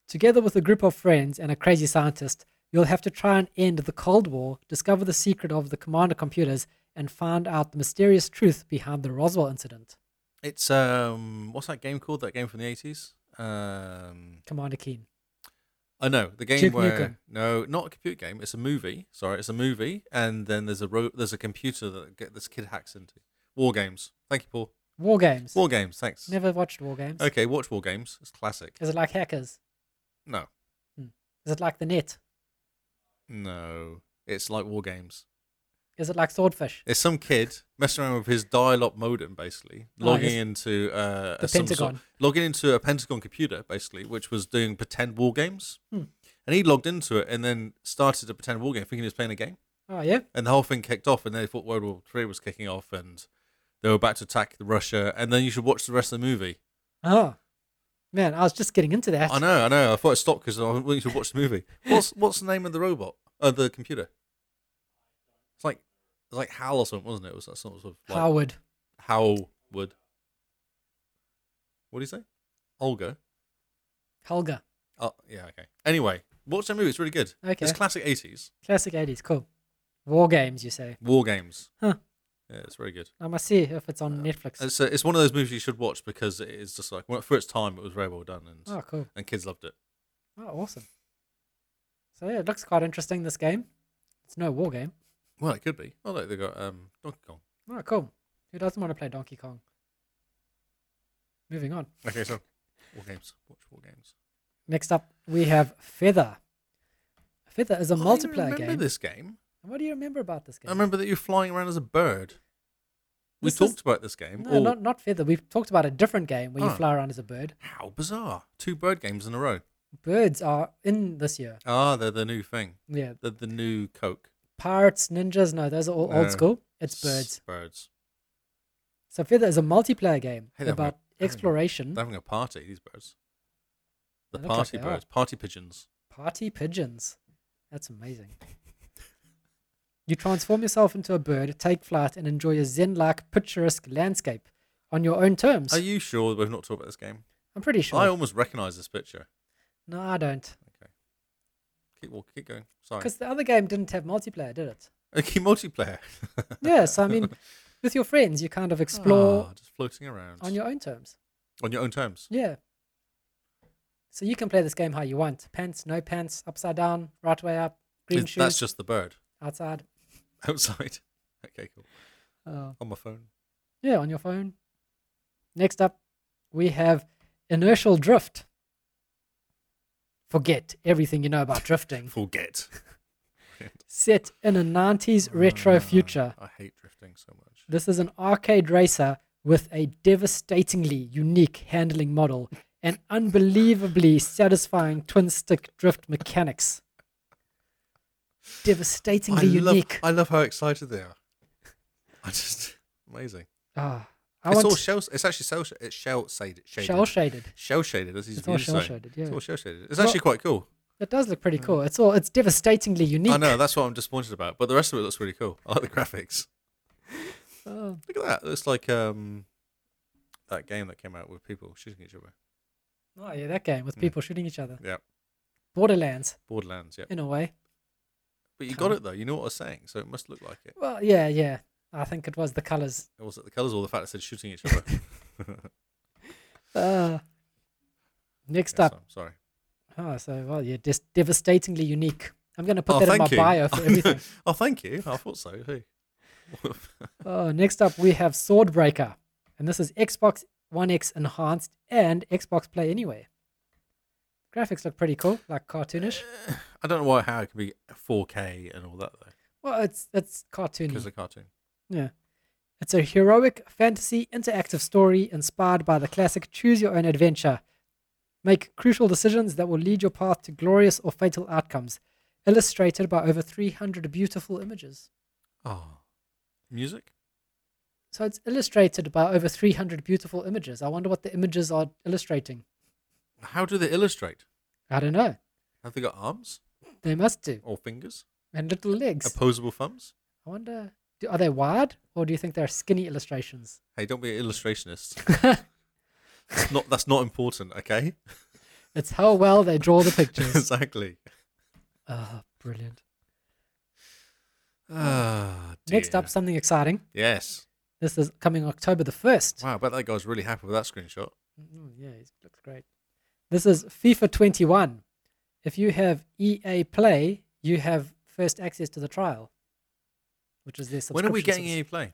Speaker 2: Together with a group of friends and a crazy scientist, you'll have to try and end the Cold War, discover the secret of the Commander computers, and find out the mysterious truth behind the Roswell incident.
Speaker 1: It's um, what's that game called? That game from the eighties? Um,
Speaker 2: Commander Keen.
Speaker 1: I know the game
Speaker 2: Duke
Speaker 1: where
Speaker 2: Nukem.
Speaker 1: no, not a computer game. It's a movie. Sorry, it's a movie, and then there's a ro- there's a computer that get this kid hacks into War Games. Thank you, Paul.
Speaker 2: War Games.
Speaker 1: War Games. Thanks.
Speaker 2: Never watched War Games.
Speaker 1: Okay, watch War Games. It's classic.
Speaker 2: Is it like Hackers?
Speaker 1: No,
Speaker 2: Is it like The Net?
Speaker 1: no, it's like War Games.
Speaker 2: Is it like Swordfish?
Speaker 1: It's some kid messing around with his dial-up modem, basically
Speaker 2: Oh,
Speaker 1: logging
Speaker 2: yes.
Speaker 1: into uh,
Speaker 2: The
Speaker 1: some
Speaker 2: Pentagon.
Speaker 1: Sort, logging into a Pentagon computer, basically, which was doing pretend war games.
Speaker 2: Hmm.
Speaker 1: And he logged into it and then started a pretend war game, thinking he was playing a game.
Speaker 2: Oh, yeah.
Speaker 1: And the whole thing kicked off, and they thought World War Three was kicking off, and they were about to attack Russia. And then you should watch the rest of the movie.
Speaker 2: Oh. Man, I was just getting into that.
Speaker 1: I know, I know. I thought it stopped because I wanted you to watch the movie. What's what's the name of the robot? Uh, the computer. It's like it's like Hal or something, wasn't it? It was that sort of like,
Speaker 2: Howard.
Speaker 1: How would? What do you say? Olga.
Speaker 2: Helga.
Speaker 1: Oh, yeah. Okay. Anyway, watch that movie. It's really good.
Speaker 2: Okay.
Speaker 1: It's classic eighties
Speaker 2: Classic 80s. Cool. War Games, you say.
Speaker 1: war games.
Speaker 2: Huh.
Speaker 1: Yeah, it's very good.
Speaker 2: I must see if it's on Netflix.
Speaker 1: It's uh, it's one of those movies you should watch because it is just like well, for its time, it was very well done, and
Speaker 2: Oh, cool.
Speaker 1: and kids loved it.
Speaker 2: Oh, awesome. So, yeah, it looks quite interesting, this game. It's no war game.
Speaker 1: Well, it could be. Oh, look, they got um Donkey Kong.
Speaker 2: Oh, cool. Who doesn't want to play Donkey Kong? Moving on.
Speaker 1: Okay, so war games. Watch war games.
Speaker 2: Next up, we have Feather. Feather is a
Speaker 1: I
Speaker 2: multiplayer
Speaker 1: remember
Speaker 2: game.
Speaker 1: this game.
Speaker 2: What do you remember about this game?
Speaker 1: I remember that you're flying around as a bird. We
Speaker 2: This is-
Speaker 1: talked about this game.
Speaker 2: no,
Speaker 1: or-
Speaker 2: not, not Feather. We've talked about a different game where you
Speaker 1: Oh.
Speaker 2: fly around as a bird.
Speaker 1: How bizarre! Two bird games in a row.
Speaker 2: Birds are in this year.
Speaker 1: Ah, they're the new thing.
Speaker 2: Yeah.
Speaker 1: The the new Coke.
Speaker 2: Pirates, ninjas, no, those are all
Speaker 1: No.
Speaker 2: old school. It's
Speaker 1: Uh, S-
Speaker 2: birds.
Speaker 1: Birds.
Speaker 2: So Feather is a multiplayer game
Speaker 1: Hey, they're
Speaker 2: about
Speaker 1: having a-
Speaker 2: exploration.
Speaker 1: They're having a party. These birds. The
Speaker 2: They Hmm? look like
Speaker 1: party
Speaker 2: they are.
Speaker 1: birds. Party pigeons.
Speaker 2: Party pigeons. That's amazing. you transform yourself into a bird, take flight, and enjoy a zen like, picturesque landscape on your own terms.
Speaker 1: Are you sure we've not talked about this game?
Speaker 2: I'm pretty sure.
Speaker 1: I almost recognise this picture.
Speaker 2: no, I don't.
Speaker 1: Okay. Keep walking. Keep going. Sorry.
Speaker 2: Because the other game didn't have multiplayer, did it?
Speaker 1: [laughs] Okay, multiplayer.
Speaker 2: Yeah, so
Speaker 1: [laughs]
Speaker 2: I mean, with your friends, you kind of explore
Speaker 1: Ah, just floating around
Speaker 2: on your own terms.
Speaker 1: on your own terms.
Speaker 2: Yeah. So you can play this game how you want. Pants, no pants, upside down, right way up, green
Speaker 1: It's-
Speaker 2: shoes,
Speaker 1: that's just the bird
Speaker 2: outside.
Speaker 1: [laughs] outside. okay, cool.
Speaker 2: Uh,
Speaker 1: On my phone.
Speaker 2: yeah, on your phone. Next up, we have inertial drift. Forget everything you know
Speaker 1: [laughs]
Speaker 2: about drifting.
Speaker 1: Forget.
Speaker 2: Set in a 90s retro
Speaker 1: Ah,
Speaker 2: future.
Speaker 1: I hate drifting so much.
Speaker 2: This is an arcade racer with a devastatingly unique handling model and unbelievably satisfying twin stick drift mechanics. Devastatingly unique.
Speaker 1: Love, I love how excited they are. I just amazing.
Speaker 2: Ah, I
Speaker 1: it's
Speaker 2: want
Speaker 1: all shell. It's actually shell. It's shell shaded.
Speaker 2: shell shaded.
Speaker 1: Shell shaded. That's easy
Speaker 2: It's
Speaker 1: for
Speaker 2: all
Speaker 1: you to say.
Speaker 2: shell shaded. Yeah.
Speaker 1: It's all shell shaded. It's
Speaker 2: Well-
Speaker 1: actually quite cool.
Speaker 2: It does look pretty cool. It's all it's devastatingly unique.
Speaker 1: I know that's what I'm disappointed about, but the rest of it looks really cool. I like the graphics.
Speaker 2: Oh,
Speaker 1: Look at that. It looks like um that game that came out with people shooting each other.
Speaker 2: oh yeah, that game with
Speaker 1: Mm.
Speaker 2: people shooting each other.
Speaker 1: Yep.
Speaker 2: Borderlands,
Speaker 1: Borderlands, yeah.
Speaker 2: in a way.
Speaker 1: But you got it though. You know what I was saying, so it must look like it.
Speaker 2: Well, yeah, yeah. I think it was the colors.
Speaker 1: Or was it the colours or the fact it said shooting each
Speaker 2: [laughs]
Speaker 1: other?
Speaker 2: Uh, next
Speaker 1: Yes,
Speaker 2: up,
Speaker 1: I'm sorry.
Speaker 2: oh, so well, yeah, just devastatingly unique. I'm gonna put
Speaker 1: Oh,
Speaker 2: that in
Speaker 1: thank
Speaker 2: my
Speaker 1: you. [laughs]
Speaker 2: bio for everything.
Speaker 1: oh, thank you. I thought so too.
Speaker 2: oh, next up we have Swordbreaker, and this is Xbox One X enhanced and Xbox Play Anywhere. Graphics look pretty cool, like cartoonish.
Speaker 1: I don't know why how it can be 4K and all that though,
Speaker 2: Well, it's it's cartoony.
Speaker 1: because the cartoon.
Speaker 2: It's a heroic fantasy interactive story inspired by the classic Choose Your Own Adventure. Make crucial decisions that will lead your path to glorious or fatal outcomes, illustrated by over 300 beautiful images.
Speaker 1: Oh, music.
Speaker 2: So it's illustrated by over 300 beautiful images. I wonder what the images are illustrating.
Speaker 1: How do they illustrate?
Speaker 2: I don't know.
Speaker 1: Have they got arms
Speaker 2: They must do.
Speaker 1: or fingers?
Speaker 2: And little legs.
Speaker 1: Opposable thumbs?
Speaker 2: I wonder, do, are they wired or do you think they're skinny illustrations? [laughs]
Speaker 1: Hey, don't be an illustrationist. It's not that's not important, okay?
Speaker 2: it's how well they draw the
Speaker 1: [laughs]
Speaker 2: pictures.
Speaker 1: exactly.
Speaker 2: Ah, brilliant.
Speaker 1: Ah,
Speaker 2: Next
Speaker 1: dear.
Speaker 2: up, something exciting.
Speaker 1: Yes.
Speaker 2: This is coming October the 1st.
Speaker 1: Wow, I bet that guy was really happy with that screenshot.
Speaker 2: Mm, yeah, it looks great. This is FIFA 21. If you have EA Play, you have first access to the trial, which is their
Speaker 1: When
Speaker 2: subscription.
Speaker 1: are we getting
Speaker 2: service.
Speaker 1: EA Play?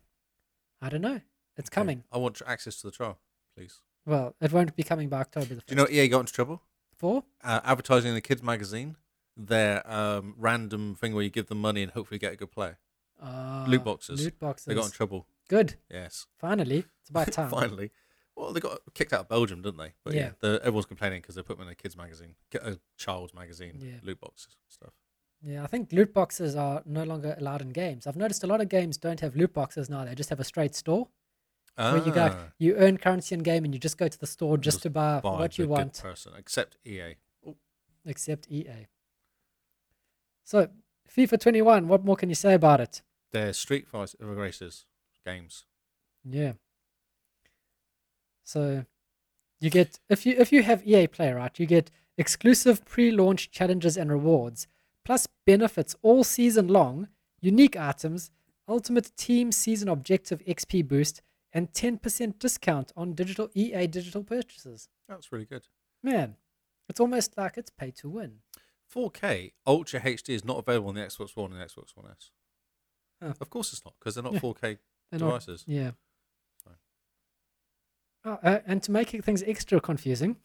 Speaker 2: I don't know. It's
Speaker 1: Okay,
Speaker 2: coming.
Speaker 1: I want tr- access to the trial, please.
Speaker 2: Well, it won't be coming by October the 1st.
Speaker 1: Do you know EA got into trouble?
Speaker 2: For?
Speaker 1: Uh, advertising in the kids' magazine, their um, random thing where you give them money and hopefully get a good player.
Speaker 2: Uh,
Speaker 1: Loot boxes.
Speaker 2: Loot boxes.
Speaker 1: They got in trouble.
Speaker 2: Good.
Speaker 1: Yes.
Speaker 2: Finally.
Speaker 1: [laughs]
Speaker 2: It's about time.
Speaker 1: Finally. Well, they got kicked out of Belgium, didn't they? But yeah,
Speaker 2: Yeah.
Speaker 1: the, everyone's complaining because they put them in a kids' magazine, ki- a child's magazine,
Speaker 2: Yeah.
Speaker 1: loot boxes and stuff.
Speaker 2: Yeah, I think loot boxes are no longer allowed in games. I've noticed a lot of games don't have loot boxes now. They just have a straight store where you go,
Speaker 1: Ah,
Speaker 2: you earn currency in game, and you just go to the store just,
Speaker 1: Just
Speaker 2: to buy,
Speaker 1: buy
Speaker 2: what
Speaker 1: the
Speaker 2: you
Speaker 1: Ah, good
Speaker 2: want.
Speaker 1: person, except EA. Oh,
Speaker 2: except EA. So, FIFA 21, what more can you say about it?
Speaker 1: they're Street Fighter races games.
Speaker 2: Yeah. So, you get if you if you have EA Play, right? You get exclusive pre-launch challenges and rewards, plus benefits all season long, unique items, ultimate team season objective XP boost, and 10% discount on digital EA digital purchases.
Speaker 1: That's really good.
Speaker 2: Man, it's almost like it's pay to win.
Speaker 1: 4K Ultra HD is not available on the Xbox One and Xbox One S.
Speaker 2: Oh.
Speaker 1: Of course it's not, because they're not
Speaker 2: [laughs] Yeah.
Speaker 1: 4K
Speaker 2: They're not-
Speaker 1: devices.
Speaker 2: Yeah.
Speaker 1: Sorry.
Speaker 2: Oh, uh, and to make things extra confusing,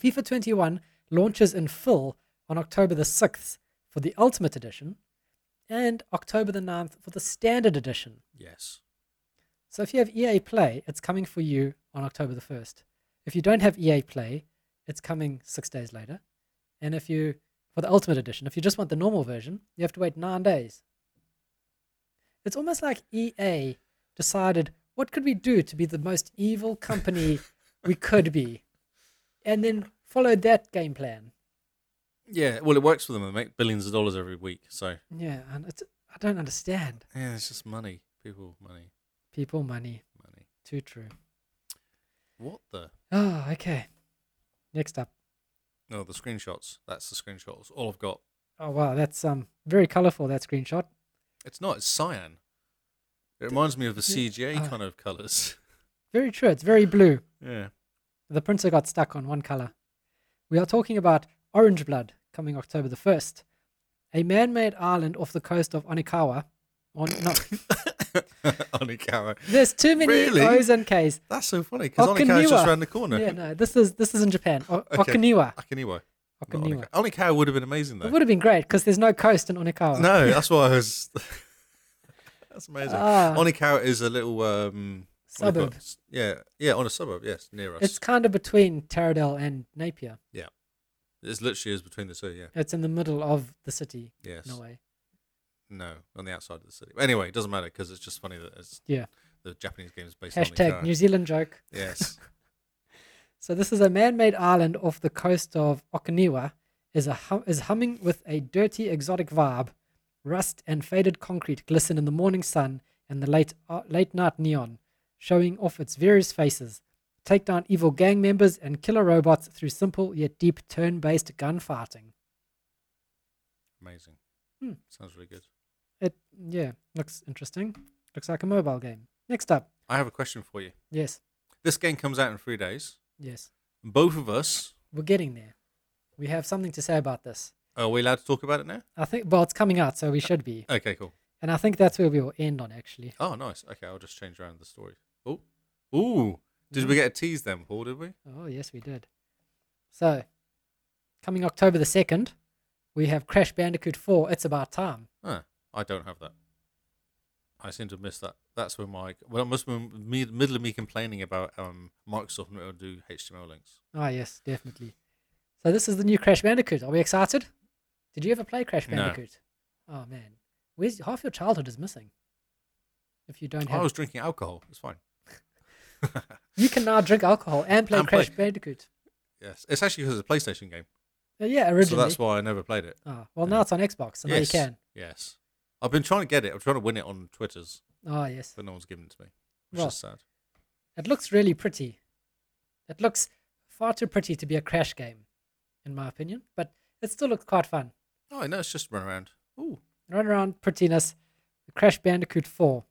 Speaker 2: FIFA 21 launches in full on October the 6th for the Ultimate Edition and October the 9th for the Standard Edition.
Speaker 1: Yes.
Speaker 2: So if you have EA Play, it's coming for you on October the 1st. If you don't have EA Play, it's coming six days later. And if you, for the Ultimate Edition, if you just want the normal version, you have to wait nine days. It's almost like EA decided, what could we do to be the most evil company we could be? And then followed that game plan.
Speaker 1: Yeah, well, it works for them. They make billions of dollars every week. So,
Speaker 2: Yeah, and it's, I don't understand.
Speaker 1: yeah, it's just money. People, money,
Speaker 2: People, money,
Speaker 1: money.
Speaker 2: too true.
Speaker 1: What the?
Speaker 2: Oh, okay. Next up.
Speaker 1: No, Oh, the screenshots. That's the screenshots. All I've got.
Speaker 2: Oh wow, that's um very colourful that screenshot.
Speaker 1: It's not. It's cyan. It reminds me of the
Speaker 2: yeah,
Speaker 1: CGA
Speaker 2: ah.
Speaker 1: kind of colours. [laughs]
Speaker 2: Very true. It's very blue.
Speaker 1: Yeah.
Speaker 2: The printer got stuck on one color. We are talking about Orange Blood coming October the 1st. A man made island off the coast of Onikawa. On, no, [laughs]
Speaker 1: Onikawa.
Speaker 2: there's too many
Speaker 1: Really?
Speaker 2: O's and K's.
Speaker 1: That's so funny because Onikawa's
Speaker 2: Okinawa.
Speaker 1: just around the corner.
Speaker 2: Yeah, no, this is this is in Japan. O-
Speaker 1: Okay.
Speaker 2: Okinawa.
Speaker 1: Okinawa. not
Speaker 2: Okinawa.
Speaker 1: Onika- Onikawa would have been amazing though.
Speaker 2: It would have been great because there's no coast in Onikawa.
Speaker 1: No, that's why I was. [laughs] that's amazing.
Speaker 2: Ah.
Speaker 1: Onikawa is a little um, what do you call
Speaker 2: Suburb.
Speaker 1: it? Yeah, yeah, on a suburb. Yes, near us.
Speaker 2: It's kind of between Taradel and Napier.
Speaker 1: It's literally is between the two. Yeah.
Speaker 2: It's in the middle of the city,
Speaker 1: Yes.
Speaker 2: in a way.
Speaker 1: No, on the outside of the city. But anyway, it doesn't matter because it's just funny that it's,
Speaker 2: Yeah.
Speaker 1: the Japanese game is based on
Speaker 2: Hashtag
Speaker 1: Onikawa.
Speaker 2: New Zealand joke.
Speaker 1: Yes.
Speaker 2: [laughs] So this is a man-made island off the coast of Okinawa, is, a hum- is humming with a dirty, exotic vibe. Rust and faded concrete glisten in the morning sun and the late, uh, late night neon, showing off its various faces. Take down evil gang members and killer robots through simple yet deep turn based gunfighting.
Speaker 1: Amazing.
Speaker 2: Hmm.
Speaker 1: Sounds really good.
Speaker 2: It, yeah, looks interesting. Looks like a mobile game. Next up.
Speaker 1: I have a question for you.
Speaker 2: Yes,
Speaker 1: This game comes out in three days.
Speaker 2: yes.
Speaker 1: Both of us
Speaker 2: We're getting there. We have something to say about this.
Speaker 1: are we allowed to talk about it now?
Speaker 2: I think, well, it's coming out, so we should be.
Speaker 1: Okay, cool.
Speaker 2: And I think that's where we will end on, actually.
Speaker 1: Oh, nice. Okay, I'll just change around the story. Oh, ooh. Did
Speaker 2: Hmm.
Speaker 1: we get a tease then, Paul? Did we?
Speaker 2: Oh, yes, we did. So, coming October the 2nd, we have Crash Bandicoot 4, It's About Time.
Speaker 1: Huh. I don't have that. I seem to have missed that. That's when my well, it must have been me, middle of me complaining about um Microsoft not able to do HTML links.
Speaker 2: Ah, yes, definitely. So, this is the new Crash Bandicoot. Are we excited? Did you ever play Crash
Speaker 1: No.
Speaker 2: Bandicoot? Oh, man. Where's, half your childhood is missing. If you don't have.
Speaker 1: I was drinking alcohol. It's fine.
Speaker 2: You can now drink alcohol and play
Speaker 1: And play.
Speaker 2: Crash Bandicoot.
Speaker 1: Yes, it's actually because it's a PlayStation game,
Speaker 2: Uh, yeah,
Speaker 1: so
Speaker 2: originally.
Speaker 1: that's why I never played it.
Speaker 2: Ah, well, now it's on Xbox, so now you
Speaker 1: yes,
Speaker 2: can.
Speaker 1: Yes, I've been trying to get it. I'm trying to win it on Twitter's,
Speaker 2: Oh, yes.
Speaker 1: but no one's given it to me, which
Speaker 2: Well,
Speaker 1: is sad.
Speaker 2: It looks really pretty. It looks far too pretty to be a crash game, in my opinion, but it still looks quite fun.
Speaker 1: Oh, I know it's just run around. Ooh,
Speaker 2: Run around prettiness. Crash Bandicoot 4.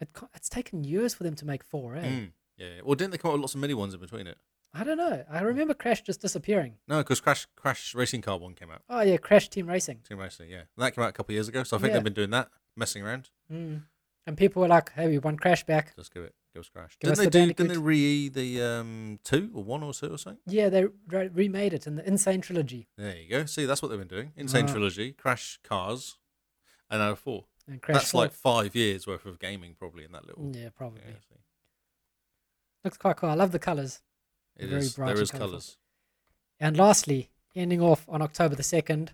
Speaker 2: It, co- it's taken years for them to make 4, eh?
Speaker 1: Mm, yeah, yeah. Well, didn't they come up with lots of mini ones in between it?
Speaker 2: I don't know. I remember Crash just disappearing.
Speaker 1: No, because Crash Crash Racing Car One came out.
Speaker 2: Oh, yeah, Crash Team Racing.
Speaker 1: Team Racing, yeah, that came out a couple of years ago. So I think
Speaker 2: Yeah.
Speaker 1: they've been doing that, messing around.
Speaker 2: Mm. And people were like, hey, we want Crash back.
Speaker 1: Just give it, give us Crash.
Speaker 2: Give us
Speaker 1: didn't they
Speaker 2: the
Speaker 1: do? Didn't they re the um two or one or two or something?
Speaker 2: Yeah, they re- remade it in the Insane Trilogy.
Speaker 1: There you go. See, that's what they've been doing. Insane
Speaker 2: Ah.
Speaker 1: Trilogy, Crash Cars, and now four.
Speaker 2: And Crash
Speaker 1: that's
Speaker 2: 4.
Speaker 1: like five years worth of gaming probably in that little.
Speaker 2: Yeah, probably.
Speaker 1: Yeah, see.
Speaker 2: Looks quite cool. I love the colors.
Speaker 1: It
Speaker 2: Very
Speaker 1: is.
Speaker 2: bright
Speaker 1: There
Speaker 2: and
Speaker 1: is
Speaker 2: colourful.
Speaker 1: colours.
Speaker 2: And lastly, ending off on October the 2nd,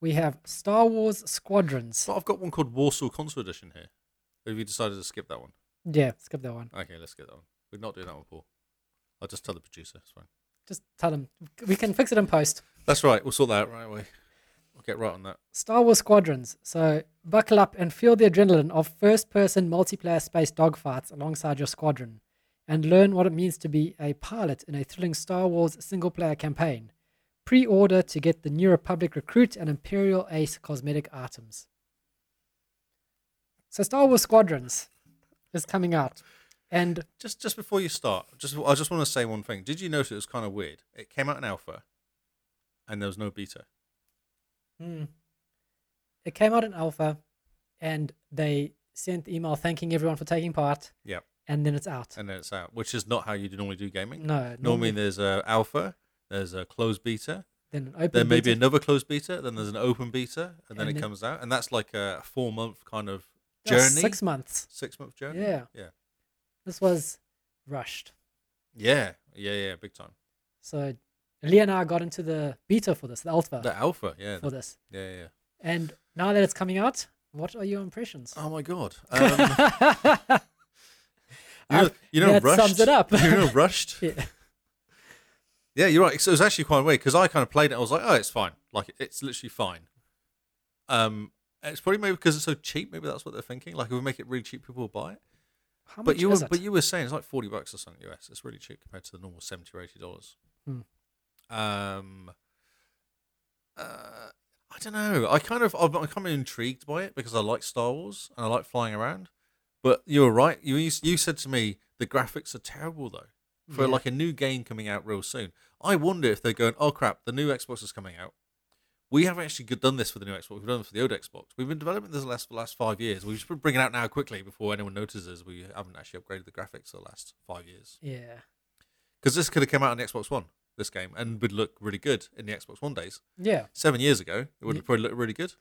Speaker 2: we have Star Wars Squadrons.
Speaker 1: But I've got one called Warsaw Console Edition here. Have you decided to skip that one?
Speaker 2: Yeah, skip that one.
Speaker 1: Okay, let's get that one. We're not doing that one, Paul. I'll just tell the producer. It's fine.
Speaker 2: Just tell them. We can fix it in post.
Speaker 1: That's right. We'll sort that out right away. We'll get right on that.
Speaker 2: Star Wars Squadrons. So buckle up and feel the adrenaline of first person multiplayer space dogfights alongside your squadron and learn what it means to be a pilot in a thrilling Star Wars single player campaign. Pre order to get the New Republic Recruit and Imperial Ace cosmetic items. So Star Wars Squadrons is coming out. And
Speaker 1: Just just before you start, just I just want to say one thing. Did you notice it was kind of weird? It came out in alpha, and there was no beta.
Speaker 2: Hmm. It came out in alpha, and they sent the email thanking everyone for taking part,
Speaker 1: Yep.
Speaker 2: and then it's out.
Speaker 1: And then it's out, which is not how you do- normally do gaming.
Speaker 2: no,
Speaker 1: Normally, there's a alpha, there's a closed beta,
Speaker 2: then an open.
Speaker 1: then maybe
Speaker 2: beta.
Speaker 1: another closed beta, then there's an open beta, and then
Speaker 2: And
Speaker 1: it
Speaker 2: then-
Speaker 1: comes out, and that's like a four month kind of
Speaker 2: That
Speaker 1: journey,
Speaker 2: was six months.
Speaker 1: Six month journey.
Speaker 2: Yeah.
Speaker 1: yeah,
Speaker 2: This was rushed.
Speaker 1: yeah, yeah, yeah, big time.
Speaker 2: So Leah and I got into the beta for this, the alpha
Speaker 1: The alpha, yeah,
Speaker 2: for
Speaker 1: the,
Speaker 2: this,
Speaker 1: yeah, yeah, yeah.
Speaker 2: and now that it's coming out, what are your impressions? [laughs]
Speaker 1: Oh my god. Um, you know,
Speaker 2: I've-
Speaker 1: you know
Speaker 2: that
Speaker 1: rushed.
Speaker 2: sums it up.
Speaker 1: you know, rushed.
Speaker 2: [laughs] Yeah.
Speaker 1: Yeah, you're right. So it was actually quite weird because I kind of played it. I was like, oh, it's fine. Like it's literally fine. Um, it's probably maybe because it's so cheap. Maybe that's what they're thinking. Like if we make it really cheap, people will buy it.
Speaker 2: How
Speaker 1: But
Speaker 2: much
Speaker 1: you were,
Speaker 2: is it?
Speaker 1: but you were saying it's like forty bucks or something US. It's really cheap compared to the normal seventy or eighty dollars.
Speaker 2: Hmm.
Speaker 1: Um, uh, I don't know. I kind of I'm, I'm kind of intrigued by it because I like Star Wars and I like flying around. But you were right. You you, you said to me the graphics are terrible though for
Speaker 2: Yeah.
Speaker 1: like a new game coming out real soon. I wonder if they're going, oh crap, the new Xbox is coming out. We haven't actually good- done this for the new Xbox. We've done it for the old Xbox. We've been developing this last for the last five years. We've just been bringing it out now quickly before anyone notices we haven't actually upgraded the graphics for the last five years.
Speaker 2: yeah,
Speaker 1: Because this could have come out on the Xbox One, this game, and would look really good in the Xbox One days.
Speaker 2: yeah,
Speaker 1: Seven years ago, it would
Speaker 2: Ye-
Speaker 1: have probably looked really good.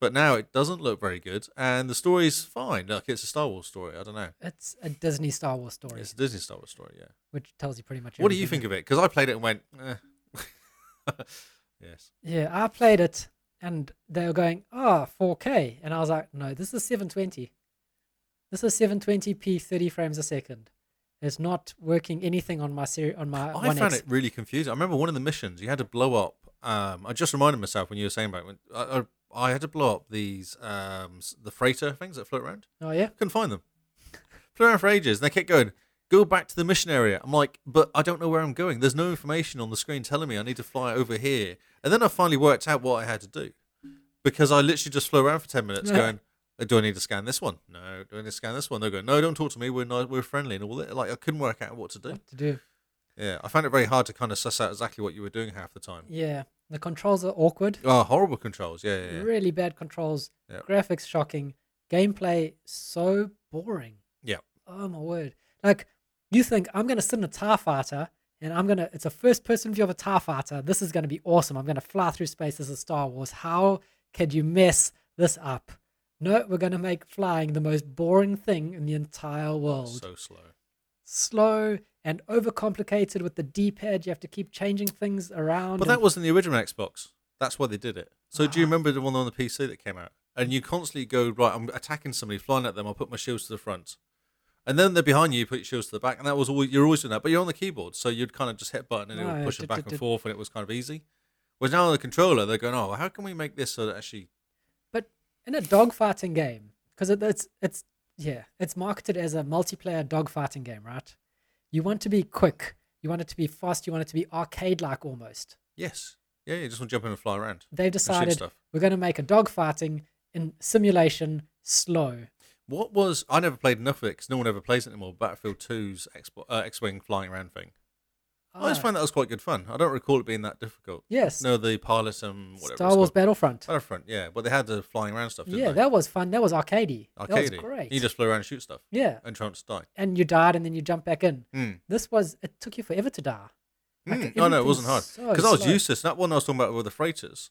Speaker 1: But now it doesn't look very good, and the story's fine. Like it's a Star Wars story. I don't know.
Speaker 2: it's a Disney Star Wars story,
Speaker 1: It's a Disney Star Wars story, yeah.
Speaker 2: which tells you pretty much.
Speaker 1: What do you
Speaker 2: everything.
Speaker 1: think of it? Because I played it and went, eh. [laughs] yes.
Speaker 2: Yeah, I played it and they were going, ah, 4K. And I was like, no, this is 720. This is 720p, 30 frames a second. It's not working anything on my series on my
Speaker 1: I
Speaker 2: One
Speaker 1: found
Speaker 2: X.
Speaker 1: it really confusing. I remember one of the missions, you had to blow up Um, I just reminded myself when you were saying about it, when I, I, I had to blow up these um s- the freighter things that float around.
Speaker 2: Oh yeah.
Speaker 1: Couldn't find them. [laughs] Flew around for ages, and they kept going. Go back to the mission area. I'm like, but I don't know where I'm going. There's no information on the screen telling me I need to fly over here. And then I finally worked out what I had to do because I literally just flew around for ten minutes, going, "Uh, "Do I need to scan this one? No. Do I need to scan this one?" They're going, "No, don't talk to me. We're ni we're friendly and all that." Like I couldn't work out what to do.
Speaker 2: What to do?
Speaker 1: Yeah, I found it very hard to kind of suss out exactly what you were doing half the time.
Speaker 2: Yeah. The controls are awkward.
Speaker 1: Oh, horrible controls. Yeah, yeah, yeah.
Speaker 2: Really bad controls.
Speaker 1: Yeah.
Speaker 2: Graphics shocking. Gameplay so boring.
Speaker 1: Yeah.
Speaker 2: Oh my word. Like you think I'm gonna sit in a TIE fighter and I'm gonna it's a first person view of a TIE fighter. This is gonna be awesome. I'm gonna fly through space. This is Star Wars. How could you mess this up? No, we're gonna make flying the most boring thing in the entire world
Speaker 1: So slow.
Speaker 2: slow and overcomplicated with the D-pad. You have to keep changing things around.
Speaker 1: But
Speaker 2: and-
Speaker 1: that was in the original Xbox. That's why they did it. So
Speaker 2: Ah.
Speaker 1: do you remember the one on the PC that came out? And you constantly go right. I'm attacking somebody, flying at them. I'll put my shields to the front, and then they're behind you. You put your shields to the back, and that was always you're always doing that. But you're on the keyboard, so you'd kind of just hit button and it
Speaker 2: Right,
Speaker 1: would push
Speaker 2: did-
Speaker 1: it back
Speaker 2: did-
Speaker 1: and
Speaker 2: [laughs] did.
Speaker 1: forth, and it was kind of easy. Whereas now on the controller, they're going, oh, how can we make this so that actually
Speaker 2: but in a dogfighting game, because it, it's it's yeah, it's marketed as a multiplayer dogfighting game, right? You want to be quick. You want it to be fast. You want it to be arcade-like almost.
Speaker 1: yes, yeah, you just want to jump in and fly around.
Speaker 2: They've decided
Speaker 1: stuff.
Speaker 2: we're going to make a dogfighting in simulation slow.
Speaker 1: What was I never played enough of it because no one ever plays it anymore. Battlefield 2's Xbox, uh, X-wing flying around thing. I always
Speaker 2: Ah,
Speaker 1: found that was quite good Oh, fun. I don't recall it being that difficult.
Speaker 2: yes,
Speaker 1: No, the pilot and whatever.
Speaker 2: Star
Speaker 1: it's
Speaker 2: Wars
Speaker 1: called.
Speaker 2: Battlefront.
Speaker 1: Battlefront, yeah, but they had the flying around stuff. Didn't
Speaker 2: Yeah,
Speaker 1: they?
Speaker 2: that was fun. That was arcadey. That was
Speaker 1: Arcadey.
Speaker 2: great.
Speaker 1: You just flew around and shoot stuff
Speaker 2: yeah,
Speaker 1: and chance to die.
Speaker 2: and you died, and then you jump back in.
Speaker 1: Hmm.
Speaker 2: this was it took you forever to die. Like,
Speaker 1: Mm. Oh no, it
Speaker 2: everything's
Speaker 1: wasn't hard
Speaker 2: so
Speaker 1: because I was
Speaker 2: slow.
Speaker 1: used to this. That one I was talking about with the freighters.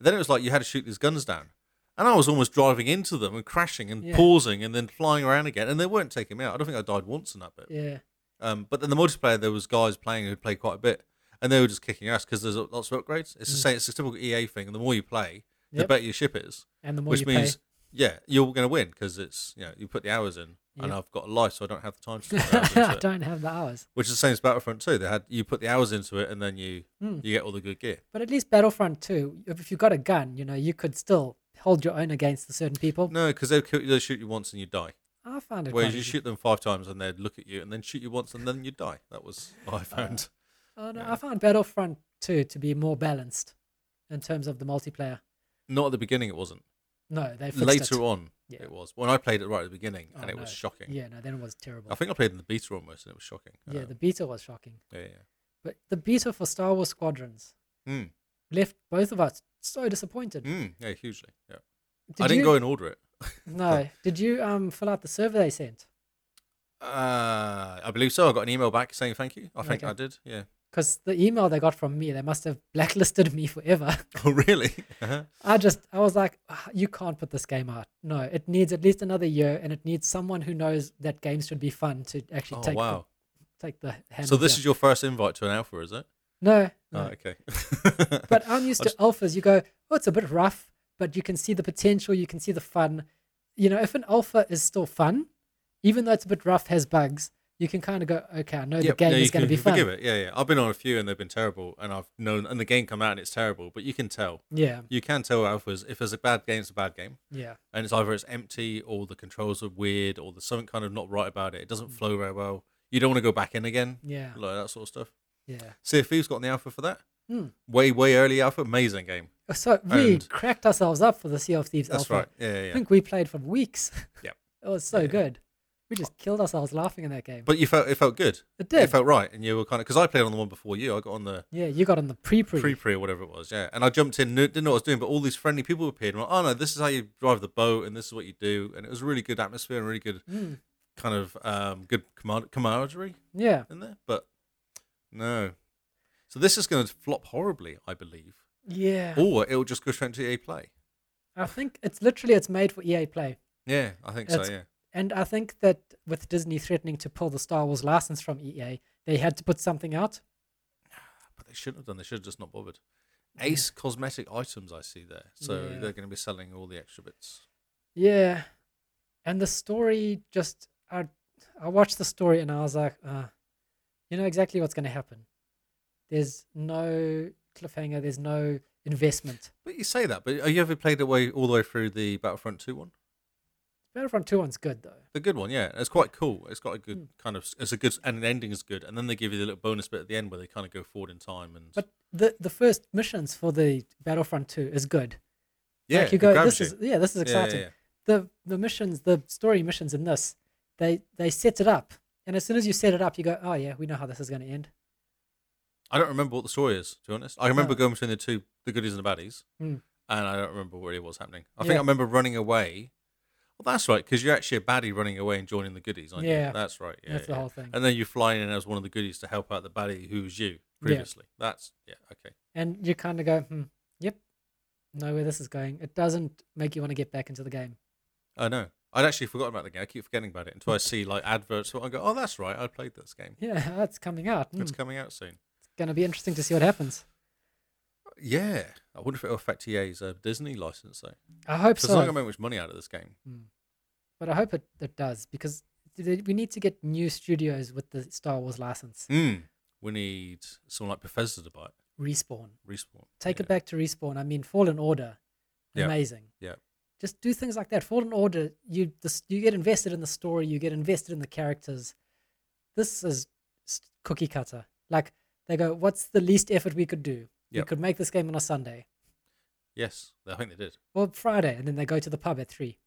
Speaker 1: Then it was like you had to shoot these guns down, and I was almost driving into them and crashing and
Speaker 2: Yeah.
Speaker 1: pausing and then flying around again. And they weren't taking me out. I don't think I died once in that bit.
Speaker 2: Yeah,
Speaker 1: Um, but then the multiplayer, there was guys playing who'd played quite a bit, and they were just kicking ass because there's lots of upgrades. It's the same. It's a typical EA thing. The more you play, the
Speaker 2: Mm. Yep.
Speaker 1: better your ship is,
Speaker 2: and the more
Speaker 1: which
Speaker 2: you
Speaker 1: means
Speaker 2: pay,
Speaker 1: yeah, you're going to win because it's you know you put the hours in, and
Speaker 2: Yep.
Speaker 1: I've got a life, so I don't have the [laughs]
Speaker 2: [laughs]
Speaker 1: time to. put the hours
Speaker 2: I
Speaker 1: into it.
Speaker 2: don't have the hours.
Speaker 1: Which is the same as Battlefront too. They had you put the hours into it, and then you
Speaker 2: Mm.
Speaker 1: you get all the good gear.
Speaker 2: But at least Battlefront 2, if if you got a gun, you know you could still hold your own against the certain people.
Speaker 1: No, because they'll, kill you- they'll shoot you once and you die.
Speaker 2: I found it.
Speaker 1: Whereas
Speaker 2: quite
Speaker 1: you
Speaker 2: easy.
Speaker 1: shoot them five times and they'd look at you and then shoot you once and then you die. That was
Speaker 2: Uh.
Speaker 1: what I found.
Speaker 2: Oh, no,
Speaker 1: yeah.
Speaker 2: I found Battlefront 2 to be more balanced in terms of the multiplayer.
Speaker 1: Not at the beginning, it wasn't.
Speaker 2: No, they fixed
Speaker 1: Later
Speaker 2: it.
Speaker 1: on,
Speaker 2: Yeah.
Speaker 1: it was. When I played it right at the beginning,
Speaker 2: Oh,
Speaker 1: and it was
Speaker 2: no.
Speaker 1: shocking.
Speaker 2: Yeah, no, then it was terrible.
Speaker 1: I think I played in the beta almost, and it was shocking.
Speaker 2: yeah,
Speaker 1: Um,
Speaker 2: the beta was shocking.
Speaker 1: yeah, yeah.
Speaker 2: But the beta for Star Wars Squadrons
Speaker 1: Mm.
Speaker 2: left both of us so disappointed.
Speaker 1: Mm, yeah, hugely. Yeah.
Speaker 2: Did
Speaker 1: I didn't
Speaker 2: you,
Speaker 1: go and order it.
Speaker 2: No. Did you um fill out the survey they sent?
Speaker 1: Uh, I believe so. I got an email back saying thank you. I think
Speaker 2: Okay.
Speaker 1: I did. Yeah. [laughs]
Speaker 2: because the email they got from me, they must have blacklisted [laughs] me forever.
Speaker 1: Oh,
Speaker 2: [laughs]
Speaker 1: really? Uh-huh.
Speaker 2: I just, I was like, "Ah, you can't put this game out. No, it needs at least another year, and it needs someone who knows that games should be fun to actually
Speaker 1: Oh,
Speaker 2: take
Speaker 1: wow.
Speaker 2: the, take the hand.
Speaker 1: So this is your first invite to an alpha, is it?
Speaker 2: no, no.
Speaker 1: Oh, okay.
Speaker 2: [laughs] but
Speaker 1: [laughs]
Speaker 2: I'm used to alphas. You go, oh, it's a bit rough, but you can see the potential, you can see the fun. You know, if an alpha is still fun, even though it's a bit rough, has bugs, you can kind of go, okay, I know the
Speaker 1: Yep,
Speaker 2: game
Speaker 1: no, you
Speaker 2: is going to
Speaker 1: can
Speaker 2: be fun.
Speaker 1: Forgive it. Yeah, yeah. I've been on a few and they've been terrible, and I've known and the game come out and it's terrible. But you can tell.
Speaker 2: Yeah,
Speaker 1: You can tell alphas if there's a bad game, it's a bad game,
Speaker 2: yeah,
Speaker 1: and it's either it's empty or the controls are weird or there's something kind of not right about it. It doesn't flow very well. You don't want to go back in again,
Speaker 2: Mm. yeah,
Speaker 1: like that sort of stuff.
Speaker 2: yeah.
Speaker 1: See if has got an alpha for that.
Speaker 2: Hmm.
Speaker 1: Way way early alpha, amazing game.
Speaker 2: So we
Speaker 1: And-
Speaker 2: cracked ourselves up for the Sea of Thieves
Speaker 1: That's
Speaker 2: Alpha.
Speaker 1: right. Yeah, yeah.
Speaker 2: I
Speaker 1: yeah.
Speaker 2: think we played for weeks. [laughs]
Speaker 1: Yep.
Speaker 2: it was so
Speaker 1: Yeah, yeah.
Speaker 2: good. We just killed ourselves laughing in that game.
Speaker 1: But you felt it felt good.
Speaker 2: it
Speaker 1: It
Speaker 2: did.
Speaker 1: felt right, and you were kind of because I played on the one before you. I got on the
Speaker 2: yeah, you got on the pre-pre.
Speaker 1: pre pre or whatever it was. Yeah, and I jumped in, knew- didn't know what I was doing, but all these friendly people appeared. And I'm like, oh no, this is how you drive the boat, and this is what you do, and it was a really good atmosphere and really good
Speaker 2: Mm,
Speaker 1: kind of um, good camar- camaraderie
Speaker 2: yeah,
Speaker 1: in there. But no, so this is going to flop horribly, I believe,
Speaker 2: yeah.
Speaker 1: or it will just go straight to EA Play.
Speaker 2: I think it's literally it's made for EA Play,
Speaker 1: Yeah, I think
Speaker 2: It's-
Speaker 1: so. Yeah,
Speaker 2: and I think that with Disney threatening to pull the Star Wars license from EA, they had to put something out.
Speaker 1: but they shouldn't have done. They should have just not bothered. Ace cosmetic items, I see there. So
Speaker 2: Yeah.
Speaker 1: they're going to be selling all the extra bits.
Speaker 2: Yeah, and the story just I I watched the story and I was like, uh, you know exactly what's going to happen. There's no cliffhanger. There's no investment.
Speaker 1: But you say that, but have you ever played away all the way through the Battlefront 2 one?
Speaker 2: Battlefront Two one's good though.
Speaker 1: The good one, yeah. It's quite cool. It's got a
Speaker 2: Hmm.
Speaker 1: good kind of, it's a good, and the ending is good. And then they give you the little bonus bit at the end where they kind of go forward in time. And
Speaker 2: But the the first missions for the Battlefront Two is good.
Speaker 1: yeah,
Speaker 2: like you
Speaker 1: it
Speaker 2: go,
Speaker 1: grabs
Speaker 2: this
Speaker 1: you.
Speaker 2: is yeah, this is
Speaker 1: Yeah, yeah,
Speaker 2: exciting.
Speaker 1: yeah.
Speaker 2: The the missions, the story missions in this, they they set it up, and as soon as you set it up, you go, oh yeah, we know how this is going to end.
Speaker 1: I don't remember what the story is, to be honest. I remember
Speaker 2: No.
Speaker 1: going between the two, the goodies and the baddies,
Speaker 2: Mm.
Speaker 1: and I don't remember what really was happening. I
Speaker 2: Yeah.
Speaker 1: think I remember running away. Well, that's right, because you're actually a baddie running away and joining the goodies, aren't
Speaker 2: Yeah.
Speaker 1: you? That's right. Yeah,
Speaker 2: That's the
Speaker 1: yeah.
Speaker 2: whole thing.
Speaker 1: And then you fly in as one of the goodies to help out the baddie who was you previously. That's, yeah, okay.
Speaker 2: and you kind of go, hmm, yep, know where this is going. It doesn't make you want to get back into the game.
Speaker 1: I know. I'd actually forgotten about the game. I keep forgetting about it until I see like adverts. I go, oh, that's right. I played this game.
Speaker 2: Yeah, [laughs] oh, it's coming out. Hmm,
Speaker 1: It's
Speaker 2: It's
Speaker 1: coming out soon.
Speaker 2: going to be interesting to see what happens.
Speaker 1: Yeah. I wonder if it'll affect EA's uh, Disney license, though.
Speaker 2: I hope
Speaker 1: Because they're not
Speaker 2: so,
Speaker 1: going to make much money out of this game.
Speaker 2: but I hope it, it does because th- we need to get new studios with the Star Wars license.
Speaker 1: Mm. We need someone like Bethesda to buy it.
Speaker 2: Respawn.
Speaker 1: Respawn.
Speaker 2: Take
Speaker 1: yeah.
Speaker 2: it back to Respawn. I mean, Fallen Order,
Speaker 1: Yeah.
Speaker 2: amazing.
Speaker 1: Yeah.
Speaker 2: Just do things like that. Fallen Order, you this, you get invested in the story, you get invested in the characters. This is s- cookie cutter. Like they go, what's the least effort we could do? We
Speaker 1: Yep.
Speaker 2: could make this game on a Sunday
Speaker 1: Yes, I think they did.
Speaker 2: or Friday, and then they go to the pub at three.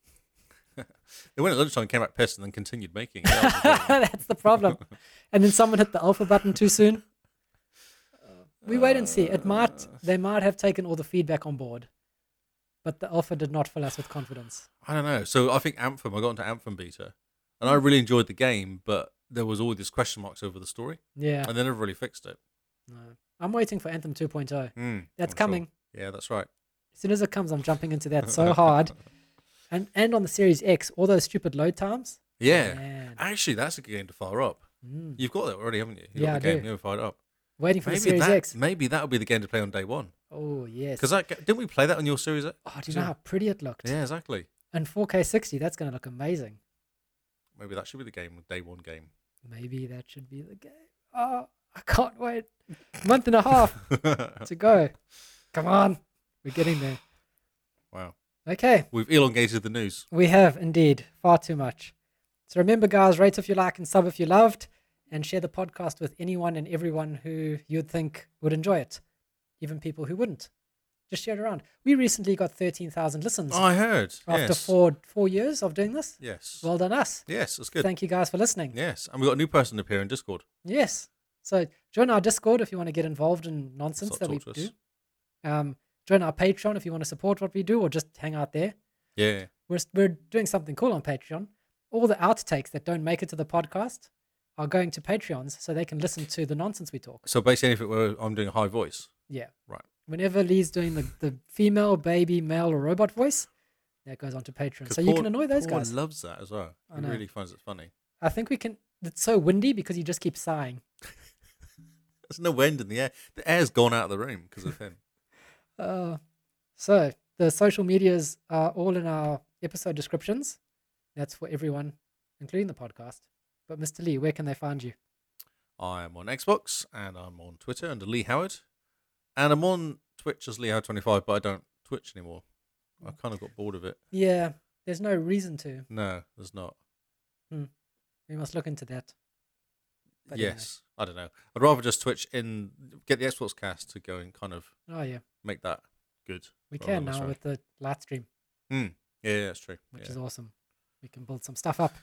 Speaker 2: [laughs]
Speaker 1: They went at lunchtime, came back pissed, and then continued making it.
Speaker 2: [laughs]
Speaker 1: That was
Speaker 2: That's
Speaker 1: [laughs]
Speaker 2: the problem. and then someone hit the alpha button too soon. We wait and see. It might
Speaker 1: Uh.
Speaker 2: they might have taken all the feedback on board, but the alpha did not fill us with confidence.
Speaker 1: I don't know. So I think Anthem, I got into Anthem beta, and I
Speaker 2: Mm.
Speaker 1: really enjoyed the game, but there was all these question marks over the story,
Speaker 2: Yeah.
Speaker 1: and they never really fixed it.
Speaker 2: No. I'm waiting for Anthem 2.0.
Speaker 1: Mm, I'm
Speaker 2: That's
Speaker 1: sure.
Speaker 2: coming.
Speaker 1: Yeah, that's right.
Speaker 2: As soon as it comes, I'm jumping into that so
Speaker 1: [laughs]
Speaker 2: hard. And and on the Series X, all those stupid load times.
Speaker 1: Yeah.
Speaker 2: Man.
Speaker 1: Actually, that's a good game to fire up.
Speaker 2: Mm.
Speaker 1: You've got that already, haven't you? You've
Speaker 2: Yeah,
Speaker 1: got
Speaker 2: I
Speaker 1: the game,
Speaker 2: do.
Speaker 1: you haven't fired it up.
Speaker 2: Waiting for the
Speaker 1: Maybe
Speaker 2: Series
Speaker 1: that,
Speaker 2: X.
Speaker 1: maybe that'll be the game to play on day one.
Speaker 2: Oh yes.
Speaker 1: Because didn't we play that on your Series X?
Speaker 2: oh, do you know how pretty it looked?
Speaker 1: Yeah, exactly.
Speaker 2: And 4K 60, that's gonna look amazing.
Speaker 1: Maybe that should be the game, day one game. [laughs]
Speaker 2: Maybe that should be the game. Oh, I can't wait. Month and a half
Speaker 1: [laughs]
Speaker 2: to go. Come on. We're getting there.
Speaker 1: wow.
Speaker 2: Okay.
Speaker 1: We've elongated the news.
Speaker 2: We have indeed far too much. So remember, guys, rate if you like and sub if you loved, and share the podcast with anyone and everyone who you'd think would enjoy it, even people who wouldn't. Just share it around. We recently got 13,000 listens
Speaker 1: I heard.
Speaker 2: after
Speaker 1: Oh, yes.
Speaker 2: four four years of doing this.
Speaker 1: Yes.
Speaker 2: Well done, us.
Speaker 1: yes, that's good.
Speaker 2: Thank you guys for listening.
Speaker 1: yes. And we've got a new person appear in Discord.
Speaker 2: Yes. So join our Discord if you want to get involved in nonsense
Speaker 1: Stop
Speaker 2: that we
Speaker 1: talk to
Speaker 2: do.
Speaker 1: us.
Speaker 2: Um, join our Patreon if you want to support what we do or just hang out there.
Speaker 1: Yeah.
Speaker 2: we're, we're doing something cool on Patreon. All the outtakes that don't make it to the podcast are going to Patreons so they can listen to the nonsense we talk.
Speaker 1: So basically anything where I'm doing a high voice.
Speaker 2: Yeah.
Speaker 1: Right.
Speaker 2: Whenever Lee's doing the, the female, baby, male, or robot voice, that goes onto Patreon.
Speaker 1: 'Cause
Speaker 2: So you
Speaker 1: Paul-
Speaker 2: can annoy those
Speaker 1: Paul
Speaker 2: guys.
Speaker 1: loves that as well.
Speaker 2: I
Speaker 1: He
Speaker 2: know.
Speaker 1: really finds it funny.
Speaker 2: I think we can. It's so windy because you just keep sighing.
Speaker 1: There's no wind in the air. The air's gone out of the room because of
Speaker 2: [laughs]
Speaker 1: him.
Speaker 2: Uh, so the social medias are all in our episode descriptions. That's for everyone, including the podcast. But Mr. Lee, where can they find you?
Speaker 1: I am on Xbox and I'm on Twitter under Lee Howard. And I'm on Twitch as Lee Howard25, but I don't Twitch anymore. I
Speaker 2: Mm.
Speaker 1: kind of got bored of it.
Speaker 2: Yeah, there's no reason to.
Speaker 1: No, there's not.
Speaker 2: We must look into that. But anyway.
Speaker 1: yes. I don't know. I'd rather just Twitch in, get the Xbox cast to go and kind of
Speaker 2: Oh yeah,
Speaker 1: make that good.
Speaker 2: we
Speaker 1: rather
Speaker 2: can
Speaker 1: than
Speaker 2: now
Speaker 1: sorry.
Speaker 2: with the live stream,
Speaker 1: Yeah, yeah, that's true.
Speaker 2: which
Speaker 1: Yeah.
Speaker 2: is awesome. We can build some stuff up.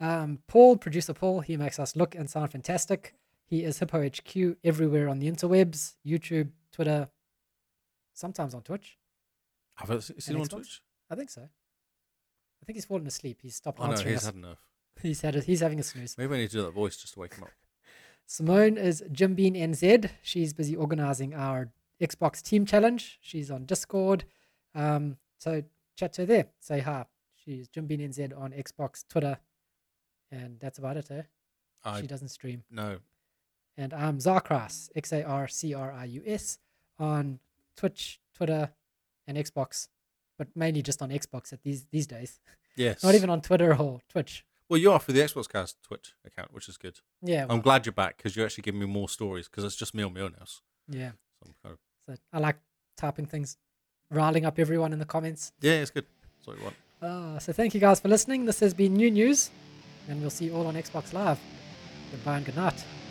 Speaker 2: Um, Paul, producer Paul, he makes us look and sound fantastic. He is Hippo HQ everywhere on the interwebs, YouTube, Twitter, sometimes on Twitch.
Speaker 1: Have I s- seen
Speaker 2: An
Speaker 1: him on
Speaker 2: Xbox?
Speaker 1: Twitch?
Speaker 2: I think so. I think he's fallen asleep. He's stopped
Speaker 1: Oh no,
Speaker 2: answering
Speaker 1: he's
Speaker 2: us.
Speaker 1: had enough.
Speaker 2: He's had a, he's having a snooze.
Speaker 1: Maybe I need to do that voice just to wake him up.
Speaker 2: Simone is Jim Bean NZ. She's busy organizing our Xbox Team Challenge. She's on Discord. Um, so chat to her there. Say hi. She's Jim Bean NZ on Xbox, Twitter, and that's about it. Eh?
Speaker 1: I
Speaker 2: She doesn't stream.
Speaker 1: no.
Speaker 2: And I'm Zarkras, X A R C R I U S, on Twitch, Twitter, and Xbox, but mainly just on Xbox at these these days.
Speaker 1: Yes.
Speaker 2: Not even on Twitter or Twitch.
Speaker 1: Well, you are for the Xbox Cast Twitch account, which is good.
Speaker 2: Yeah, well,
Speaker 1: Oh. I'm glad you're back because you're actually giving me more stories because it's just me on my own house.
Speaker 2: yeah.
Speaker 1: So I'm kind of
Speaker 2: So I like typing things, riling up everyone in the comments.
Speaker 1: Yeah, it's good. That's what we want.
Speaker 2: Uh, so thank you guys for listening. This has been New News, and we'll see you all on Xbox Live. Goodbye and good night.